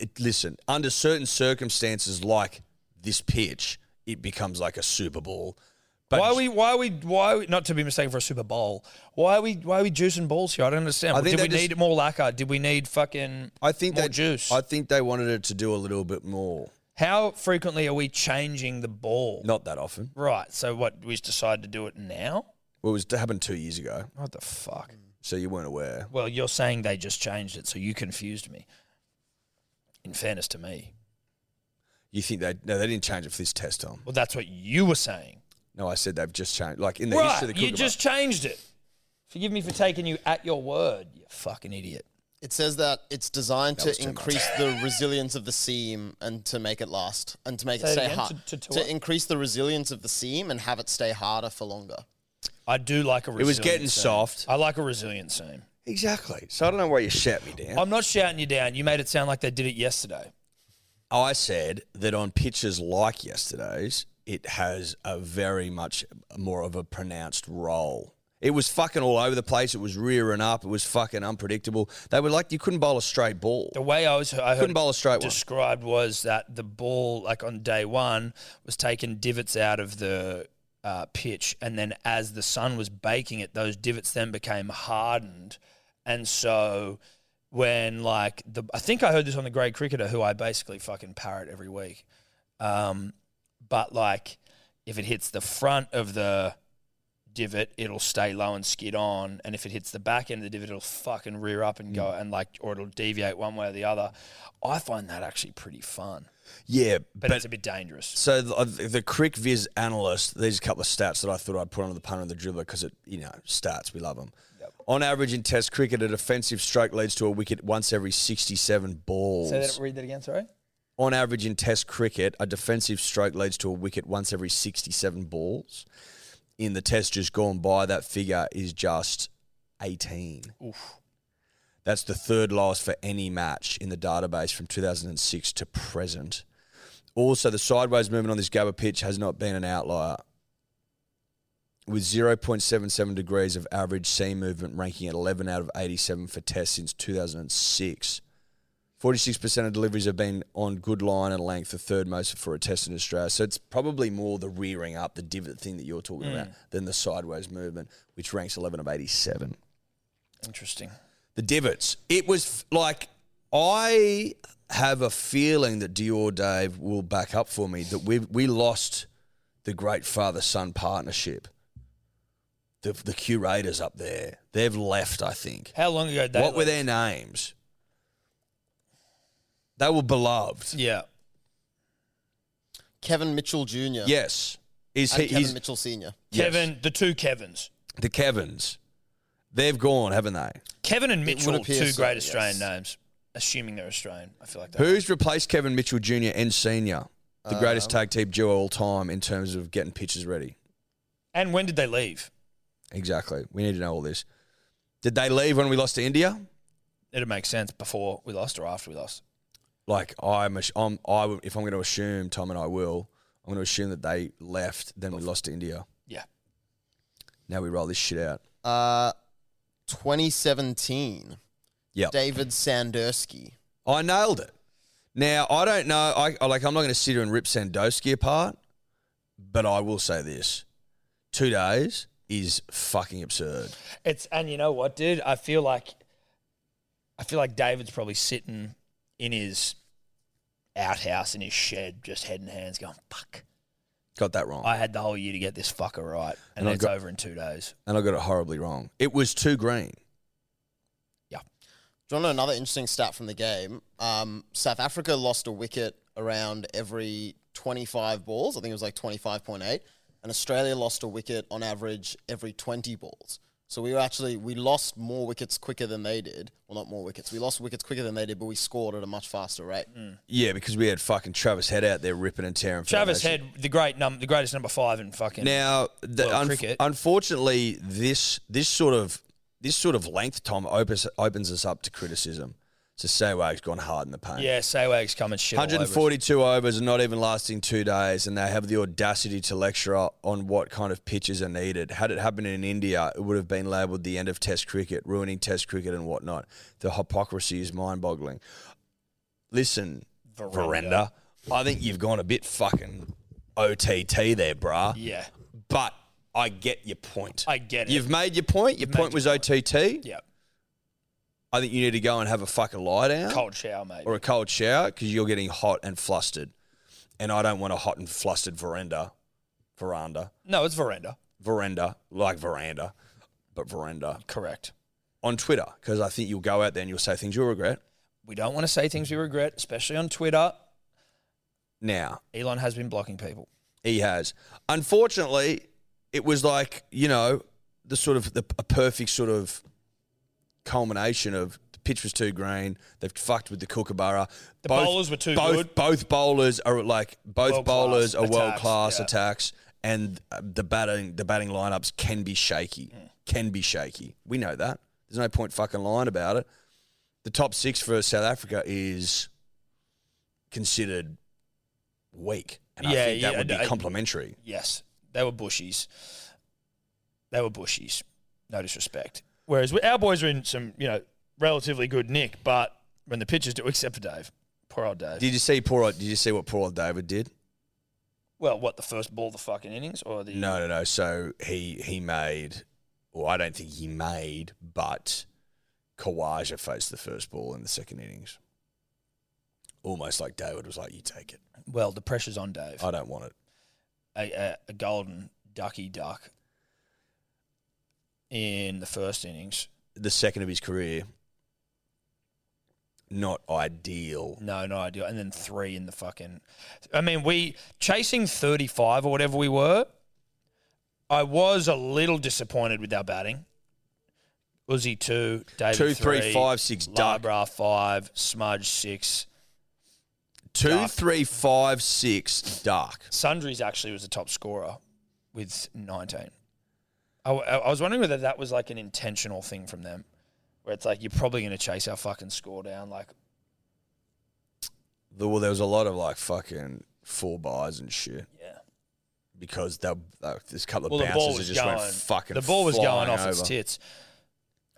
[SPEAKER 2] It- listen, under certain circumstances like this pitch, it becomes like a Super Bowl. But
[SPEAKER 1] why are we? Why are we? Why are we, not to be mistaken for a Super Bowl? Why are we? Why are we juicing balls here? I don't understand.
[SPEAKER 2] I think
[SPEAKER 1] Did we
[SPEAKER 2] they just-
[SPEAKER 1] need more lacquer? Did we need fucking?
[SPEAKER 2] I think
[SPEAKER 1] more
[SPEAKER 2] they
[SPEAKER 1] juice.
[SPEAKER 2] I think they wanted it to do a little bit more.
[SPEAKER 1] How frequently are we changing the ball?
[SPEAKER 2] Not that often.
[SPEAKER 1] Right. So what? We just decided to do it now.
[SPEAKER 2] Well, it was it happened two years ago,
[SPEAKER 1] What the fuck?
[SPEAKER 2] so you weren't aware.
[SPEAKER 1] Well, you're saying they just changed it, so you confused me. In fairness to me,
[SPEAKER 2] You think they no, they didn't change it for this test, Tom.
[SPEAKER 1] well, that's what you were saying.
[SPEAKER 2] No, I said they've just changed. Like in the
[SPEAKER 1] Right.
[SPEAKER 2] history of the
[SPEAKER 1] you
[SPEAKER 2] Kookaburra.
[SPEAKER 1] just changed it. Forgive me for taking you at your word. You fucking idiot.
[SPEAKER 3] It says that it's designed
[SPEAKER 2] was
[SPEAKER 3] to
[SPEAKER 2] too much.
[SPEAKER 3] increase the resilience of the seam and to make it last and to make
[SPEAKER 1] Say it
[SPEAKER 3] it stay
[SPEAKER 1] again,
[SPEAKER 3] hard.
[SPEAKER 1] to- to- to what?
[SPEAKER 3] increase the resilience of the seam and have it stay harder for longer.
[SPEAKER 1] I do like a.
[SPEAKER 2] It was
[SPEAKER 1] resilient
[SPEAKER 2] getting
[SPEAKER 1] seam.
[SPEAKER 2] soft.
[SPEAKER 1] I like a resilient seam.
[SPEAKER 2] Exactly. So I don't know why you shut me down.
[SPEAKER 1] I'm not shouting you down. You made it sound like they did it yesterday.
[SPEAKER 2] I said that on pitches like yesterday's, it has a very much more of a pronounced roll. It was fucking all over the place. It was rearing up. It was fucking unpredictable. They were like you couldn't bowl a straight ball.
[SPEAKER 1] The way I was, I heard
[SPEAKER 2] Couldn't bowl a straight one.
[SPEAKER 1] described was that the ball, like on day one, was taking divots out of the uh, pitch, and then as the sun was baking it, those divots then became hardened, and so when like the, I think I heard this on the Great Cricketer, who I basically fucking parrot every week, um, but like if it hits the front of the divot, it'll stay low and skid on. And if it hits the back end of the divot, it'll fucking rear up and go and like, or it'll deviate one way or the other. I find that actually pretty fun,
[SPEAKER 2] Yeah,
[SPEAKER 1] but,
[SPEAKER 2] but,
[SPEAKER 1] it's a bit dangerous.
[SPEAKER 2] so the, uh, the Crick Viz analyst, there's a couple of stats that I thought I'd put on the punter and the dribbler because it, you know, stats we love them. On average in Test cricket, a defensive stroke leads to a wicket once every 67 balls.
[SPEAKER 1] read that again, sorry.
[SPEAKER 2] on average in Test cricket, a defensive stroke leads to a wicket once every 67 balls. In the Test just gone by, that figure is just 18. That's the third lowest for any match in the database from 2006 to present. Also, the sideways movement on this Gabba pitch has not been an outlier, with 0.77 degrees of average seam movement, ranking at 11 out of 87 for Test since 2006. 46% of deliveries have been on good line and length, the third most for a test in Australia. So it's probably more the rearing up, the divot thing that you're talking about, than the sideways movement, which ranks 11 of 87.
[SPEAKER 1] Interesting.
[SPEAKER 2] The divots. It was f- like, I have a feeling that Dior Dave will back up for me that we we lost the great father son partnership. The, the curators up there, they've left, I think.
[SPEAKER 1] How long ago? did They
[SPEAKER 2] What were
[SPEAKER 1] leave?
[SPEAKER 2] their names? They were beloved.
[SPEAKER 1] Yeah.
[SPEAKER 3] Kevin Mitchell Jr.
[SPEAKER 2] Yes. Is
[SPEAKER 3] and
[SPEAKER 2] he,
[SPEAKER 3] Kevin
[SPEAKER 2] he's
[SPEAKER 3] Mitchell Sr.
[SPEAKER 2] Yes.
[SPEAKER 1] Kevin, the two Kevins.
[SPEAKER 2] the Kevins? They've gone, haven't they?
[SPEAKER 1] Kevin and Mitchell,
[SPEAKER 3] appear
[SPEAKER 1] two
[SPEAKER 3] so,
[SPEAKER 1] great
[SPEAKER 3] yes.
[SPEAKER 1] Australian names, assuming they're Australian. I feel like that. Uh,
[SPEAKER 2] Who's replaced Kevin Mitchell Jr. and Senior, the greatest tag team duo all time in terms of getting pitches ready?
[SPEAKER 1] And when did they leave?
[SPEAKER 2] Exactly. We need to know all this. Did they leave when we lost to India?
[SPEAKER 1] It'd make sense before we lost or after we lost.
[SPEAKER 2] Like I'm, ass- I'm I would- if I'm going to assume Tom and I will, I'm going to assume that they left. Then we lost to India.
[SPEAKER 1] Yeah.
[SPEAKER 2] Now we roll this shit out.
[SPEAKER 3] Uh, 2017.
[SPEAKER 2] Yeah,
[SPEAKER 3] David Sandersky.
[SPEAKER 2] I Oh, nailed it. Now I don't know. I, I like. I'm not going to sit here and rip Sandowski apart, but I will say this: two days is fucking absurd.
[SPEAKER 1] It's and you know what, dude? I feel like I feel like David's probably sitting in his outhouse in his shed, just head in hands, going, "Fuck,
[SPEAKER 2] Got that wrong,
[SPEAKER 1] I had the whole year to get this fucker right, and,
[SPEAKER 2] Oh. And I
[SPEAKER 1] it's
[SPEAKER 2] got-
[SPEAKER 1] over in two days."
[SPEAKER 2] and I got it horribly wrong. It was too green.
[SPEAKER 3] Do you want to know another interesting stat from the game? Um, South Africa lost a wicket around every 25 balls. I think it was like 25.8. And Australia lost a wicket on average every 20 balls. So we were actually, we lost more wickets quicker than they did. Well, not more wickets. We lost wickets quicker than they did, but we scored at a much faster rate.
[SPEAKER 1] Mm.
[SPEAKER 2] Yeah, because we had fucking Travis Head out there ripping and tearing.
[SPEAKER 1] Travis
[SPEAKER 2] foundation.
[SPEAKER 1] Head, the great num, the greatest number five in fucking.
[SPEAKER 2] Now, the,
[SPEAKER 1] Well,
[SPEAKER 2] un-
[SPEAKER 1] cricket.
[SPEAKER 2] unfortunately, this this sort of this sort of length, Tom, opens opens us up to criticism. So Saywag's gone hard in the paint.
[SPEAKER 1] yeah, Saywag's coming shit. all over us.
[SPEAKER 2] 142 overs and not even lasting two days, and they have the audacity to lecture o- on what kind of pitches are needed. Had it happened in India, it would have been labelled the end of Test cricket, ruining Test cricket and whatnot. The hypocrisy is mind boggling. Listen, Verenda, I think you've gone a bit fucking OTT there, brah.
[SPEAKER 1] Yeah,
[SPEAKER 2] But I get your point.
[SPEAKER 1] I get it.
[SPEAKER 2] You've made your point. Your
[SPEAKER 1] You've made
[SPEAKER 2] point
[SPEAKER 1] your
[SPEAKER 2] was OTT.
[SPEAKER 1] yeah,
[SPEAKER 2] I think you need to go and have a fucking lie down
[SPEAKER 1] cold shower, mate.
[SPEAKER 2] or a cold shower because you're getting hot and flustered. And I don't want a hot and flustered veranda, veranda,
[SPEAKER 1] no, it's Veranda.
[SPEAKER 2] veranda, like veranda, but veranda
[SPEAKER 1] Correct.
[SPEAKER 2] on Twitter because I think you'll go out there and you'll say things you'll regret.
[SPEAKER 1] We don't want to say things we regret, especially on Twitter.
[SPEAKER 2] Now,
[SPEAKER 1] Elon has been blocking people.
[SPEAKER 2] he has. Unfortunately, it was like you know the sort of the, a perfect sort of culmination of the pitch was too green. They've fucked with the Kookaburra.
[SPEAKER 1] The bowlers were too
[SPEAKER 2] both,
[SPEAKER 1] good.
[SPEAKER 2] Both bowlers are like both
[SPEAKER 1] World-class
[SPEAKER 2] bowlers are
[SPEAKER 1] attacks,
[SPEAKER 2] world class
[SPEAKER 1] yeah.
[SPEAKER 2] attacks, and uh, the batting the batting lineups can be shaky.
[SPEAKER 1] Mm.
[SPEAKER 2] Can be shaky. We know that. There's no point fucking lying about it. The top six for South Africa is considered weak. And
[SPEAKER 1] Yeah,
[SPEAKER 2] I think that
[SPEAKER 1] yeah,
[SPEAKER 2] would be
[SPEAKER 1] I-
[SPEAKER 2] complimentary.
[SPEAKER 1] Yes, they were bushies. They were bushies. No disrespect. Whereas we, our boys are in some, you know, relatively good nick, but when the pitchers do, except for Dave, poor old Dave.
[SPEAKER 2] Did you see poor? old- Did you see what poor old David did?
[SPEAKER 1] well, what the first ball of the fucking innings or the
[SPEAKER 2] No, no, no. So he he made, well, I don't think he made, but Kawaja faced the first ball in the second innings. Almost like David was like, "You take it.
[SPEAKER 1] Well, the pressure's on Dave.
[SPEAKER 2] I don't want it."
[SPEAKER 1] A, a, a golden ducky duck in the first innings.
[SPEAKER 2] The second of his career, not ideal.
[SPEAKER 1] No, no idea. And then three in the fucking. I mean, we chasing thirty five or whatever we were. I was a little disappointed with our batting. Uzi two, David
[SPEAKER 2] Two, three,
[SPEAKER 1] three,
[SPEAKER 2] five, six, Duck.
[SPEAKER 1] Labra five, Smudge six.
[SPEAKER 2] Two,
[SPEAKER 1] Dark.
[SPEAKER 2] three, five, six, dark.
[SPEAKER 1] Sundries actually was the top scorer with nineteen. I, I- I was wondering whether that was like an intentional thing from them, where it's like you're probably going to chase our fucking score down. Like,
[SPEAKER 2] The- Well, there was a lot of like fucking four buys and shit.
[SPEAKER 1] yeah.
[SPEAKER 2] because that, that there's a couple of
[SPEAKER 1] Well, the
[SPEAKER 2] bounces
[SPEAKER 1] ball
[SPEAKER 2] that
[SPEAKER 1] was
[SPEAKER 2] just
[SPEAKER 1] going.
[SPEAKER 2] went fucking.
[SPEAKER 1] the ball was
[SPEAKER 2] flying
[SPEAKER 1] going off
[SPEAKER 2] over.
[SPEAKER 1] its tits.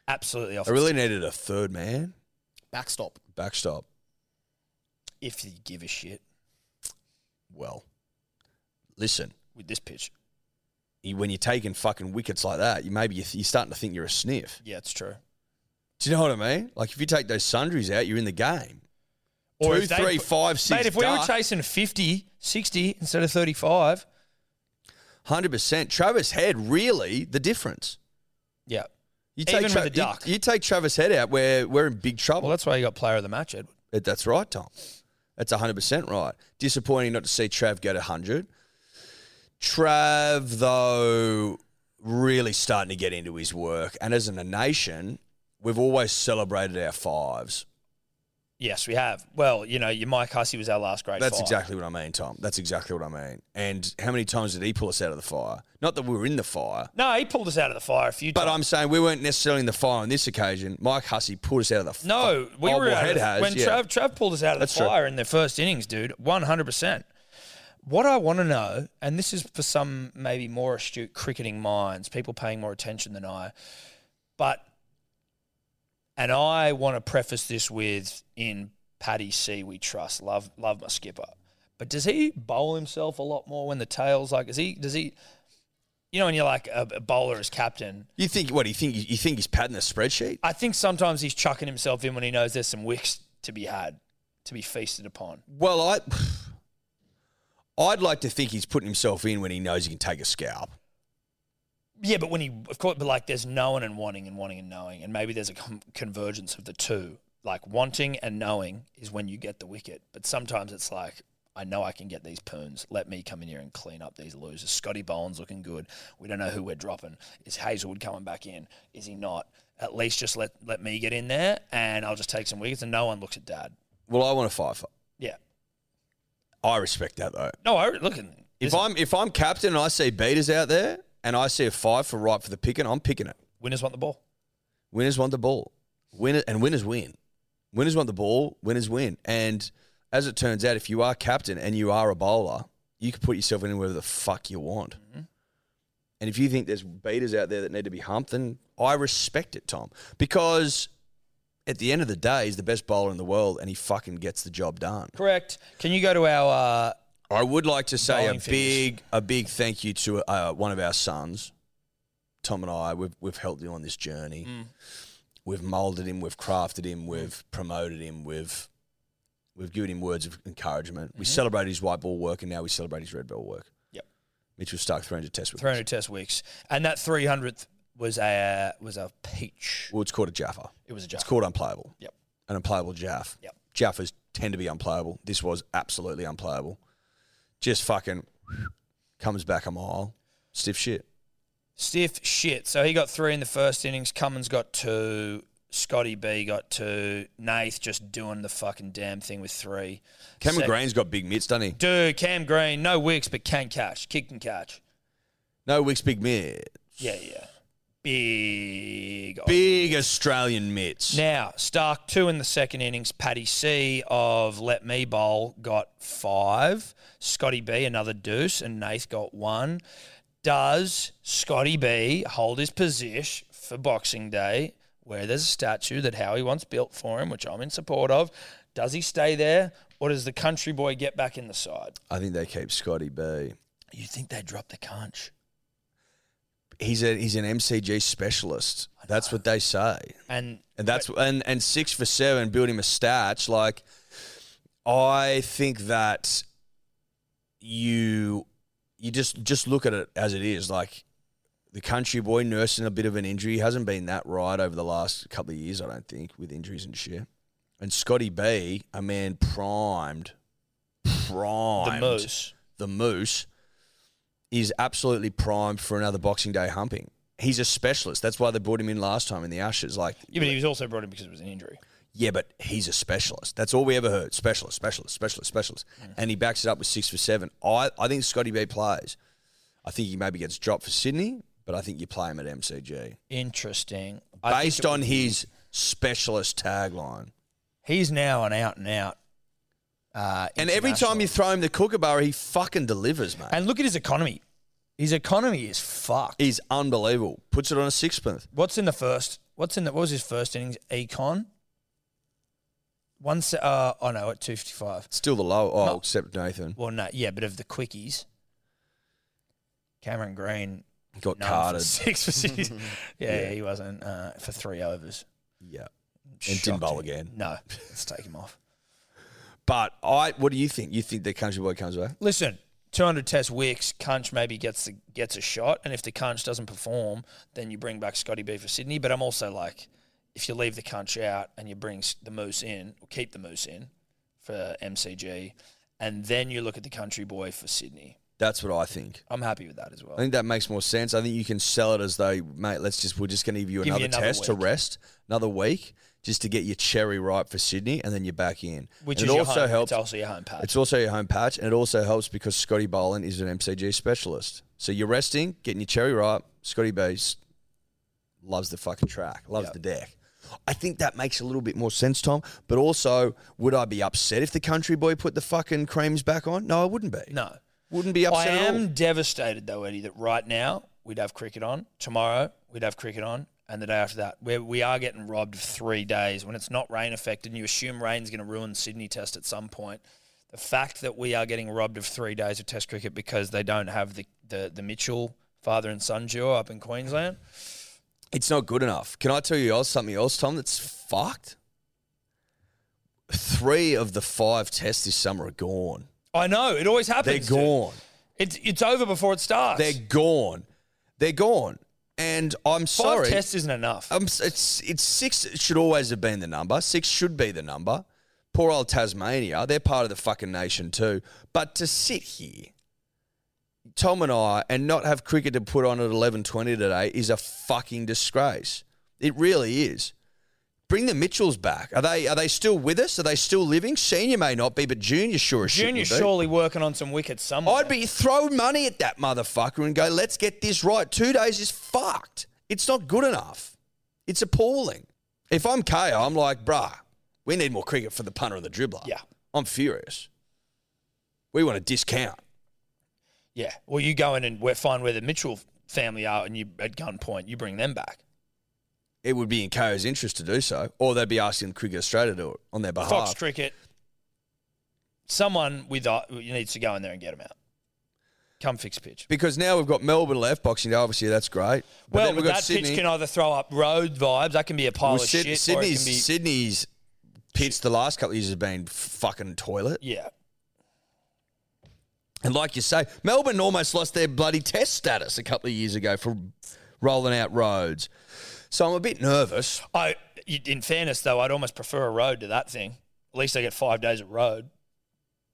[SPEAKER 1] Absolutely off.
[SPEAKER 2] I
[SPEAKER 1] its
[SPEAKER 2] really needed a third man
[SPEAKER 3] Backstop.
[SPEAKER 2] backstop.
[SPEAKER 1] if you give a shit
[SPEAKER 2] Well, listen,
[SPEAKER 1] with this pitch.
[SPEAKER 2] you, when you're taking fucking wickets like that, you maybe you're, you're starting to think you're a sniff.
[SPEAKER 1] Yeah, it's true.
[SPEAKER 2] Do you know what I mean? Like if you take those sundries out, you're in the game. Two,
[SPEAKER 1] if they-
[SPEAKER 2] three, five, six,
[SPEAKER 1] Mate, if we were
[SPEAKER 2] duck.
[SPEAKER 1] chasing 50, 60 instead of 35,
[SPEAKER 2] Hundred percent. Travis Head really the difference.
[SPEAKER 1] yeah.
[SPEAKER 2] You
[SPEAKER 1] Even with
[SPEAKER 2] Tra-
[SPEAKER 1] a
[SPEAKER 2] you-
[SPEAKER 1] duck.
[SPEAKER 2] You, take Travis Head out, we're we're in big trouble.
[SPEAKER 1] Well, that's why you got player of the match, Edward.
[SPEAKER 2] That- That's right, Tom. That's 100% right. Disappointing not to see Trav go to 100. Trav, though, really starting to get into his work. And as a nation, we've always celebrated our fives.
[SPEAKER 1] Yes, we have. Well, you know, your Mike Hussey was our last great
[SPEAKER 2] That's
[SPEAKER 1] five.
[SPEAKER 2] exactly what I mean, Tom. That's exactly what I mean. And how many times did he pull us out of the fire? Not that we were in the fire,
[SPEAKER 1] No, he pulled us out of the fire a few
[SPEAKER 2] but I'm
[SPEAKER 1] times.
[SPEAKER 2] saying we weren't necessarily in the fire on this occasion. Mike Hussey pulled us out of the
[SPEAKER 1] No, we
[SPEAKER 2] Oh,
[SPEAKER 1] were
[SPEAKER 2] well,
[SPEAKER 1] out
[SPEAKER 2] Head
[SPEAKER 1] of the,
[SPEAKER 2] has,
[SPEAKER 1] when
[SPEAKER 2] yeah.
[SPEAKER 1] Trav, Trav pulled us out of
[SPEAKER 2] That's
[SPEAKER 1] the
[SPEAKER 2] true.
[SPEAKER 1] fire in the first innings, dude. 100%. What I want to know, and this is for some maybe more astute cricketing minds, people paying more attention than I, but and I want to preface this with in Paddy C, we trust. Love, love my skipper. But does he bowl himself a lot more when the tail's like? Is he? Does he? You know, when you're like a, a bowler as captain,
[SPEAKER 2] You think what? do You think you think he's padding a spreadsheet?
[SPEAKER 1] I think sometimes he's chucking himself in when he knows there's some wicks to be had, to be feasted upon.
[SPEAKER 2] Well, I, I'd like to think he's putting himself in when he knows he can take a scalp.
[SPEAKER 1] Yeah, but when he, of course, but like there's knowing and wanting and wanting and knowing, and maybe there's a com- convergence of the two. Like wanting and knowing is when you get the wicket, but sometimes it's like I know I can get these poons. Let me come in here and clean up these losers. Scotty Boland's looking good. We don't know who we're dropping. Is Hazelwood coming back in? Is he not? At least just let let me get in there, and I'll just take some wickets, and no one looks at Dad.
[SPEAKER 2] Well, I want a five.
[SPEAKER 1] Yeah, Oh,
[SPEAKER 2] I respect that though.
[SPEAKER 1] no, I looking.
[SPEAKER 2] If I'm if I'm captain and I see beaters out there and I see a five for right for the picking, I'm picking it.
[SPEAKER 1] Winners want the ball.
[SPEAKER 2] Winners want the ball. Winner and winners win. Winners want the ball. Winners win. And as it turns out, if you are captain and you are a bowler, you can put yourself anywhere the fuck you want. And if you think there's beaters out there that need to be humped, then I respect it, Tom, because at the end of the day, he's the best bowler in the world, and he fucking gets the job done.
[SPEAKER 1] Correct. Can you go to our? Uh,
[SPEAKER 2] I would like to say a
[SPEAKER 1] Bowling figures.
[SPEAKER 2] big, a big thank you to uh, one of our sons, Tom and I. We've we've helped him on this journey.
[SPEAKER 1] Mm.
[SPEAKER 2] We've molded him. We've crafted him. We've promoted him. We've we've given him words of encouragement. We celebrate his white ball work, and now we celebrate his red ball work.
[SPEAKER 1] Mm-hmm. Yep.
[SPEAKER 2] Mitchell Stark, three hundred test wickets.
[SPEAKER 1] 300 test weeks. And that 300th was a was a peach.
[SPEAKER 2] Well, it's called a Jaffa.
[SPEAKER 1] It was a
[SPEAKER 2] It's
[SPEAKER 1] joke.
[SPEAKER 2] called unplayable.
[SPEAKER 1] Yep.
[SPEAKER 2] An unplayable Jaff.
[SPEAKER 1] Yep.
[SPEAKER 2] Jaffas tend to be unplayable. This was absolutely unplayable. Just fucking comes back a mile. Stiff shit.
[SPEAKER 1] Stiff shit. So he got three in the first innings. Cummins got two. Scotty B got two. Nath just doing the fucking damn thing with three.
[SPEAKER 2] Cameron
[SPEAKER 1] Sec-
[SPEAKER 2] Green's got big mitts, doesn't he?
[SPEAKER 1] Dude, Cam Green, no wicks, but can catch. Kick and catch.
[SPEAKER 2] No Wicks big mitts.
[SPEAKER 1] Yeah, yeah. Big.
[SPEAKER 2] Big Australian mitts.
[SPEAKER 1] Now, Stark, two in the second innings. Paddy C of Let Me Bowl got five. Scotty B, another deuce, and Nath got one. Does Scotty B hold his position for Boxing Day, where there's a statue that Howie once built for him, which I'm in support of? Does he stay there, or does the country boy get back in the side?
[SPEAKER 2] I think they keep Scotty B.
[SPEAKER 1] You think they drop the conch?
[SPEAKER 2] He's a he's an MCG specialist. That's what they say.
[SPEAKER 1] And
[SPEAKER 2] And that's and and six for seven, build him a stats. Like I think that you you just just look at it as it is. Like the country boy nursing a bit of an injury He hasn't been that right over the last couple of years, I don't think, with injuries and shit. And Scotty B, a man primed,
[SPEAKER 1] the
[SPEAKER 2] primed
[SPEAKER 1] moose.
[SPEAKER 2] the moose is absolutely primed for another Boxing Day humping. He's a specialist. That's why they brought him in last time in the Ashes. Like,
[SPEAKER 1] Yeah, but he was also brought in because it was an injury.
[SPEAKER 2] yeah, but he's a specialist. That's all we ever heard. Specialist, specialist, specialist, specialist.
[SPEAKER 1] Mm.
[SPEAKER 2] And he backs it up with six for seven. I, I think Scotty B plays. I think he maybe gets dropped for Sydney, but I think you play him at MCG
[SPEAKER 1] Interesting. I think
[SPEAKER 2] based
[SPEAKER 1] it
[SPEAKER 2] on his specialist tagline.
[SPEAKER 1] He's now an out and out. Uh,
[SPEAKER 2] And every time you
[SPEAKER 1] international.
[SPEAKER 2] throw him the kookaburra, he fucking delivers, mate.
[SPEAKER 1] and look at his economy, his economy is fucked.
[SPEAKER 2] he's unbelievable. Puts it on a sixpence.
[SPEAKER 1] What's in the first? What's in the? What was his first innings? Econ. One. Se- uh, oh no, at two fifty five.
[SPEAKER 2] Still the low. Oh,
[SPEAKER 1] No.
[SPEAKER 2] except Nathan.
[SPEAKER 1] Well, no, yeah, but of the quickies, Cameron Green
[SPEAKER 2] Got
[SPEAKER 1] none for
[SPEAKER 2] carded.
[SPEAKER 1] six for six. yeah, he wasn't uh, for three overs.
[SPEAKER 2] Yeah.
[SPEAKER 1] Shocked
[SPEAKER 2] didn't bowl
[SPEAKER 1] him.
[SPEAKER 2] again.
[SPEAKER 1] No, let's take him off.
[SPEAKER 2] But I, what do you think? You think the country boy comes back?
[SPEAKER 1] Listen, 200 test wicks, Cunch maybe gets the, gets a shot, and if the Cunch doesn't perform, then you bring back Scotty B for Sydney. But I'm also like, if you leave the Cunch out and you bring s- the Moose in, or keep the Moose in for MCG, and then you look at the Country Boy for Sydney,
[SPEAKER 2] That's what I think.
[SPEAKER 1] I'm happy with that as well.
[SPEAKER 2] I think that makes more sense. I think you can sell it as though, mate, let's just, we're just going to give you
[SPEAKER 1] Give you
[SPEAKER 2] another,
[SPEAKER 1] another
[SPEAKER 2] test to
[SPEAKER 1] week.
[SPEAKER 2] rest, another week, just to get your cherry ripe for Sydney, and then you're back in.
[SPEAKER 1] Which
[SPEAKER 2] And
[SPEAKER 1] is
[SPEAKER 2] it
[SPEAKER 1] your
[SPEAKER 2] also
[SPEAKER 1] home, it's
[SPEAKER 2] helps.
[SPEAKER 1] also your home patch.
[SPEAKER 2] It's also your home patch, and it also helps because Scotty Boland is an MCG specialist. So you're resting, getting your cherry ripe. Scotty Bays loves the fucking track, loves the deck. I think that makes a little bit more sense, Tom. But also, would I be upset if the country boy put the fucking creams back on? No, I wouldn't be.
[SPEAKER 1] no.
[SPEAKER 2] Wouldn't be
[SPEAKER 1] I
[SPEAKER 2] upset at all.
[SPEAKER 1] am devastated though, Eddie, that right now we'd have cricket on. Tomorrow we'd have cricket on. and the day after that. Where we are getting robbed of three days when it's not rain affected, and you assume rain's going to ruin Sydney Test at some point. The fact that we are getting robbed of three days of Test cricket because they don't have the the, the Mitchell father and son duo up in Queensland.
[SPEAKER 2] It's not good enough. Can I tell you else something else, Tom? That's fucked. Three of the five tests this summer are gone.
[SPEAKER 1] I know it always
[SPEAKER 2] They're
[SPEAKER 1] happens. dude.
[SPEAKER 2] gone.
[SPEAKER 1] It's it's over before it starts.
[SPEAKER 2] They're gone. They're gone. And I'm
[SPEAKER 1] Five
[SPEAKER 2] sorry.
[SPEAKER 1] tests isn't enough.
[SPEAKER 2] Um, s- it's it's six. It should always have been the number. Six should be the number. Poor old Tasmania. They're part of the fucking nation too. But to sit here, Tom and I, and not have cricket to put on at eleven twenty today is a fucking disgrace. It really is. Bring the Mitchells back. Are they are they still with us? Are they still living? Senior may not be, but junior sure as shit
[SPEAKER 1] Junior
[SPEAKER 2] would be.
[SPEAKER 1] surely working on some wickets somewhere.
[SPEAKER 2] I'd be throw money at that motherfucker and go, let's get this right. Two days is fucked. It's not good enough. It's appalling. If I'm KO, I'm like, bruh, we need more cricket for the punter and the dribbler.
[SPEAKER 1] Yeah.
[SPEAKER 2] I'm furious. We want a discount.
[SPEAKER 1] Yeah. Well, you go in and we find where the Mitchell family are, and you at gunpoint you bring them back.
[SPEAKER 2] It would be in KO's interest to do so, or they'd be asking Cricket Australia to do it on their behalf.
[SPEAKER 1] Fox Cricket. Someone with uh, needs to go in there and get them out. Come fix pitch.
[SPEAKER 2] because now we've got Melbourne left, Boxing Day, obviously, that's great. But
[SPEAKER 1] well,
[SPEAKER 2] then we've
[SPEAKER 1] but
[SPEAKER 2] got
[SPEAKER 1] that
[SPEAKER 2] Sydney.
[SPEAKER 1] pitch can either throw up road vibes. That can be a pile
[SPEAKER 2] Well,
[SPEAKER 1] of
[SPEAKER 2] Syd-
[SPEAKER 1] shit. or it
[SPEAKER 2] Sydney's,
[SPEAKER 1] can be,
[SPEAKER 2] Sydney's pitch the last couple of years has been fucking toilet.
[SPEAKER 1] yeah.
[SPEAKER 2] And like you say, Melbourne almost lost their bloody test status a couple of years ago for rolling out roads. So I'm a bit nervous.
[SPEAKER 1] I, in fairness though, I'd almost prefer a road to that thing. At least they get five days of road.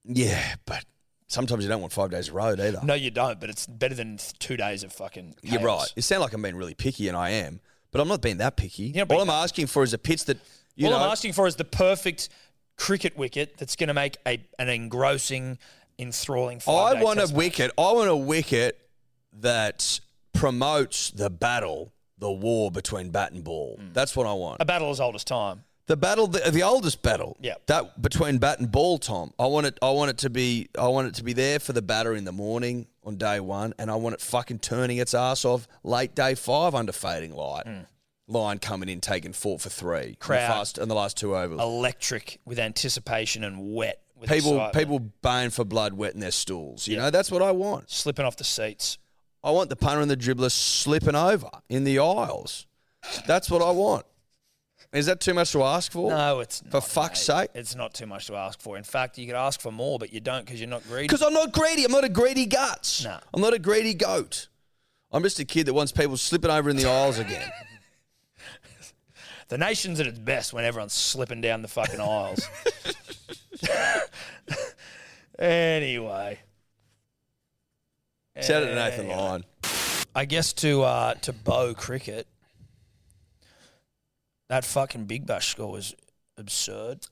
[SPEAKER 2] Yeah, but sometimes you don't want five days of road either.
[SPEAKER 1] No, you don't. But it's better than th- two days of fucking.
[SPEAKER 2] You're
[SPEAKER 1] chaos.
[SPEAKER 2] right. You sound like I'm being really picky, and I am, but I'm not being that picky.
[SPEAKER 1] You're not
[SPEAKER 2] All
[SPEAKER 1] being
[SPEAKER 2] I'm asking for is a pitch that, you
[SPEAKER 1] All
[SPEAKER 2] know,
[SPEAKER 1] I'm asking for is the perfect cricket wicket that's going to make a an engrossing, enthralling.
[SPEAKER 2] I
[SPEAKER 1] five-day
[SPEAKER 2] want a
[SPEAKER 1] test match.
[SPEAKER 2] wicket. I want a wicket that promotes the battle, the war between bat and ball. That's what I want.
[SPEAKER 1] Mm. A battle as old as time.
[SPEAKER 2] The battle, the, the oldest battle.
[SPEAKER 1] Yeah.
[SPEAKER 2] That between bat and ball, Tom. I want it. I want it to be. I want it to be there for the batter in the morning on day one, and I want it fucking turning its ass off late day five under fading light. Line coming in, taking four for three.
[SPEAKER 1] Mm. Crowd.
[SPEAKER 2] In the, fast, in the last two overs.
[SPEAKER 1] Electric with anticipation and wet. With
[SPEAKER 2] people,
[SPEAKER 1] excitement.
[SPEAKER 2] people baying for blood, wetting their stools. You know, that's what I want.
[SPEAKER 1] slipping off the seats.
[SPEAKER 2] I want the punter and the dribbler slipping over in the aisles. That's what I want. Is that too much to ask for?
[SPEAKER 1] No, it's not,
[SPEAKER 2] For fuck's
[SPEAKER 1] mate.
[SPEAKER 2] sake.
[SPEAKER 1] It's not too much to ask for. In fact, you could ask for more, but you don't because you're not greedy.
[SPEAKER 2] Because I'm not greedy. I'm not a greedy guts.
[SPEAKER 1] No.
[SPEAKER 2] I'm not a greedy goat. I'm just a kid that wants people slipping over in the aisles again.
[SPEAKER 1] The nation's at its best when everyone's slipping down the fucking aisles. anyway.
[SPEAKER 2] Shout out to Nathan Lyon.
[SPEAKER 1] I guess to uh, to bow cricket, that fucking Big Bash score was absurd.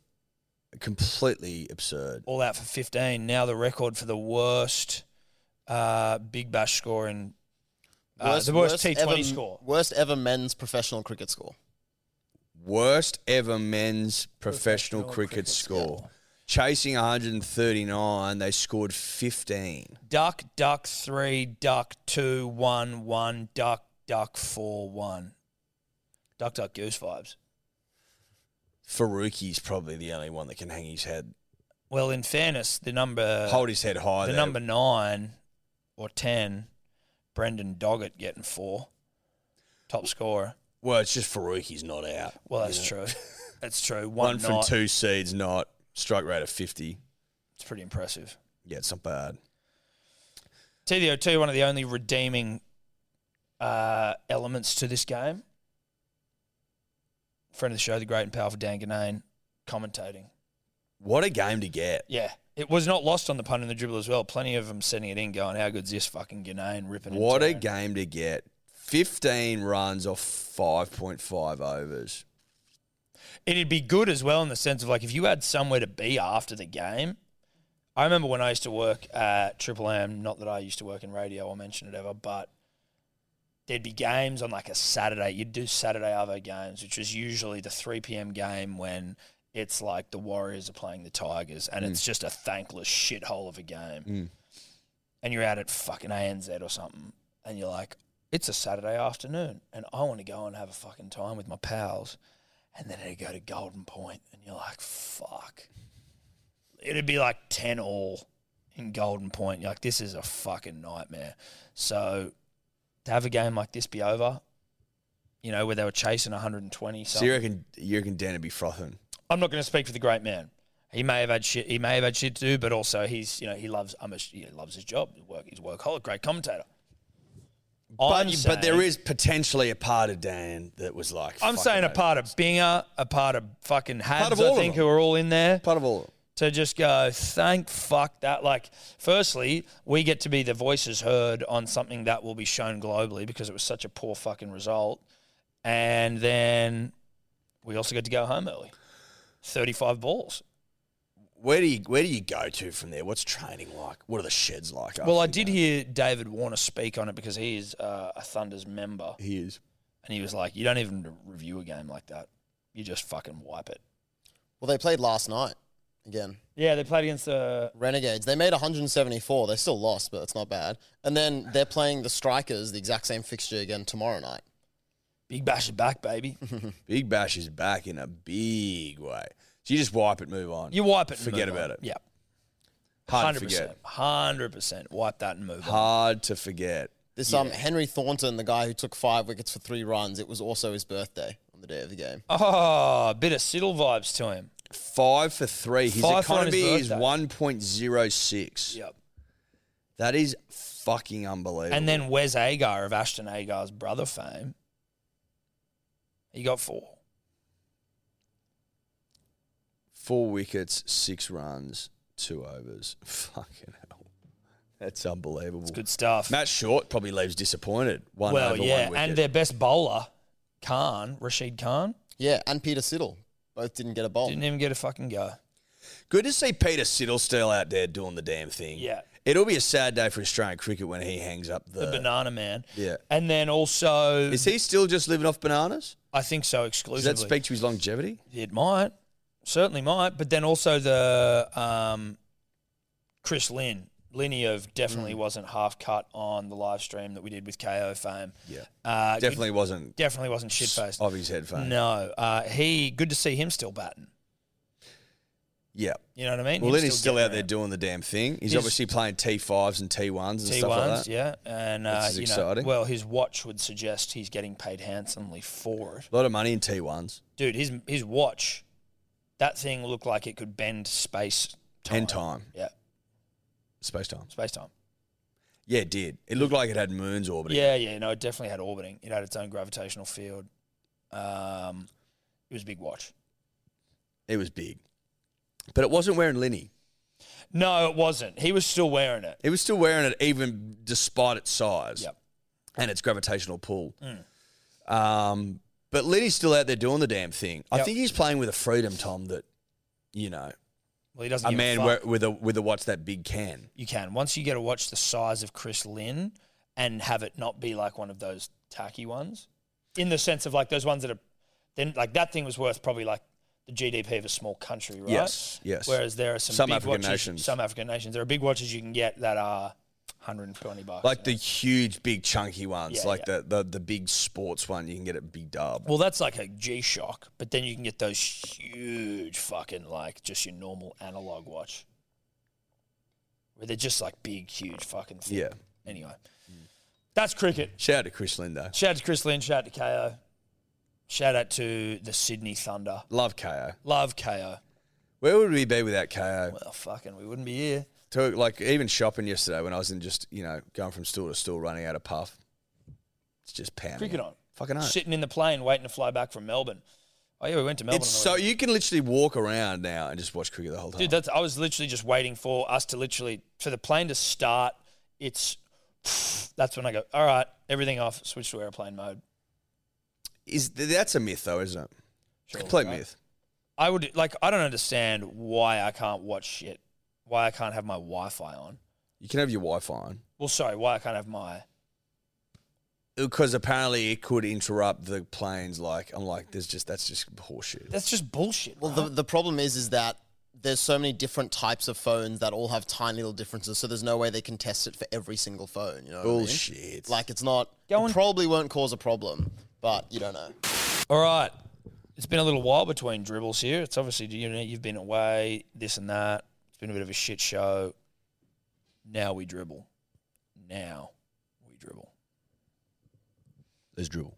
[SPEAKER 2] Completely absurd.
[SPEAKER 1] All out for fifteen. Now the record for the worst uh, Big Bash score in uh, the worst, T
[SPEAKER 3] ever,
[SPEAKER 1] Twenty score.
[SPEAKER 3] Worst ever men's professional cricket score.
[SPEAKER 2] Worst ever men's professional, cricket, score. Chasing 139, they scored 15.
[SPEAKER 1] Duck, duck, three, duck, two, one, one, duck, duck, four, one. Duck, duck, goose vibes.
[SPEAKER 2] Faruqi's probably the only one that can hang his head,
[SPEAKER 1] Well, in fairness, the number
[SPEAKER 2] hold his head high.
[SPEAKER 1] the
[SPEAKER 2] there.
[SPEAKER 1] number nine or ten, Brendan Doggett getting four, top scorer.
[SPEAKER 2] Well, it's just Faruqi's not out.
[SPEAKER 1] Well, that's true. That's true.
[SPEAKER 2] One,
[SPEAKER 1] One,
[SPEAKER 2] from
[SPEAKER 1] night.
[SPEAKER 2] two seeds, not strike rate of 50.
[SPEAKER 1] It's pretty impressive.
[SPEAKER 2] Yeah, it's not bad.
[SPEAKER 1] TDO2, one of the only redeeming uh, elements to this game. Friend of the show, the great and powerful Dan Ganane, commentating.
[SPEAKER 2] What a game to get.
[SPEAKER 1] Yeah. It was not lost on the pun and the dribble as well. Plenty of them sending it in going, how good's this fucking Ganane ripping and
[SPEAKER 2] What a
[SPEAKER 1] tearing."
[SPEAKER 2] game to get. 15 runs off 5.5 overs.
[SPEAKER 1] It'd be good as well in the sense of like if you had somewhere to be after the game. I remember when I used to work at Triple M, not that I used to work in radio or mention it ever, but there'd be games on like a Saturday. You'd do Saturday Arvo games, which is usually the 3 p.m. game when it's like the Warriors are playing the Tigers and it's just a thankless shithole of a game. And you're out at fucking ANZ or something and you're like, it's a Saturday afternoon and I want to go and have a fucking time with my pals. And then they go to Golden Point and you're like, fuck. It'd be like 10 all in Golden Point. You're like, this is a fucking nightmare. So to have a game like this be over, you know, where they were chasing 120
[SPEAKER 2] So you reckon you reckon Dan would be frothing?
[SPEAKER 1] I'm not going to speak for the great man. He may have had shit. He may have had shit too, but also he's you know he loves I'm a, he loves his job. He work, he's a workaholic, great commentator.
[SPEAKER 2] But,
[SPEAKER 1] I'm
[SPEAKER 2] you- but there
[SPEAKER 1] saying-
[SPEAKER 2] is potentially a part of Dan that was like.
[SPEAKER 1] I'm
[SPEAKER 2] "Fuck
[SPEAKER 1] saying
[SPEAKER 2] it,
[SPEAKER 1] a
[SPEAKER 2] mate."
[SPEAKER 1] part of Binger, a part of fucking Habs,
[SPEAKER 2] of all
[SPEAKER 1] I
[SPEAKER 2] of
[SPEAKER 1] think,
[SPEAKER 2] them.
[SPEAKER 1] who are all in there.
[SPEAKER 2] Part of all. of it.
[SPEAKER 1] To just go, thank fuck that. Like, firstly, we get to be the voices heard on something that will be shown globally because it was such a poor fucking result. And then we also get to go home early. 35 balls.
[SPEAKER 2] Where do you where do you go to from there? What's training like? What are the sheds like?
[SPEAKER 1] Well, I
[SPEAKER 2] after
[SPEAKER 1] did hear David Warner speak on it because he is uh, a Thunder's member.
[SPEAKER 2] He is.
[SPEAKER 1] And he was like, you don't even review a game like that. You just fucking wipe it.
[SPEAKER 3] Well, they played last night again.
[SPEAKER 1] Yeah, they played against uh, the
[SPEAKER 3] Renegades. They made 174. They still lost, but that's not bad. And then they're playing the Strikers, the exact same fixture again tomorrow night.
[SPEAKER 1] Big Bash is back, baby.
[SPEAKER 2] Big Bash is back in a big way. So you just wipe it, move on.
[SPEAKER 1] You wipe it. and
[SPEAKER 2] Forget
[SPEAKER 1] move
[SPEAKER 2] about
[SPEAKER 1] on.
[SPEAKER 2] it.
[SPEAKER 1] Yeah,
[SPEAKER 2] Hard to
[SPEAKER 1] hundred
[SPEAKER 2] forget.
[SPEAKER 1] percent, hundred percent. Wipe that and move on.
[SPEAKER 2] Hard to forget.
[SPEAKER 3] This um Henry Thornton, the guy who took five wickets for three runs, it was also his birthday on the day of the game.
[SPEAKER 1] Oh, a bit of siddle vibes to him.
[SPEAKER 2] Five for three. His
[SPEAKER 1] Five for on his
[SPEAKER 2] economy is
[SPEAKER 1] birthday.
[SPEAKER 2] 1.06.
[SPEAKER 1] Yep.
[SPEAKER 2] That is fucking unbelievable.
[SPEAKER 1] And then Wes Agar of Ashton Agar's brother fame. He got four.
[SPEAKER 2] four wickets, six runs, two overs. Fucking hell. That's unbelievable.
[SPEAKER 1] Good stuff.
[SPEAKER 2] Matt Short probably leaves disappointed. One
[SPEAKER 1] well,
[SPEAKER 2] over,
[SPEAKER 1] yeah,
[SPEAKER 2] one wicket.
[SPEAKER 1] and their best bowler, Khan Rashid Khan,
[SPEAKER 3] Yeah, and Peter Siddle. Both didn't get a bowl.
[SPEAKER 1] didn't even get a fucking go.
[SPEAKER 2] Good to see Peter Siddle still out there doing the damn thing.
[SPEAKER 1] Yeah.
[SPEAKER 2] It'll be a sad day for Australian cricket when he hangs up the,
[SPEAKER 1] The banana man.
[SPEAKER 2] yeah.
[SPEAKER 1] And then also,
[SPEAKER 2] Is he still just living off bananas?
[SPEAKER 1] I think so
[SPEAKER 2] Does
[SPEAKER 1] exclusively.
[SPEAKER 2] that speak to his longevity?
[SPEAKER 1] It might, certainly might. But then also the um, Chris Lynn, Linny of
[SPEAKER 2] Mm.
[SPEAKER 1] definitely wasn't half cut on the live stream that we did with KO fame.
[SPEAKER 2] Yeah.
[SPEAKER 1] Uh, good-
[SPEAKER 2] Definitely wasn't
[SPEAKER 1] definitely wasn't shit faced.
[SPEAKER 2] of his headphone.
[SPEAKER 1] No, uh, he. Good to see him still batting.
[SPEAKER 2] Yeah.
[SPEAKER 1] You know what I mean?
[SPEAKER 2] Well,
[SPEAKER 1] Him
[SPEAKER 2] then he's still
[SPEAKER 1] getting
[SPEAKER 2] out there
[SPEAKER 1] around.
[SPEAKER 2] doing the damn thing. He's,
[SPEAKER 1] He's-
[SPEAKER 2] obviously playing T5s and T1s and stuff like
[SPEAKER 1] T1s,
[SPEAKER 2] that.
[SPEAKER 1] yeah, and uh,
[SPEAKER 2] This is
[SPEAKER 1] you know,
[SPEAKER 2] exciting.
[SPEAKER 1] well, his watch would suggest he's getting paid handsomely for it.
[SPEAKER 2] A lot of money in T1s
[SPEAKER 1] Dude, his his watch, that thing looked like it could bend space time.
[SPEAKER 2] and time,
[SPEAKER 1] yeah,
[SPEAKER 2] space time.
[SPEAKER 1] space time.
[SPEAKER 2] Yeah, it did. It looked like it had moons orbiting.
[SPEAKER 1] Yeah, yeah, no, it definitely had orbiting. It had its own gravitational field. Um, it was a big watch.
[SPEAKER 2] It was big. But it wasn't wearing Linny.
[SPEAKER 1] No, it wasn't. He was still wearing it.
[SPEAKER 2] It was still wearing it even despite its size
[SPEAKER 1] Yep.
[SPEAKER 2] and its gravitational pull. Um, but Linny's still out there doing the damn thing. I
[SPEAKER 1] Yep.
[SPEAKER 2] think he's playing with a freedom, Tom, that, you know,
[SPEAKER 1] Well, he doesn't.
[SPEAKER 2] a
[SPEAKER 1] give
[SPEAKER 2] man
[SPEAKER 1] fuck.
[SPEAKER 2] where, with a with a watch that big can.
[SPEAKER 1] you can once you get a watch the size of Chris Lynn and have it not be like one of those tacky ones, in the sense of like those ones that are, then like that thing was worth probably like the GDP of a small country, right?
[SPEAKER 2] Yes, yes.
[SPEAKER 1] Whereas there are some,
[SPEAKER 2] Some
[SPEAKER 1] big
[SPEAKER 2] African
[SPEAKER 1] watches,
[SPEAKER 2] nations.
[SPEAKER 1] some African nations. There are big watches you can get that are 120 bucks.
[SPEAKER 2] Like the huge, big, chunky ones,
[SPEAKER 1] Yeah,
[SPEAKER 2] like
[SPEAKER 1] yeah.
[SPEAKER 2] The, the the big sports one you can get at Big Dub.
[SPEAKER 1] Well, that's like a G Shock, but then you can get those huge fucking like just your normal analog watch, where they're just like big, huge fucking thing.
[SPEAKER 2] Yeah.
[SPEAKER 1] Anyway, that's cricket.
[SPEAKER 2] Shout out to Chris Lindo.
[SPEAKER 1] Shout out to Chris Lynn. Shout out to KO. Shout out to the Sydney Thunder.
[SPEAKER 2] Love KO.
[SPEAKER 1] Love KO.
[SPEAKER 2] Where would we be without KO?
[SPEAKER 1] Well, fucking, we wouldn't be here.
[SPEAKER 2] To, like even shopping yesterday when I was in just you know going from store to store, running out of puff. It's just pounding.
[SPEAKER 1] Cricket
[SPEAKER 2] it.
[SPEAKER 1] on.
[SPEAKER 2] Fucking on.
[SPEAKER 1] Sitting in the plane waiting to fly back from Melbourne. Oh yeah, we went to Melbourne.
[SPEAKER 2] It's
[SPEAKER 1] on the
[SPEAKER 2] so
[SPEAKER 1] weekend.
[SPEAKER 2] you can literally walk around now and just watch cricket the whole time.
[SPEAKER 1] Dude, that's I was literally just waiting for us to literally for the plane to start. It's that's when I go. All right, everything off. Switch to airplane mode.
[SPEAKER 2] Is that's a myth though, isn't it?
[SPEAKER 1] Sure,
[SPEAKER 2] Complete
[SPEAKER 1] right?
[SPEAKER 2] myth.
[SPEAKER 1] I would like. I don't understand why I can't watch shit. Why I can't have my Wi-Fi on.
[SPEAKER 2] You can have your Wi-Fi on
[SPEAKER 1] Well, sorry. Why I can't have my.
[SPEAKER 2] because apparently it could interrupt the planes. Like I'm like, there's just that's just horseshit.
[SPEAKER 1] That's just bullshit.
[SPEAKER 3] Well, the, the problem is, is that there's so many different types of phones that all have tiny little differences. So there's no way they can test it for every single phone. You know what I mean?
[SPEAKER 2] Bullshit.
[SPEAKER 3] Like it's not.
[SPEAKER 1] Go on.
[SPEAKER 3] It probably won't cause a problem, but you don't know.
[SPEAKER 1] All right. It's been a little while between dribbles here. It's obviously you know you've been away, this and that. It's been a bit of a shit show. Now we dribble. Now we dribble.
[SPEAKER 2] There's dribble.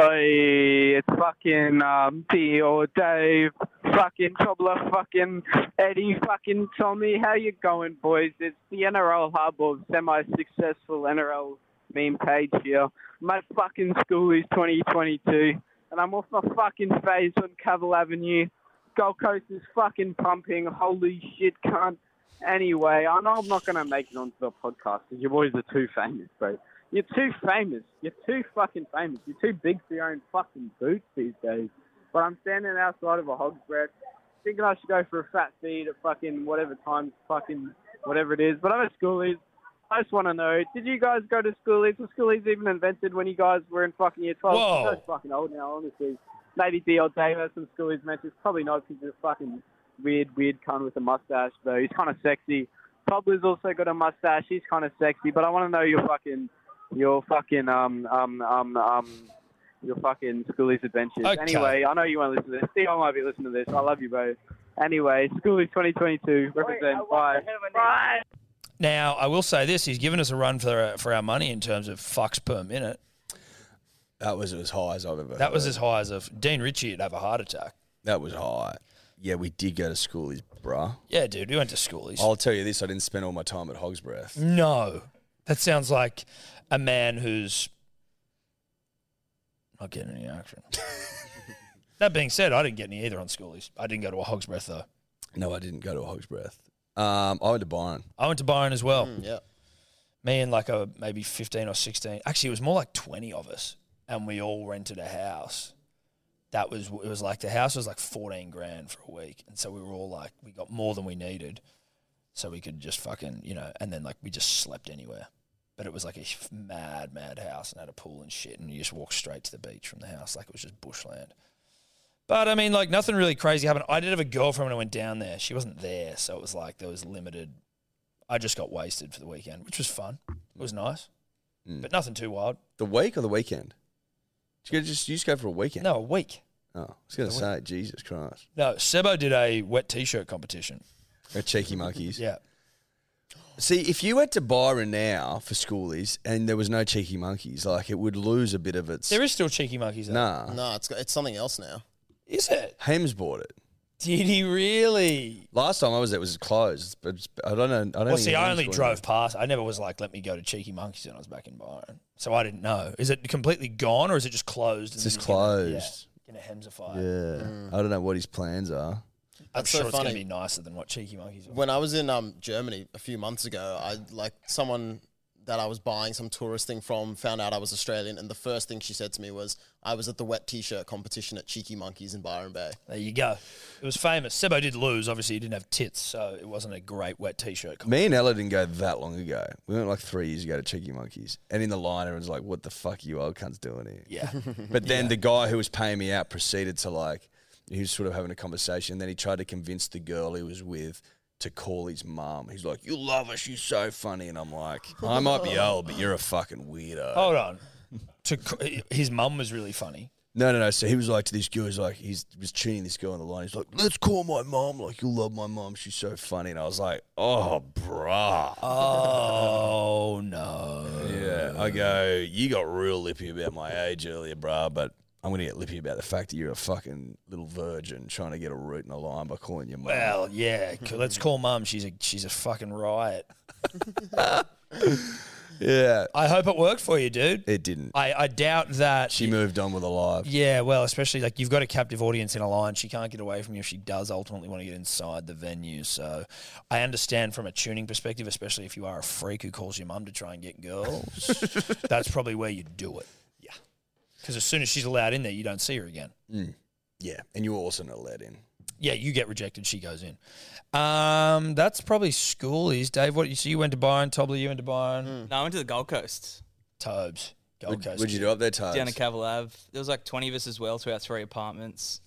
[SPEAKER 6] Oi, it's fucking um, Dio, Dave, fucking Troubler, fucking Eddie, fucking Tommy. How you going, boys? It's the NRL hub of semi-successful NRL meme page here. My fucking school is 2022, and I'm off my fucking face on Cavill Avenue. Gold Coast is fucking pumping. Holy shit, cunt. Anyway, I know I'm not going to make it onto the podcast because your boys are too famous, bro. You're too famous. You're too fucking famous. You're too big for your own fucking boots these days. But I'm standing outside of a hog's breath thinking I should go for a fat feed at fucking whatever time, fucking whatever it is. But I'm at schoolies. I just want to know, did you guys go to schoolies? Was schoolies even invented when you guys were in fucking year 12?
[SPEAKER 1] Whoa.
[SPEAKER 6] I'm so fucking old now, honestly. Maybe D. old Dave has some schoolies matches. Probably not because he's a fucking weird, weird cunt with a mustache, though. He's kind of sexy. Pablo's also got a mustache. He's kind of sexy. But I want to know your fucking, your fucking, um, um, um, um, your fucking schoolies adventures.
[SPEAKER 1] Okay.
[SPEAKER 6] Anyway, I know you won't listen to this. Theo might be listening to this. I love you, bro. Anyway, schoolies 2022 represent. Bye. Bye.
[SPEAKER 1] Now I will say this: he's given us a run for our, for our money in terms of fucks per minute.
[SPEAKER 2] That was as high as I've ever.
[SPEAKER 1] That was
[SPEAKER 2] heard.
[SPEAKER 1] as high as if Dean Ritchie would have a heart attack.
[SPEAKER 2] that was high. Yeah, we did go to school, is bruh.
[SPEAKER 1] Yeah, dude, we went to schoolies.
[SPEAKER 2] I'll tell you this: I didn't spend all my time at Hogs Breath.
[SPEAKER 1] No, that sounds like a man who's not getting any action. that being said, I didn't get any either on schoolies. I didn't go to a hog's breath though.
[SPEAKER 2] No, I didn't go to a Hogs Breath. Um, I went to Byron.
[SPEAKER 1] I went to Byron as well.
[SPEAKER 3] Yeah.
[SPEAKER 1] Me and like a maybe fifteen or sixteen. Actually, it was more like twenty of us, and we all rented a house. That was it was like the house was like fourteen grand for a week, and so we were all like we got more than we needed, so we could just fucking you know, and then like we just slept anywhere. But it was like a f- mad, mad house and had a pool and shit, and you just walked straight to the beach from the house, like it was just bushland. But I mean, like nothing really crazy happened. I did have a girlfriend when I went down there. She wasn't there, so it was like there was limited I just got wasted for the weekend, which was fun. It was nice,
[SPEAKER 2] Hmm.
[SPEAKER 1] but nothing too wild.
[SPEAKER 2] The week or the weekend? Did you go- just you just go for a weekend?
[SPEAKER 1] No, a week.
[SPEAKER 2] Oh, I was going to say, Jesus Christ,
[SPEAKER 1] No, Sebo did a wet t-shirt competition.
[SPEAKER 2] They're cheeky monkeys.
[SPEAKER 1] Yeah,
[SPEAKER 2] See, if you went to Byron now for schoolies and there was no cheeky monkeys, like it would lose a bit of its.
[SPEAKER 1] there is still cheeky monkeys. Though.
[SPEAKER 2] nah.
[SPEAKER 3] No, it's it's something else now.
[SPEAKER 1] Is it?
[SPEAKER 2] Hems bought it.
[SPEAKER 1] Did he really?
[SPEAKER 2] Last time I was there, it was closed. But it's- I don't know. I don't
[SPEAKER 1] Well,
[SPEAKER 2] think
[SPEAKER 1] see, I
[SPEAKER 2] Hems
[SPEAKER 1] only
[SPEAKER 2] bought it.
[SPEAKER 1] drove past. I never was like, let me go to Cheeky Monkeys when I was back in Byron, so I didn't know. Is it completely gone or is it just closed?
[SPEAKER 2] It's just closed.
[SPEAKER 1] Gonna hems a
[SPEAKER 2] Yeah.
[SPEAKER 1] fire. Mm.
[SPEAKER 2] I don't know what his plans are.
[SPEAKER 1] I'm
[SPEAKER 3] That's
[SPEAKER 1] sure
[SPEAKER 3] so
[SPEAKER 1] it's gonna
[SPEAKER 3] funny.
[SPEAKER 1] be nicer than what Cheeky Monkeys. Are.
[SPEAKER 3] When I was in um, Germany a few months ago, I like someone that I was buying some tourist thing from found out I was Australian, and the first thing she said to me was, "I was at the wet t-shirt competition at Cheeky Monkeys in Byron Bay."
[SPEAKER 1] There you go. It was famous. Sebo did lose. Obviously, he didn't have tits, so it wasn't a great wet t-shirt. competition.
[SPEAKER 2] Me and Ella didn't go that long ago. We went like three years ago to Cheeky Monkeys. And in the line, everyone's like, what the fuck are you old cunts doing here?
[SPEAKER 1] Yeah.
[SPEAKER 2] But then the guy who was paying me out proceeded to like, he was sort of having a conversation. Then he tried to convince the girl he was with to call his mum. He's like, you love her. She's so funny. And I'm like, I might be old, but you're a fucking weirdo.
[SPEAKER 1] Hold on. To c- his mum was really funny.
[SPEAKER 2] No, no, no. So he was like to this girl, he's like, he's he was cheating this girl on the line. He's like, let's call my mom. Like, you'll love my mom. She's so funny. And I was like, oh, bruh.
[SPEAKER 1] Oh no.
[SPEAKER 2] Yeah, I go, you got real lippy about my age earlier, bruh, but I'm going to get lippy about the fact that you're a fucking little virgin trying to get a root in a line by calling your mum.
[SPEAKER 1] Well, yeah. c- Let's call mum. She's a she's a fucking riot.
[SPEAKER 2] yeah.
[SPEAKER 1] I hope it worked for you, dude.
[SPEAKER 2] It didn't.
[SPEAKER 1] I, I doubt that.
[SPEAKER 2] She moved on with her life.
[SPEAKER 1] yeah, well, especially like you've got a captive audience in a line. She can't get away from you if she does ultimately want to get inside the venue. So I understand from a tuning perspective, especially if you are a freak who calls your mum to try and get girls, that's probably where you do it. Yeah. Because as soon as she's allowed in there, you don't see her again.
[SPEAKER 2] Yeah. Mm. And you were also not let in.
[SPEAKER 1] Yeah, you get rejected. She goes in. Um, that's probably schoolies, Dave. What? So you went to Byron, Tobler. You went to Byron,
[SPEAKER 4] No, I went to the Gold Coast
[SPEAKER 1] Tobes, Gold
[SPEAKER 2] Would,
[SPEAKER 1] Coast.
[SPEAKER 2] would you do up there, Tars?
[SPEAKER 4] down at Cavill Ave. There was like 20 of us as well through our three apartments.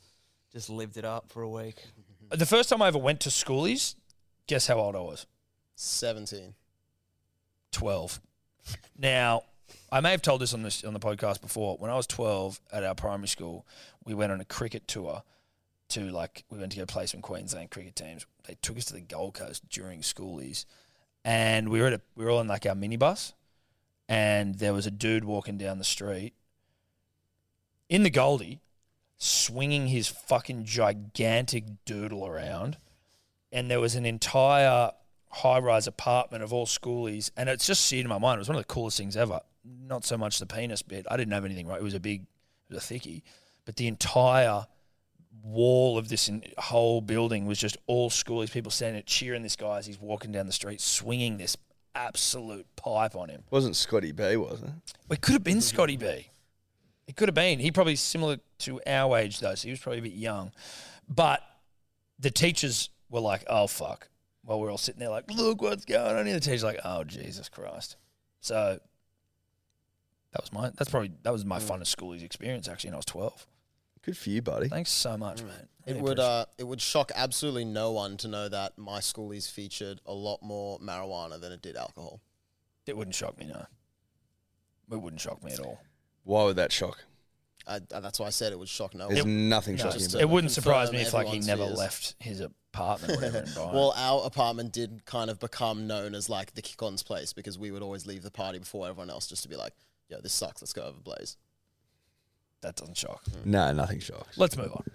[SPEAKER 4] Just lived it up for a week.
[SPEAKER 1] Mm-hmm. The first time I ever went to schoolies, guess how old I was?
[SPEAKER 3] 17.
[SPEAKER 1] 12. Now, I may have told this on this on the podcast before. When I was 12 at our primary school, we went on a cricket tour to like we went to go play some Queensland cricket teams. They took us to the Gold Coast during schoolies, and we were at a, we were all in like our minibus, and there was a dude walking down the street in the Goldie, swinging his fucking gigantic doodle around and there was an entire high rise apartment of all schoolies. And it's just seared in my mind. It was one of the coolest things ever. Not so much the penis bit. I didn't have anything right. It was a big, it was a thickie. But the entire wall of this in, whole building was just all schoolies, people standing there cheering this guy as he's walking down the street, swinging this absolute pipe on him.
[SPEAKER 2] Wasn't Scotty B, was it?
[SPEAKER 1] It could have been Scotty B. It could have been. He probably similar to our age though, so he was probably a bit young. But the teachers were like, "Oh fuck!" While we're all sitting there like, "Look what's going on here," the teacher's like, "Oh Jesus Christ!" So that was my. That's probably that was my funnest schoolies experience actually. When I was twelve.
[SPEAKER 2] Mm. Good for you, buddy. Mm.
[SPEAKER 1] Thanks so much, man.
[SPEAKER 3] It would uh, it would shock absolutely no one to know that my schoolies featured a lot more marijuana than it did alcohol.
[SPEAKER 1] It wouldn't shock me, no. It wouldn't shock me at all.
[SPEAKER 2] Why would that shock?
[SPEAKER 3] I, I- that's why I said it would shock no
[SPEAKER 2] There's
[SPEAKER 3] one.
[SPEAKER 2] nothing
[SPEAKER 1] No,
[SPEAKER 2] shocking
[SPEAKER 3] just
[SPEAKER 2] about
[SPEAKER 3] a-
[SPEAKER 1] it
[SPEAKER 2] it.
[SPEAKER 1] wouldn't surprise me
[SPEAKER 3] confirm
[SPEAKER 1] if like he
[SPEAKER 3] everyone's
[SPEAKER 1] never
[SPEAKER 3] fears.
[SPEAKER 1] left his apartment, or whatever. and died.
[SPEAKER 3] Well, our apartment did kind of become known as like the kick-ons place because we would always leave the party before everyone else just to be like, "Yo, this sucks. Let's go over Blaze."
[SPEAKER 1] that doesn't shock.
[SPEAKER 2] No, nothing shocks.
[SPEAKER 1] Let's move on.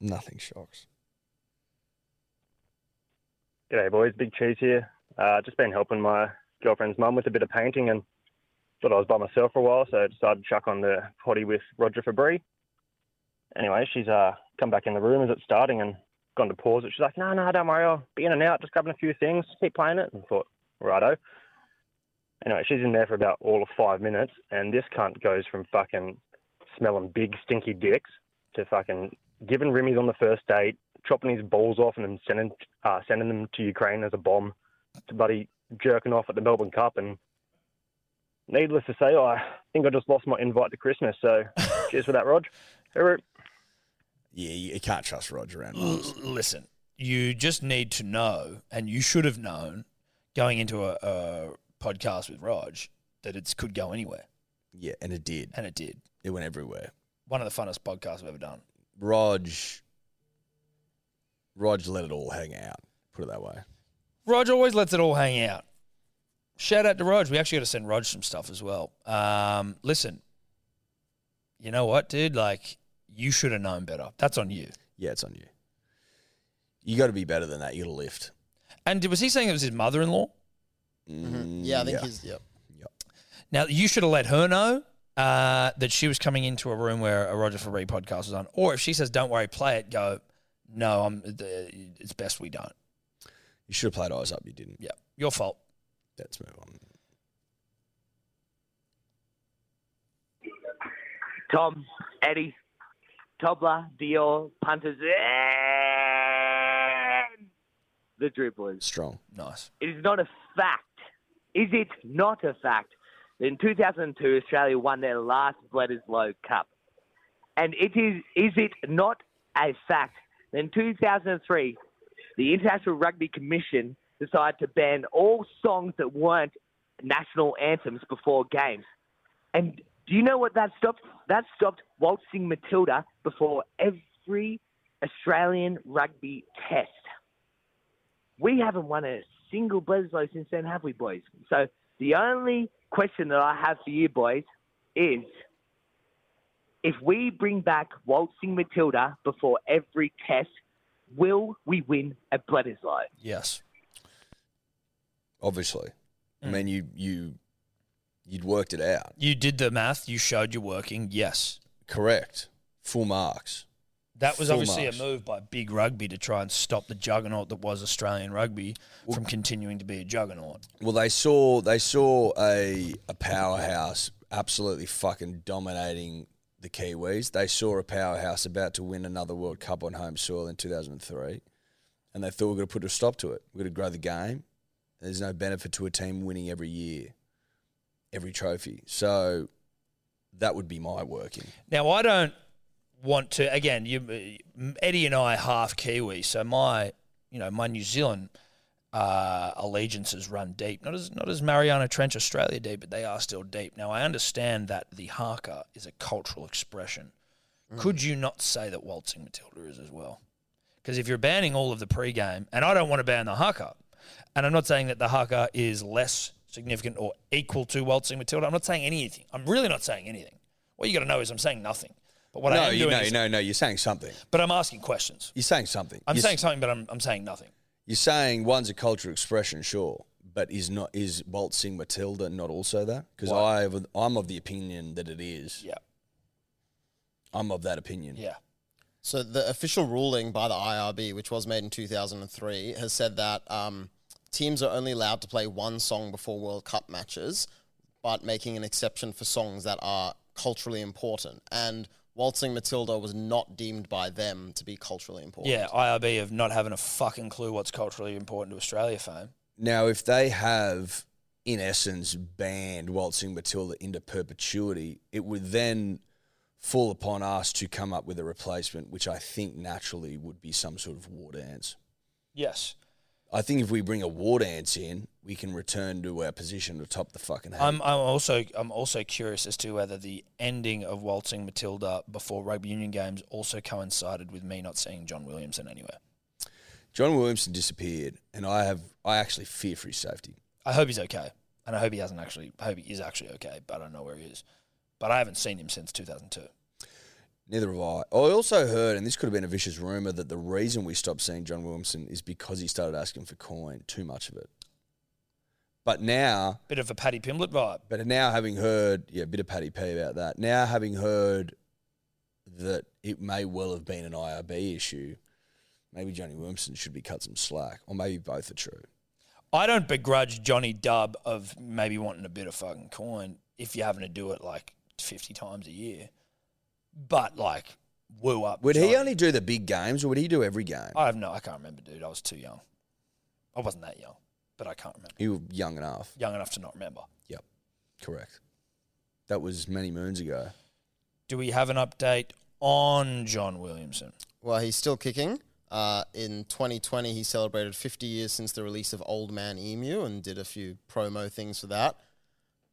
[SPEAKER 2] Nothing shocks.
[SPEAKER 7] G'day, boys. Big Cheese here. Uh, just been helping my girlfriend's mum with a bit of painting and thought I was by myself for a while, so I decided to chuck on the potty with Roger Fabri. Anyway, she's uh, come back in the room as it's starting and gone to pause it. She's like, no, no, don't worry. I'll be in and out, just grabbing a few things, keep playing it. And I thought, righto. Anyway, she's in there for about all of five minutes, and this cunt goes from fucking smelling big, stinky dicks to fucking giving rimmies on the first date, chopping his balls off and then sending uh, sending them to Ukraine as a bomb, to bloody jerking off at the Melbourne Cup. And needless to say, I think I just lost my invite to Christmas. So cheers for that, Rog. Hooroo.
[SPEAKER 2] Yeah, you you can't trust Roger around.
[SPEAKER 1] L-
[SPEAKER 2] mums.
[SPEAKER 1] listen, you just need to know, and you should have known going into a, a podcast with Rog that it could go anywhere,
[SPEAKER 2] Yeah, and it did.
[SPEAKER 1] and it did.
[SPEAKER 2] It went everywhere.
[SPEAKER 1] One of the funnest podcasts I've ever done.
[SPEAKER 2] Rog. Rog let it all hang out. Put it that way.
[SPEAKER 1] Rog always lets it all hang out. Shout out to Rog. We actually got to send Rog some stuff as well. Um, listen, you know what, dude? Like, you should have known better. That's on you.
[SPEAKER 2] Yeah, it's on you. You got to be better than that. You got to lift.
[SPEAKER 1] And was he saying it was his mother-in-law?
[SPEAKER 2] Mm,
[SPEAKER 3] Mm-hmm. Yeah, I think he's yeah.
[SPEAKER 1] Now you should have let her know uh, that she was coming into a room where a Roger Fabri podcast was on. Or if she says, "Don't worry, play it," go. No, I'm. The, it's best we don't.
[SPEAKER 2] You should have played eyes up. You didn't.
[SPEAKER 1] Yeah, your fault.
[SPEAKER 2] Let's move on.
[SPEAKER 8] Tom, Eddie, Tobler, Dior, Punters, and the Dribblers.
[SPEAKER 2] Strong.
[SPEAKER 1] Nice.
[SPEAKER 8] It is not a fact. Is it not a fact that in 2002 Australia won their last Bledisloe Cup? And it is, is it not a fact that in 2003 the International Rugby Commission decided to ban all songs that weren't national anthems before games? And do you know what that stopped? That stopped Waltzing Matilda before every Australian rugby test. We haven't won a single Bledisloe since then, have we, boys? So the only question that I have for you, boys, is if we bring back Waltzing Matilda before every test, will we win a Bledisloe?
[SPEAKER 1] Yes. Mm.
[SPEAKER 2] Obviously. I mean, you you you'd worked it out.
[SPEAKER 1] You did the math. You showed you're working. Yes.
[SPEAKER 2] Correct. Full marks.
[SPEAKER 1] That was
[SPEAKER 2] Full
[SPEAKER 1] obviously
[SPEAKER 2] marks.
[SPEAKER 1] a move by Big Rugby to try and stop the juggernaut that was Australian rugby from continuing to be a juggernaut.
[SPEAKER 2] Well, they saw they saw a a powerhouse absolutely fucking dominating the Kiwis. They saw a powerhouse about to win another World Cup on home soil in 2003, and they thought we're going to put a stop to it. We're going to grow the game. There's no benefit to a team winning every year, every trophy. So that would be my working.
[SPEAKER 1] Now I don't want to again. You, Eddie and I are half Kiwi, so my you know my New Zealand uh, allegiances run deep. Not as not as Mariana Trench Australia deep, but they are still deep. Now I understand that the haka is a cultural expression.
[SPEAKER 2] Mm.
[SPEAKER 1] Could you not say that waltzing Matilda is as well? Because if you're banning all of the pregame, and I don't want to ban the haka, and I'm not saying that the haka is less significant or equal to waltzing Matilda. I'm not saying anything. I'm really not saying anything. What you got to know is I'm saying nothing. But what
[SPEAKER 2] no,
[SPEAKER 1] I am
[SPEAKER 2] you
[SPEAKER 1] doing
[SPEAKER 2] know,
[SPEAKER 1] is,
[SPEAKER 2] no, no. You're saying something.
[SPEAKER 1] but I'm asking questions.
[SPEAKER 2] You're saying something.
[SPEAKER 1] I'm
[SPEAKER 2] You're
[SPEAKER 1] saying something, but I'm, I'm saying nothing.
[SPEAKER 2] You're saying one's a cultural expression, sure, but is not is waltzing Matilda not also that? Because I I'm of the opinion that it is.
[SPEAKER 1] Yeah.
[SPEAKER 2] I'm of that opinion.
[SPEAKER 1] Yeah.
[SPEAKER 3] So the official ruling by the IRB, which was made in 2003, has said that um, teams are only allowed to play one song before World Cup matches, but making an exception for songs that are culturally important. And Waltzing Matilda was not deemed by them to be culturally important.
[SPEAKER 1] Yeah, IRB of not having a fucking clue what's culturally important to Australia fame.
[SPEAKER 2] Now, if they have, in essence, banned waltzing Matilda into perpetuity, it would then fall upon us to come up with a replacement, which I think naturally would be some sort of war dance.
[SPEAKER 1] Yes.
[SPEAKER 2] I think if we bring a war dance in, we can return to our position atop the fucking. heap.
[SPEAKER 1] I'm, I'm also I'm also curious as to whether the ending of waltzing Matilda before rugby union games also coincided with me not seeing John Williamson anywhere.
[SPEAKER 2] John Williamson disappeared, and I have I actually fear for his safety.
[SPEAKER 1] I hope he's okay, and I hope he hasn't actually. I hope he is actually okay, but I don't know where he is. But I haven't seen him since 2002.
[SPEAKER 2] Neither have I. I also heard, and this could have been a vicious rumor, that the reason we stopped seeing John Williamson is because he started asking for coin, too much of it. But now
[SPEAKER 1] Bit of a Paddy Pimblett vibe.
[SPEAKER 2] But now having heard, yeah, a bit of Paddy P about that. Now having heard that it may well have been an IRB issue, maybe Johnny Williamson should be cut some slack, or maybe both are true.
[SPEAKER 1] I don't begrudge Johnny Dub of maybe wanting a bit of fucking coin if you're having to do it like 50 times a year. But like, woo up.
[SPEAKER 2] Would
[SPEAKER 1] Johnny.
[SPEAKER 2] he only do the big games, or would he do every game?
[SPEAKER 1] I have no. I can't remember, dude. I was too young. I wasn't that young, but I can't remember.
[SPEAKER 2] He was young enough.
[SPEAKER 1] Young enough to not remember.
[SPEAKER 2] Yep, correct. That was many moons ago.
[SPEAKER 1] Do we have an update on John Williamson?
[SPEAKER 3] Well, he's still kicking. Uh, in 2020, he celebrated 50 years since the release of Old Man Emu and did a few promo things for that.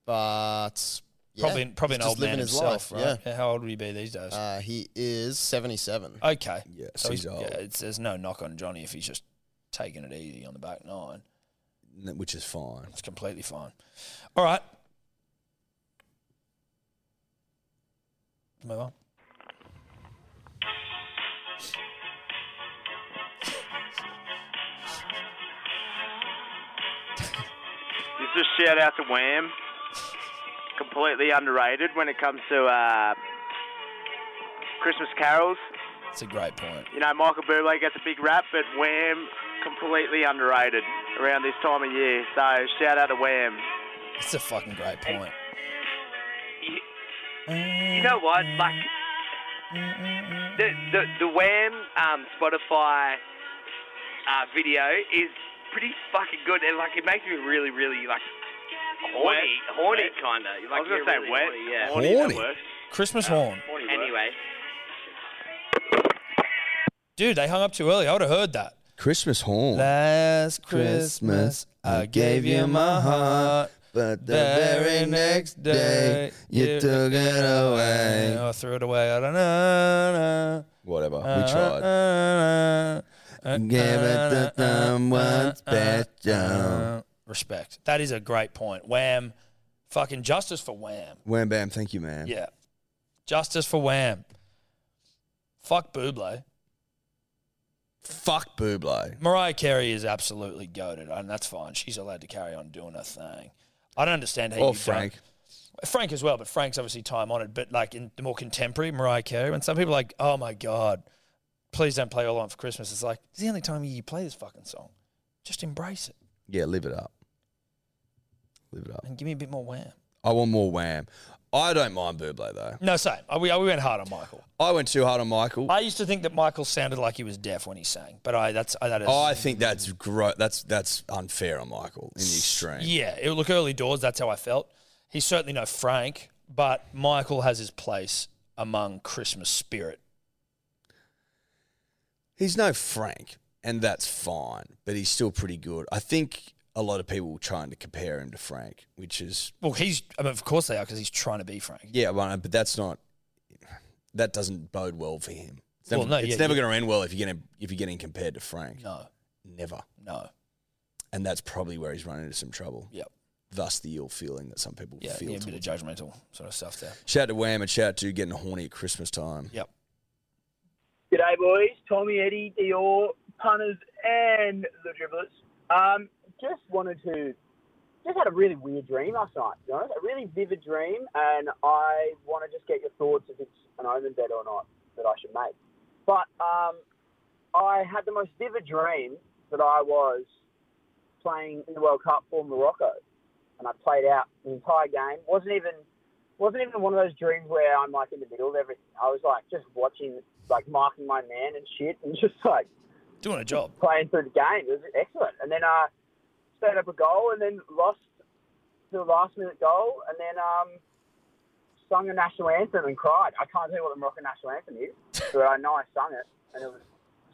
[SPEAKER 3] But yeah,
[SPEAKER 1] Probably, probably
[SPEAKER 3] he's just
[SPEAKER 1] an old man
[SPEAKER 3] living his
[SPEAKER 1] himself,
[SPEAKER 3] life,
[SPEAKER 1] right?
[SPEAKER 3] Yeah.
[SPEAKER 1] How old would he be these days?
[SPEAKER 3] Uh, he is 77.
[SPEAKER 1] Okay.
[SPEAKER 2] Yeah, so he's old.
[SPEAKER 1] Yeah, it's, there's no knock on Johnny if he's just taking it easy on the back nine.
[SPEAKER 2] N- which is fine.
[SPEAKER 1] It's completely fine. All right. Move on.
[SPEAKER 9] This is a shout out to Wham. Completely underrated when it comes to uh, Christmas carols.
[SPEAKER 1] It's a great point.
[SPEAKER 9] You know, Michael Bublé gets a big rap, but Wham completely underrated around this time of year. So shout out to Wham.
[SPEAKER 1] It's a fucking great point.
[SPEAKER 8] You know what? Like the the the Wham um, Spotify uh, video is pretty fucking good, and like it makes me really, really like horny, horny kind of.
[SPEAKER 9] I
[SPEAKER 8] Like,
[SPEAKER 9] was gonna
[SPEAKER 8] you're
[SPEAKER 9] say
[SPEAKER 8] really
[SPEAKER 9] wet.
[SPEAKER 8] horny, yeah.
[SPEAKER 2] Horny?
[SPEAKER 9] Horny, that works.
[SPEAKER 1] Christmas horn.
[SPEAKER 9] Horny works.
[SPEAKER 8] Anyway,
[SPEAKER 1] Dude, they hung up too early. I would have heard that.
[SPEAKER 2] Christmas horn.
[SPEAKER 1] Last
[SPEAKER 2] Christmas, I gave you my heart. But the very next day, you took it away.
[SPEAKER 1] Oh, I threw it away. I don't know.
[SPEAKER 2] Whatever, we
[SPEAKER 1] Uh,
[SPEAKER 2] tried.
[SPEAKER 1] uh, uh, uh,
[SPEAKER 2] Give it to
[SPEAKER 1] uh,
[SPEAKER 2] someone's
[SPEAKER 1] uh, uh,
[SPEAKER 2] better.
[SPEAKER 1] uh. Respect. That is a great point. Wham. Fucking justice for Wham.
[SPEAKER 2] Wham bam, thank you, man.
[SPEAKER 1] Yeah. Justice for Wham. Fuck Buble.
[SPEAKER 2] Fuck Buble.
[SPEAKER 1] Mariah Carey is absolutely goaded, and that's fine. She's allowed to carry on doing her thing. I don't understand how
[SPEAKER 2] Or
[SPEAKER 1] you
[SPEAKER 2] Oh, Frank.
[SPEAKER 1] don't. Frank as well, but Frank's obviously time honored. But like in the more contemporary Mariah Carey, when some people are like, "Oh my god, please don't play All I Want for Christmas," it's like it's the only time you play this fucking song. Just embrace it
[SPEAKER 2] Yeah, live it up. Live it up.
[SPEAKER 1] and give me a bit more wham.
[SPEAKER 2] I want more Wham. I don't mind Buble though.
[SPEAKER 1] No, same. Uh, We uh, we went hard on Michael.
[SPEAKER 2] I went too hard on Michael.
[SPEAKER 1] I used to think that Michael sounded like he was deaf when he sang, but I that's I that is.
[SPEAKER 2] I think that's gro- that's that's unfair on Michael in the extreme.
[SPEAKER 1] Yeah, it look early doors. That's how I felt. He's certainly no Frank, but Michael has his place among Christmas spirit
[SPEAKER 2] He's no Frank, and that's fine, but he's still pretty good. I think a lot of people were trying to compare him to Frank, which is
[SPEAKER 1] Well, he's. I mean, of course they are because he's trying to be Frank.
[SPEAKER 2] yeah, well, but that's not that doesn't bode well for him. It's never,
[SPEAKER 1] Well, no,
[SPEAKER 2] it's
[SPEAKER 1] yeah,
[SPEAKER 2] never
[SPEAKER 1] yeah.
[SPEAKER 2] going to end well if you're getting if you're getting compared to Frank.
[SPEAKER 1] No,
[SPEAKER 2] Never,
[SPEAKER 1] no.
[SPEAKER 2] and that's probably where he's run into some trouble.
[SPEAKER 1] Yep.
[SPEAKER 2] Thus, the ill feeling that some people
[SPEAKER 1] Yeah,
[SPEAKER 2] feel.
[SPEAKER 1] yeah a bit of
[SPEAKER 2] towards-
[SPEAKER 1] judgmental sort of stuff there.
[SPEAKER 2] Shout out to Wham and shout out to getting horny at Christmas time.
[SPEAKER 1] Yep.
[SPEAKER 10] G'day, boys. Tommy, Eddie, Dior, punters, and the dribblers. Um, just wanted to, just had a really weird dream last night. To be honest, a really vivid dream, and I want to just get your thoughts if it's an omen bet or not that I should make. But um, I had the most vivid dream that I was playing in the World Cup for Morocco, and I played out the entire game. wasn't even wasn't even one of those dreams where I'm like in the middle of everything. I was like just watching, like marking my man and shit, and just like
[SPEAKER 1] Doing a job.
[SPEAKER 10] playing through the game. It was excellent. And then I uh, set up a goal, and then lost the last minute goal, and then um, sung the national anthem and cried. I can't tell you what the Moroccan national anthem is, but I know I sung it, and it was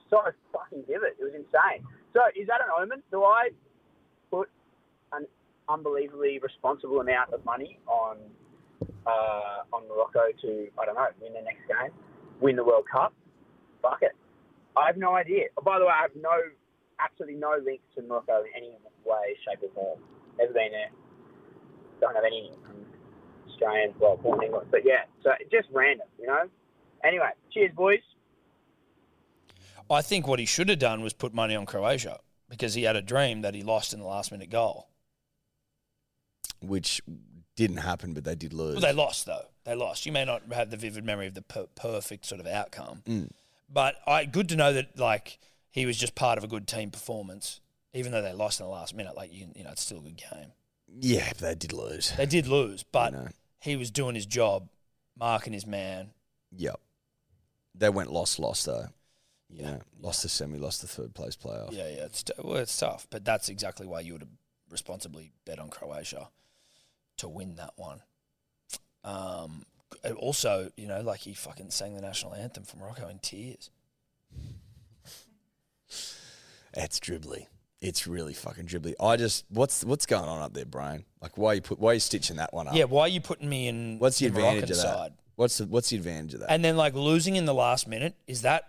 [SPEAKER 10] so fucking vivid. It was insane. So is that an omen? Do I put an unbelievably responsible amount of money on uh, on Morocco to I don't know win the next game, win the World Cup? Fuck it. I have no idea. Oh, by the way, I have no, absolutely no links to Morocco in any way, shape, or form. Never been there. Don't have any Australian, well, born in England, but yeah. So it's just random, you know. Anyway, cheers, boys.
[SPEAKER 1] I think what he should have done was put money on Croatia because he had a dream that he lost in the last minute goal.
[SPEAKER 2] Which didn't happen, but they did lose.
[SPEAKER 1] Well, they lost though. They lost. You may not have the vivid memory of the per- perfect sort of outcome,
[SPEAKER 2] Mm.
[SPEAKER 1] but I good to know that like he was just part of a good team performance, even though they lost in the last minute. Like you, you know, it's still a good game.
[SPEAKER 2] yeah, but they did lose.
[SPEAKER 1] They did lose, but
[SPEAKER 2] know.
[SPEAKER 1] he was doing his job, marking his man.
[SPEAKER 2] Yep. They went lost, lost though. You know, lost the semi, lost the third place playoff.
[SPEAKER 1] Yeah, yeah, it's t- well, it's tough, but that's exactly why you would have responsibly bet on Croatia to win that one. Um, and also, you know, like he fucking sang the national anthem from Morocco in tears.
[SPEAKER 2] It's dribbly. It's really fucking dribbly. I just what's what's going on up there, Brian? Like why you put why are you stitching that one up?
[SPEAKER 1] Yeah, why are you putting me in?
[SPEAKER 2] What's the, advantage
[SPEAKER 1] Moroccan
[SPEAKER 2] of that?
[SPEAKER 1] Side?
[SPEAKER 2] What's the what's the advantage of that?
[SPEAKER 1] And then like losing in the last minute is that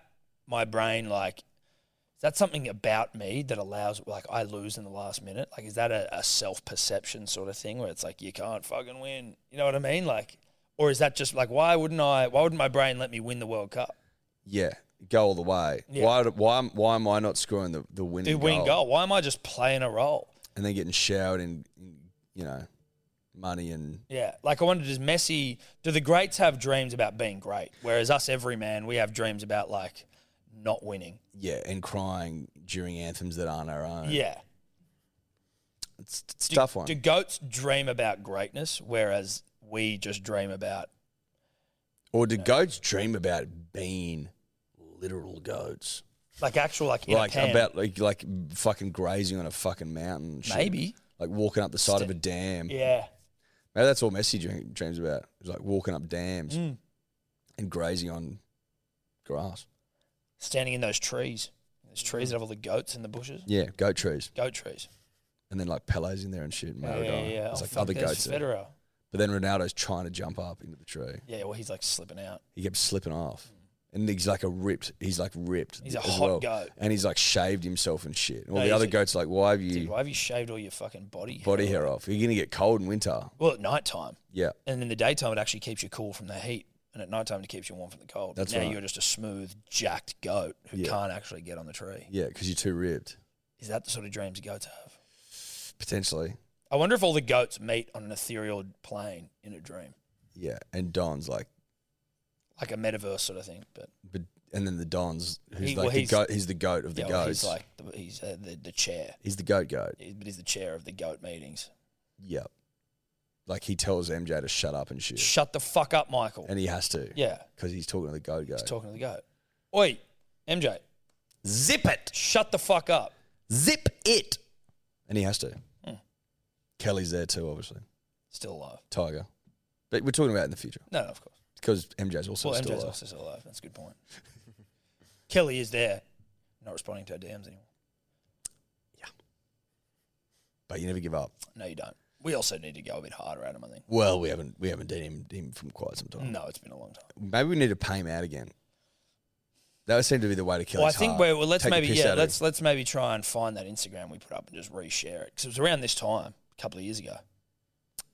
[SPEAKER 1] my brain like is that something about me that allows like I lose in the last minute? Like is that a, a self perception sort of thing where it's like you can't fucking win? You know what I mean? Like, or is that just like why wouldn't I? Why wouldn't my brain let me win the World Cup?
[SPEAKER 2] yeah, go all the way.
[SPEAKER 1] Yeah.
[SPEAKER 2] Why why am- why am I not scoring the the winning
[SPEAKER 1] Do win
[SPEAKER 2] goal,
[SPEAKER 1] goal? Why am I just playing a role?
[SPEAKER 2] and then getting showered in, in you know money and
[SPEAKER 1] Yeah, like I wonder, does Messi? Do the greats have dreams about being great? Whereas us, every man, we have dreams about like not winning.
[SPEAKER 2] yeah and crying during anthems that aren't our own.
[SPEAKER 1] Yeah.
[SPEAKER 2] it's, it's a tough one.
[SPEAKER 1] Do goats dream about greatness, whereas we just dream about?
[SPEAKER 2] or do goats dream about being literal goats?
[SPEAKER 1] Like actual, like in
[SPEAKER 2] like
[SPEAKER 1] a pen.
[SPEAKER 2] about like like fucking grazing on a fucking mountain. and shit.
[SPEAKER 1] Maybe.
[SPEAKER 2] like walking up the side of a dam.
[SPEAKER 1] yeah,
[SPEAKER 2] Maybe that's all Messi dream, dreams about. It's like walking up dams
[SPEAKER 1] Mm.
[SPEAKER 2] and grazing on grass.
[SPEAKER 1] standing in those trees, those trees that have all the goats in the bushes,
[SPEAKER 2] Yeah, goat trees,
[SPEAKER 1] goat trees.
[SPEAKER 2] and then like Pele's in there and shit. And
[SPEAKER 1] Yeah,
[SPEAKER 2] Maradona.
[SPEAKER 1] yeah, yeah.
[SPEAKER 2] It's
[SPEAKER 1] Oh,
[SPEAKER 2] like
[SPEAKER 1] fuck,
[SPEAKER 2] other
[SPEAKER 1] there's
[SPEAKER 2] goats. there.
[SPEAKER 1] Federer.
[SPEAKER 2] But then Ronaldo's trying to jump up into the tree.
[SPEAKER 1] Yeah, well, he's like slipping out.
[SPEAKER 2] He kept slipping off. And he's like a ripped. He's like ripped.
[SPEAKER 1] He's a
[SPEAKER 2] as
[SPEAKER 1] hot
[SPEAKER 2] well.
[SPEAKER 1] goat.
[SPEAKER 2] And he's like shaved himself and shit. And all
[SPEAKER 1] No,
[SPEAKER 2] the
[SPEAKER 1] he's
[SPEAKER 2] other
[SPEAKER 1] a-
[SPEAKER 2] goats are like, why have
[SPEAKER 1] Dude,
[SPEAKER 2] you
[SPEAKER 1] why have you shaved all your fucking body hair?
[SPEAKER 2] body hair off? You're gonna get cold in winter.
[SPEAKER 1] Well, at night time,
[SPEAKER 2] Yeah.
[SPEAKER 1] and in the daytime, it actually keeps you cool from the heat, and at night time, it keeps you warm from the cold.
[SPEAKER 2] That's
[SPEAKER 1] now
[SPEAKER 2] right.
[SPEAKER 1] you're just a smooth, jacked goat who
[SPEAKER 2] Yeah.
[SPEAKER 1] can't actually get on the tree.
[SPEAKER 2] Yeah, because you're too ripped.
[SPEAKER 1] Is that the sort of dreams goats have?
[SPEAKER 2] Potentially.
[SPEAKER 1] I wonder if all the goats meet on an ethereal plane in a dream,
[SPEAKER 2] Yeah. And Don's like
[SPEAKER 1] like a metaverse sort of thing. But
[SPEAKER 2] but and then the Don's who's
[SPEAKER 1] He-
[SPEAKER 2] like
[SPEAKER 1] well,
[SPEAKER 2] the
[SPEAKER 1] he's-
[SPEAKER 2] goat he's the goat of the
[SPEAKER 1] yeah, well,
[SPEAKER 2] goats.
[SPEAKER 1] he's like the, he's uh, the, the chair,
[SPEAKER 2] He's the goat goat.
[SPEAKER 1] He- but he's the chair of the goat meetings.
[SPEAKER 2] Yep. Like he tells MJ to shut up and shit.
[SPEAKER 1] Shut the fuck up, Michael.
[SPEAKER 2] and he has to.
[SPEAKER 1] yeah,
[SPEAKER 2] Because he's talking to the goat goat.
[SPEAKER 1] he's talking to the goat. Oi, MJ,
[SPEAKER 2] Zip it.
[SPEAKER 1] shut the fuck up.
[SPEAKER 2] Zip it. And he has to.
[SPEAKER 1] Hmm.
[SPEAKER 2] Kelly's there too, obviously.
[SPEAKER 1] Still alive?
[SPEAKER 2] Tiger. But we're talking about in the future.
[SPEAKER 1] Oh. No, no of course.
[SPEAKER 2] Because MJ's also
[SPEAKER 1] well,
[SPEAKER 2] still
[SPEAKER 1] MJ's
[SPEAKER 2] alive.
[SPEAKER 1] also still alive. That's a good point. Kelly is there Not responding to our DMs anymore.
[SPEAKER 2] But you never give up.
[SPEAKER 1] No, you don't. We also need to go a bit harder at him, I think.
[SPEAKER 2] Well, we haven't we haven't DM'd him from quite some time.
[SPEAKER 1] No, it's been a long time.
[SPEAKER 2] Maybe we need to pay him out again. That would seem to be the way to kill.
[SPEAKER 1] Well, I
[SPEAKER 2] his
[SPEAKER 1] think
[SPEAKER 2] heart.
[SPEAKER 1] we're, well, let's
[SPEAKER 2] Take the
[SPEAKER 1] maybe
[SPEAKER 2] piss out
[SPEAKER 1] yeah,
[SPEAKER 2] of him.
[SPEAKER 1] let's let's maybe try and find that Instagram we put up and just reshare it because it was around this time a couple of years ago.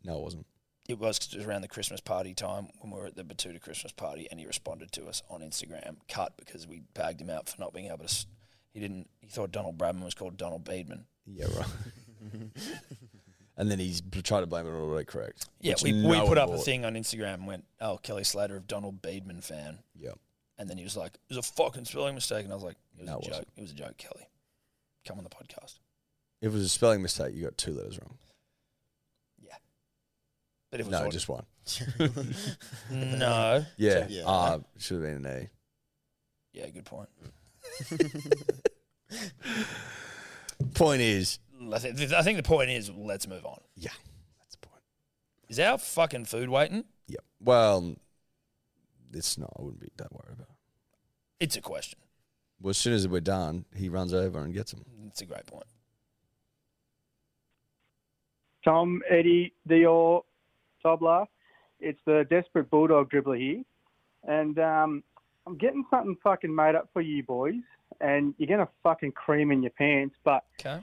[SPEAKER 2] No, it wasn't.
[SPEAKER 1] It was, 'cause it was around the Christmas party time when we were at the Batuta Christmas party, and he responded to us on Instagram, cut because we bagged him out for not being able to. s- He didn't. He thought Donald Bradman was called Donald Beedman.
[SPEAKER 2] Yeah, right. and then he's b- trying to blame it on correct.
[SPEAKER 1] Yeah,
[SPEAKER 2] which
[SPEAKER 1] we,
[SPEAKER 2] no
[SPEAKER 1] we
[SPEAKER 2] one
[SPEAKER 1] put up a
[SPEAKER 2] bought.
[SPEAKER 1] thing on Instagram and went, "Oh, Kelly Slater of Donald Beedman fan."
[SPEAKER 2] Yeah.
[SPEAKER 1] And then he was like, "It was a fucking spelling mistake," and I was like, "It was
[SPEAKER 2] No,
[SPEAKER 1] a
[SPEAKER 2] it
[SPEAKER 1] joke.
[SPEAKER 2] wasn't.
[SPEAKER 1] It was a joke, Kelly. Come on the podcast."
[SPEAKER 2] If it was a spelling mistake, you got two letters wrong.
[SPEAKER 1] But if it was
[SPEAKER 2] no,
[SPEAKER 1] audio-
[SPEAKER 2] just one.
[SPEAKER 1] no.
[SPEAKER 2] Yeah,
[SPEAKER 3] Yeah.
[SPEAKER 2] Ah, should have been an
[SPEAKER 1] Yeah, good point.
[SPEAKER 2] A. Point is,
[SPEAKER 1] I think, I think the point is, let's move on.
[SPEAKER 2] Yeah, that's
[SPEAKER 1] the point. Is our fucking food waiting?
[SPEAKER 2] yeah. Well, it's not. I wouldn't be that worried about. it.
[SPEAKER 1] It's a question.
[SPEAKER 2] Well, as soon as we're done, he runs over and gets them.
[SPEAKER 1] It's a great point.
[SPEAKER 11] Tom, Eddie, Dior, Tobler. It's the Desperate Bulldog dribbler here. And um, I'm getting something fucking made up for you boys. And you're going to fucking cream in your pants. But
[SPEAKER 1] Okay.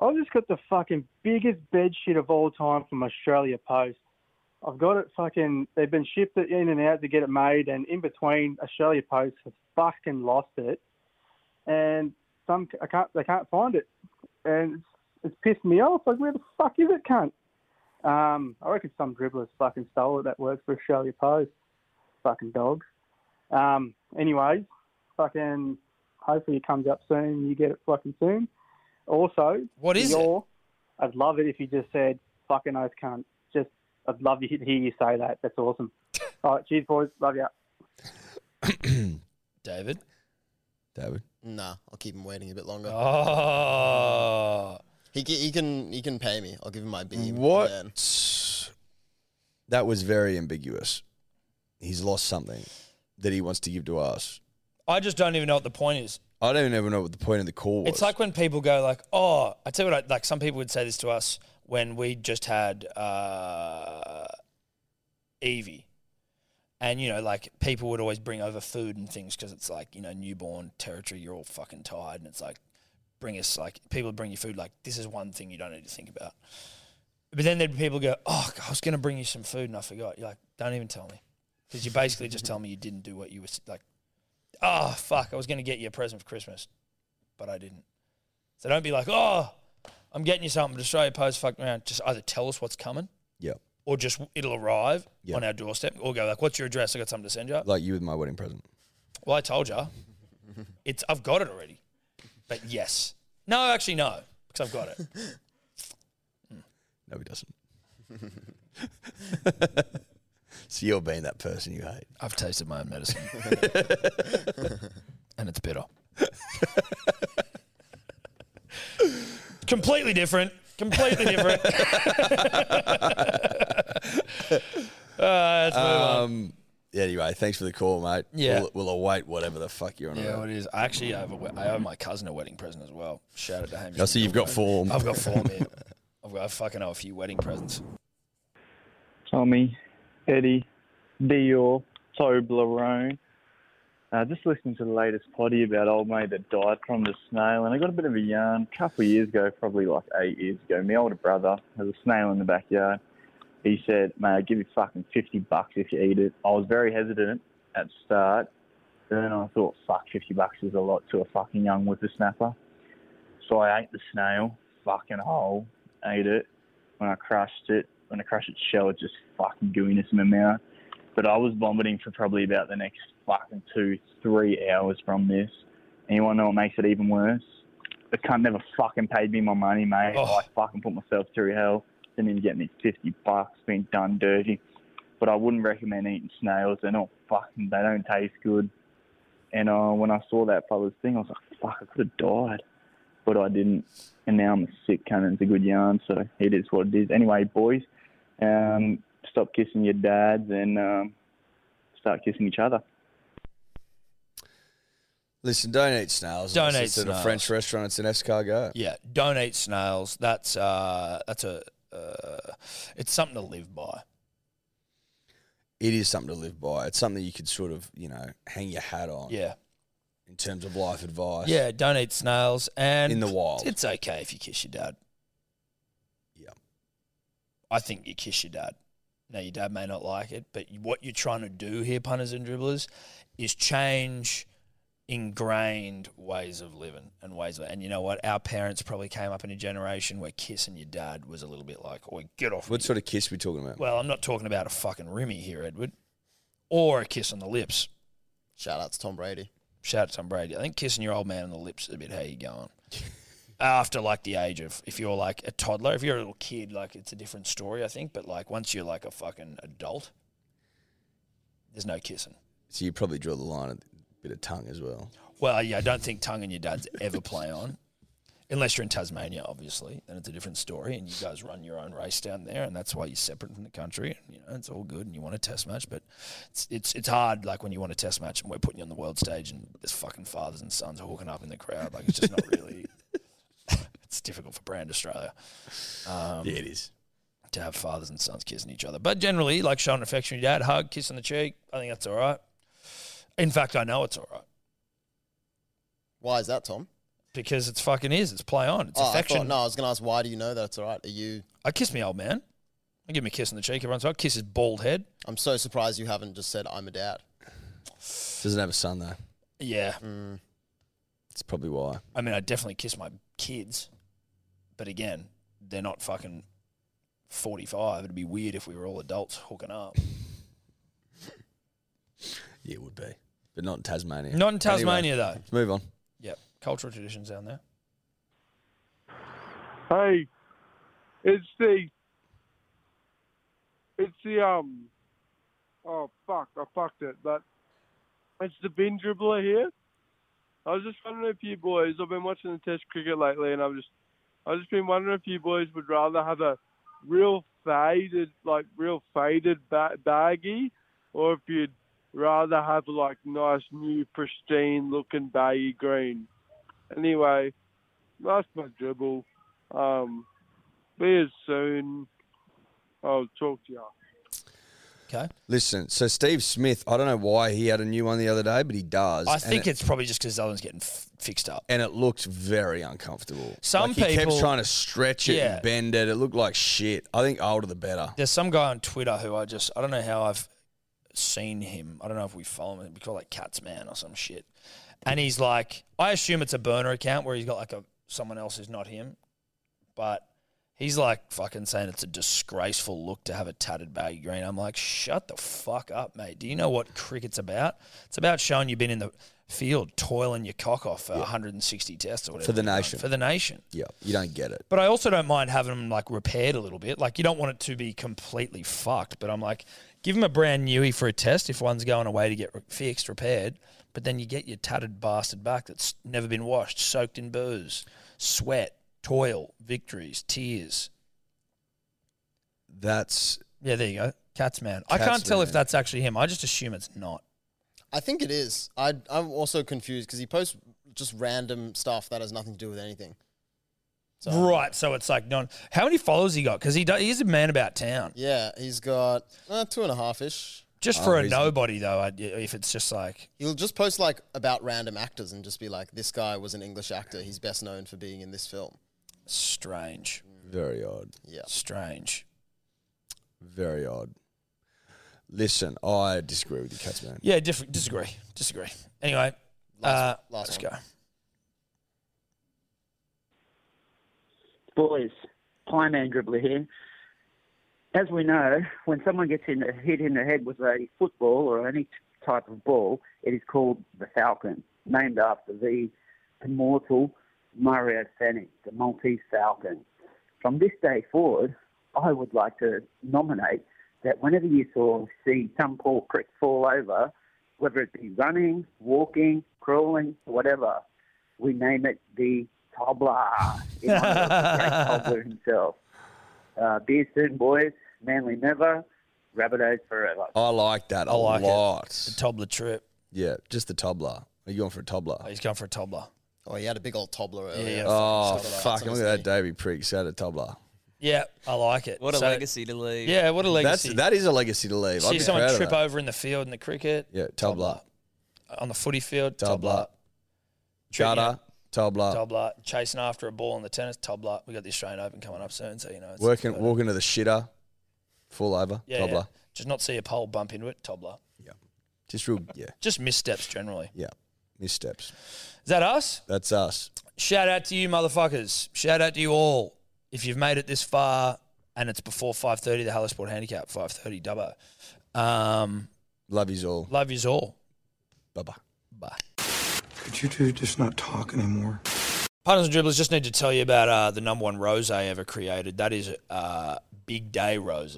[SPEAKER 11] I've just got the fucking biggest bed sheet of all time from Australia Post. I've got it fucking, they've been shipped it in and out to get it made. And in between, Australia Post has fucking lost it. And some, I can't, they can't find it. And it's it's pissed me off. Like, where the fuck is it, cunt? Um, I reckon some dribbler's fucking stole it. That works for Australia Post. Fucking dogs. Um, anyways, fucking. Hopefully it comes up soon. and You get it fucking soon. Also,
[SPEAKER 1] what is
[SPEAKER 11] your, it? I'd love it if you just said fucking oath cunt. Just, I'd love to he- hear you say that. That's awesome. All right, cheers, boys. Love you.
[SPEAKER 1] David?
[SPEAKER 2] David?
[SPEAKER 3] Nah, I'll keep him waiting a bit longer.
[SPEAKER 1] Oh.
[SPEAKER 3] He, ca- he can he can pay me. I'll give him my beam.
[SPEAKER 2] What?
[SPEAKER 3] then.
[SPEAKER 2] That was very ambiguous. He's lost something that he wants to give to us.
[SPEAKER 1] I just don't even know what the point is.
[SPEAKER 2] I don't even know what the point of the call was.
[SPEAKER 1] It's like when people go like, "Oh, I tell you what," I, like some people would say this to us when we just had uh, Evie, and you know, like people would always bring over food and things because it's like you know newborn territory. You're all fucking tired, and it's like bring us like people bring you food. Like this is one thing you don't need to think about. But then there'd be people go, "Oh, I was going to bring you some food and I forgot." You're like, "Don't even tell me," because you basically just tell me you didn't do what you were s- like. Oh fuck! I was going to get you a present for Christmas, but I didn't. So don't be like, "Oh, I'm getting you something." But Australia Post fucking around. Just either tell us what's coming,
[SPEAKER 2] yeah,
[SPEAKER 1] or just it'll arrive
[SPEAKER 2] Yeah.
[SPEAKER 1] on our doorstep, or go like, "What's your address? I got something to send you."
[SPEAKER 2] like you with my wedding present.
[SPEAKER 1] Well, I told you, it's I've got it already. But yes, no, actually no, because I've got it.
[SPEAKER 2] No, he doesn't. so you're being that person you hate.
[SPEAKER 1] I've tasted my own medicine. and it's bitter. Completely different. Completely different. uh, let's move on.
[SPEAKER 2] Um, anyway, thanks for the call, mate.
[SPEAKER 1] Yeah.
[SPEAKER 2] We'll, we'll await whatever the fuck you're on
[SPEAKER 1] Yeah,
[SPEAKER 2] about.
[SPEAKER 1] what it is. I actually have a we- I owe my cousin a wedding present as well. Shout out to him.
[SPEAKER 2] I see you've got form.
[SPEAKER 1] I've got four, man. I've got I fucking owe a few wedding presents.
[SPEAKER 12] Tommy, Eddie, Dior, Toblerone. Uh, just listening to the latest potty about old mate that died from the snail, and I got a bit of a yarn. A couple of years ago, probably like eight years ago, my older brother has a snail in the backyard. He said, "Mate, I'll give you fucking fifty bucks if you eat it." I was very hesitant at the start, then I thought, "Fuck, fifty bucks is a lot to a fucking young whippersnapper." So I ate the snail, fucking whole, ate it. When I crushed it, when I crushed its shell, it just fucking gooiness in my mouth. But I was vomiting for probably about the next fucking two, three hours from this. Anyone know what makes it even worse? The cunt never fucking paid me my money, mate.
[SPEAKER 1] Oh.
[SPEAKER 12] I fucking put myself through hell. Didn't even get me 50 bucks, been done dirty. But I wouldn't recommend eating snails. They're not fucking, they don't taste good. And uh, when I saw that fella's thing, I was like, fuck, I could have died but I didn't. And now I'm a sick cunt and it's a good yarn, so it is what it is. Anyway, boys, um, stop kissing your dads and um, start kissing each other.
[SPEAKER 2] Listen, don't eat snails.
[SPEAKER 1] Don't
[SPEAKER 2] unless
[SPEAKER 1] eat
[SPEAKER 2] it's at a
[SPEAKER 1] snails.
[SPEAKER 2] French restaurant. It's an escargot.
[SPEAKER 1] Yeah, don't eat snails. That's uh, that's a uh, it's something to live by.
[SPEAKER 2] It is something to live by. It's something you could sort of, you know, hang your hat on.
[SPEAKER 1] Yeah.
[SPEAKER 2] In terms of life advice.
[SPEAKER 1] Yeah, don't eat snails and
[SPEAKER 2] In the wild.
[SPEAKER 1] It's okay if you kiss your dad.
[SPEAKER 2] Yeah.
[SPEAKER 1] I think you kiss your dad. Now your dad may not like it, but what you're trying to do here, punters and dribblers, is change ingrained ways of living and ways of and you know what? Our parents probably came up in a generation where kissing your dad was a little bit like, Oi, get off
[SPEAKER 2] What sort of kiss we talking about?
[SPEAKER 1] Well, I'm not talking about a fucking rimmy here, Edward, or a kiss on the lips.
[SPEAKER 3] Shout out to Tom Brady.
[SPEAKER 1] Shout out to Tom Brady. I think kissing your old man on the lips is a bit how you going. After like the age of, if you're like a toddler, if you're a little kid, like it's a different story, I think. But like once you're like a fucking adult, there's no kissing.
[SPEAKER 2] So you probably draw the line at a bit of tongue as well.
[SPEAKER 1] Well, yeah, I don't think tongue and your dad's ever play on, unless you're in Tasmania, obviously. Then it's a different story, and you guys run your own race down there, and that's why you're separate from the country. And you know, it's all good, and you want a test match, but it's it's it's hard. Like when you want a test match, and we're putting you on the world stage, and there's fucking fathers and sons hooking up in the crowd. Like it's just not really. it's difficult for brand Australia. Um,
[SPEAKER 2] yeah, it is.
[SPEAKER 1] To have fathers and sons kissing each other. But generally, like showing affection to your dad, hug, kiss on the cheek, I think that's all right. In fact, I know it's all right.
[SPEAKER 3] Why is that, Tom?
[SPEAKER 1] Because it's fucking is. It's play on. It's
[SPEAKER 3] Oh, I thought-
[SPEAKER 1] affection.
[SPEAKER 3] no, I was going to ask, why do you know that it's all right? Are you?
[SPEAKER 1] I kiss me old man. I give him a kiss on the cheek. Everyone's like, kiss his bald head.
[SPEAKER 3] I'm so surprised you haven't just said I'm a dad.
[SPEAKER 2] Doesn't have a son though.
[SPEAKER 1] Yeah.
[SPEAKER 3] Mm.
[SPEAKER 2] That's probably why.
[SPEAKER 1] I mean, I definitely kiss my kids, but again, they're not fucking 45. It'd be weird if we were all adults hooking up.
[SPEAKER 2] Yeah, it would be. But not in Tasmania.
[SPEAKER 1] Not in Tasmania, though.
[SPEAKER 2] Let's move on.
[SPEAKER 1] Yep. Cultural traditions down there.
[SPEAKER 13] Hey, it's the it's the um oh fuck, I fucked it, but it's the bin dribbler here. I was just wondering if you boys I've been watching the test cricket lately and I've just I've just been wondering if you boys would rather have a real faded like real faded ba- baggy or if you'd rather have like nice new pristine looking baggy green. Anyway, that's my dribble. Um, be as soon. I'll talk to you.
[SPEAKER 2] Listen, so Steve Smith, I don't know why he had a new one the other day, but he does.
[SPEAKER 1] I
[SPEAKER 2] And
[SPEAKER 1] think
[SPEAKER 2] it-
[SPEAKER 1] it's probably just because the other one's getting f- fixed up.
[SPEAKER 2] and it looked very uncomfortable.
[SPEAKER 1] Some
[SPEAKER 2] Like, he
[SPEAKER 1] people-
[SPEAKER 2] kept trying to stretch it
[SPEAKER 1] Yeah.
[SPEAKER 2] and bend it. It looked like shit. I think older the better.
[SPEAKER 1] There's some guy on Twitter who I just I don't know how I've seen him. I don't know if we follow him. We call it Cats Man or some shit. And he's like, I assume it's a burner account where he's got like a someone else who's not him, but he's like fucking saying it's a disgraceful look to have a tattered baggy green. I'm like, shut the fuck up, mate. Do you know what cricket's about? It's about showing you've been in the field toiling your cock off for 160 tests or whatever
[SPEAKER 2] For the
[SPEAKER 1] you've done.
[SPEAKER 2] nation.
[SPEAKER 1] For the nation.
[SPEAKER 2] Yeah, you don't get it.
[SPEAKER 1] But I also don't mind having them like repaired a little bit. Like you don't want it to be completely fucked. But I'm like, give them a brand newie for a test if one's going away to get re- fixed, repaired. But then you get your tattered bastard back that's never been washed, soaked in booze, sweat, toil, victories, tears.
[SPEAKER 2] That's
[SPEAKER 1] yeah. There you go, Cats man. I
[SPEAKER 3] Cats
[SPEAKER 1] can't tell if
[SPEAKER 3] Man.
[SPEAKER 1] that's actually him. I just assume it's not.
[SPEAKER 3] I think it is. I, I'm also confused because he posts just random stuff that has nothing to do with anything.
[SPEAKER 1] Right. So it's like non. How many followers he got? Because he do, he's a man about town.
[SPEAKER 3] Yeah, he's got uh, two and a half ish.
[SPEAKER 2] Oh,
[SPEAKER 1] Just for a nobody though, I, if it's just like
[SPEAKER 3] He'll just post like about random actors and just be like, "This guy was an English actor. He's best known for being in this film."
[SPEAKER 1] strange,
[SPEAKER 2] Very odd.
[SPEAKER 3] Yeah.
[SPEAKER 1] Strange.
[SPEAKER 2] Very odd. Listen, I disagree with you, Catsman.
[SPEAKER 1] Yeah, diff- disagree. Disagree. Anyway, uh, let's go.
[SPEAKER 14] Boys, Pie Man dribbler here. As we know, when someone gets in, hit in the head with a football or any type of ball, it is called the Falcon, named after the immortal Mario Fenix, the Maltese Falcon. From this day forward, I would like to nominate that whenever you saw see some poor prick fall over, whether it be running, walking, crawling, whatever, we name it the Cobbler in honor of the great Cobbler himself. Uh, beer soon, boys. Manly never. Rabbitohs forever.
[SPEAKER 2] I like that a
[SPEAKER 1] I like it.
[SPEAKER 2] lot.
[SPEAKER 1] The Tobler trip.
[SPEAKER 2] Yeah, just the Tobler. Are you going for a toddler?
[SPEAKER 1] He's going for a toddler.
[SPEAKER 3] Oh, he had a big old toddler earlier.
[SPEAKER 2] oh,
[SPEAKER 3] Shut up.
[SPEAKER 2] fuck. Look at that Davey Pricks out of toddler.
[SPEAKER 1] Yeah, I like it.
[SPEAKER 4] What a
[SPEAKER 1] So-
[SPEAKER 4] legacy to leave.
[SPEAKER 1] Yeah, what a legacy.
[SPEAKER 2] That's, that is a legacy to leave. I'd
[SPEAKER 1] See
[SPEAKER 2] be
[SPEAKER 1] someone
[SPEAKER 2] proud of
[SPEAKER 1] trip
[SPEAKER 2] that.
[SPEAKER 1] over in the field in the cricket,
[SPEAKER 2] Yeah, toddler.
[SPEAKER 1] on the footy field,
[SPEAKER 2] Toddler.
[SPEAKER 1] Treating
[SPEAKER 2] Gutter. Toddler.
[SPEAKER 1] Tobler chasing after a ball in the tennis. Tobler, we got the Australian Open coming up soon, so you know. It's
[SPEAKER 2] Working, walking to the shitter. Full over.
[SPEAKER 1] yeah,
[SPEAKER 2] toddler.
[SPEAKER 1] yeah. Just not see a pole bump into it. Tobler.
[SPEAKER 2] Just real, yeah,
[SPEAKER 1] Just missteps generally.
[SPEAKER 2] yeah. Missteps.
[SPEAKER 1] Is that us?
[SPEAKER 2] That's us.
[SPEAKER 1] Shout out to you, motherfuckers. Shout out to you all. If you've made it this far and it's before five thirty, the Hello Sport Handicap five thirty double. Um,
[SPEAKER 2] love yous all.
[SPEAKER 1] Love yous all.
[SPEAKER 2] Bye bye.
[SPEAKER 1] Bye.
[SPEAKER 11] Could you two just not talk anymore?
[SPEAKER 1] Punters and dribblers just need to tell you about uh, the number one rose ever created. That is uh, Big Day Rose.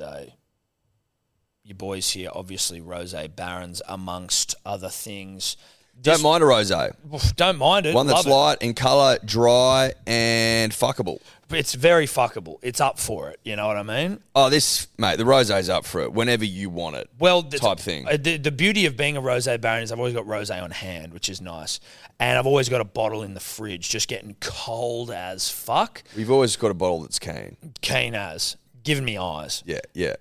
[SPEAKER 1] Your boys here, obviously, Rose Barons, amongst other things.
[SPEAKER 2] Don't mind a rosé.
[SPEAKER 1] Oof, Don't mind it.
[SPEAKER 2] One that's
[SPEAKER 1] Love it.
[SPEAKER 2] light in colour, dry, and fuckable.
[SPEAKER 1] It's very fuckable. It's up for it. You know what I mean?
[SPEAKER 2] Oh, this mate, the rosé's up for it whenever you want it.
[SPEAKER 1] Well, the-
[SPEAKER 2] type thing.
[SPEAKER 1] uh, The, the beauty of being a rosé baron is I've always got rosé on hand, which is nice, and I've always got a bottle in the fridge, just getting cold as fuck,
[SPEAKER 2] We've always got a bottle that's cane.
[SPEAKER 1] keen as, giving me eyes,
[SPEAKER 2] Yeah, yeah.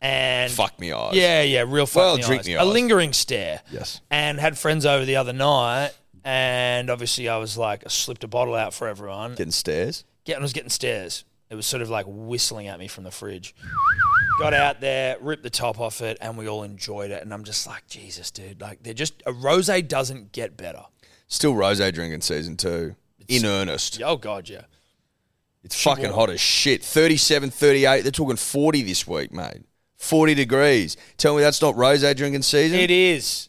[SPEAKER 1] and
[SPEAKER 2] Fuck me eyes.
[SPEAKER 1] Yeah, yeah, real fuck
[SPEAKER 2] Well,
[SPEAKER 1] me
[SPEAKER 2] drink
[SPEAKER 1] eyes.
[SPEAKER 2] me
[SPEAKER 1] A
[SPEAKER 2] eyes.
[SPEAKER 1] lingering stare.
[SPEAKER 2] Yes.
[SPEAKER 1] And had friends over the other night, and obviously I was like, I slipped a bottle out for everyone.
[SPEAKER 2] Getting stares.
[SPEAKER 1] Getting, I was getting stares. It was sort of like whistling at me from the fridge. Got out there, ripped the top off it, and we all enjoyed it. And I'm just like, Jesus, dude, like they're just a rose doesn't get better.
[SPEAKER 2] Still rosé drinking season two. in earnest.
[SPEAKER 1] Oh god, yeah.
[SPEAKER 2] It's fucking hot as shit. 37, 38. They're talking 40 this week, mate. 40 degrees. Tell me that's not rosé drinking season?
[SPEAKER 1] It is.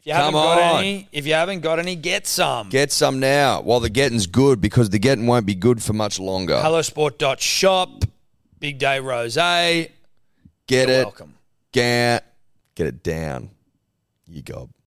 [SPEAKER 1] If you haven't
[SPEAKER 2] Come
[SPEAKER 1] got
[SPEAKER 2] on.
[SPEAKER 1] any, if you haven't got any, get some.
[SPEAKER 2] Get some now while the getting's good because the getting won't be good for much longer.
[SPEAKER 1] Hellosport.shop, big day rose. Get
[SPEAKER 2] Get
[SPEAKER 1] You're
[SPEAKER 2] it.
[SPEAKER 1] welcome.
[SPEAKER 2] Get, get it down. You gob.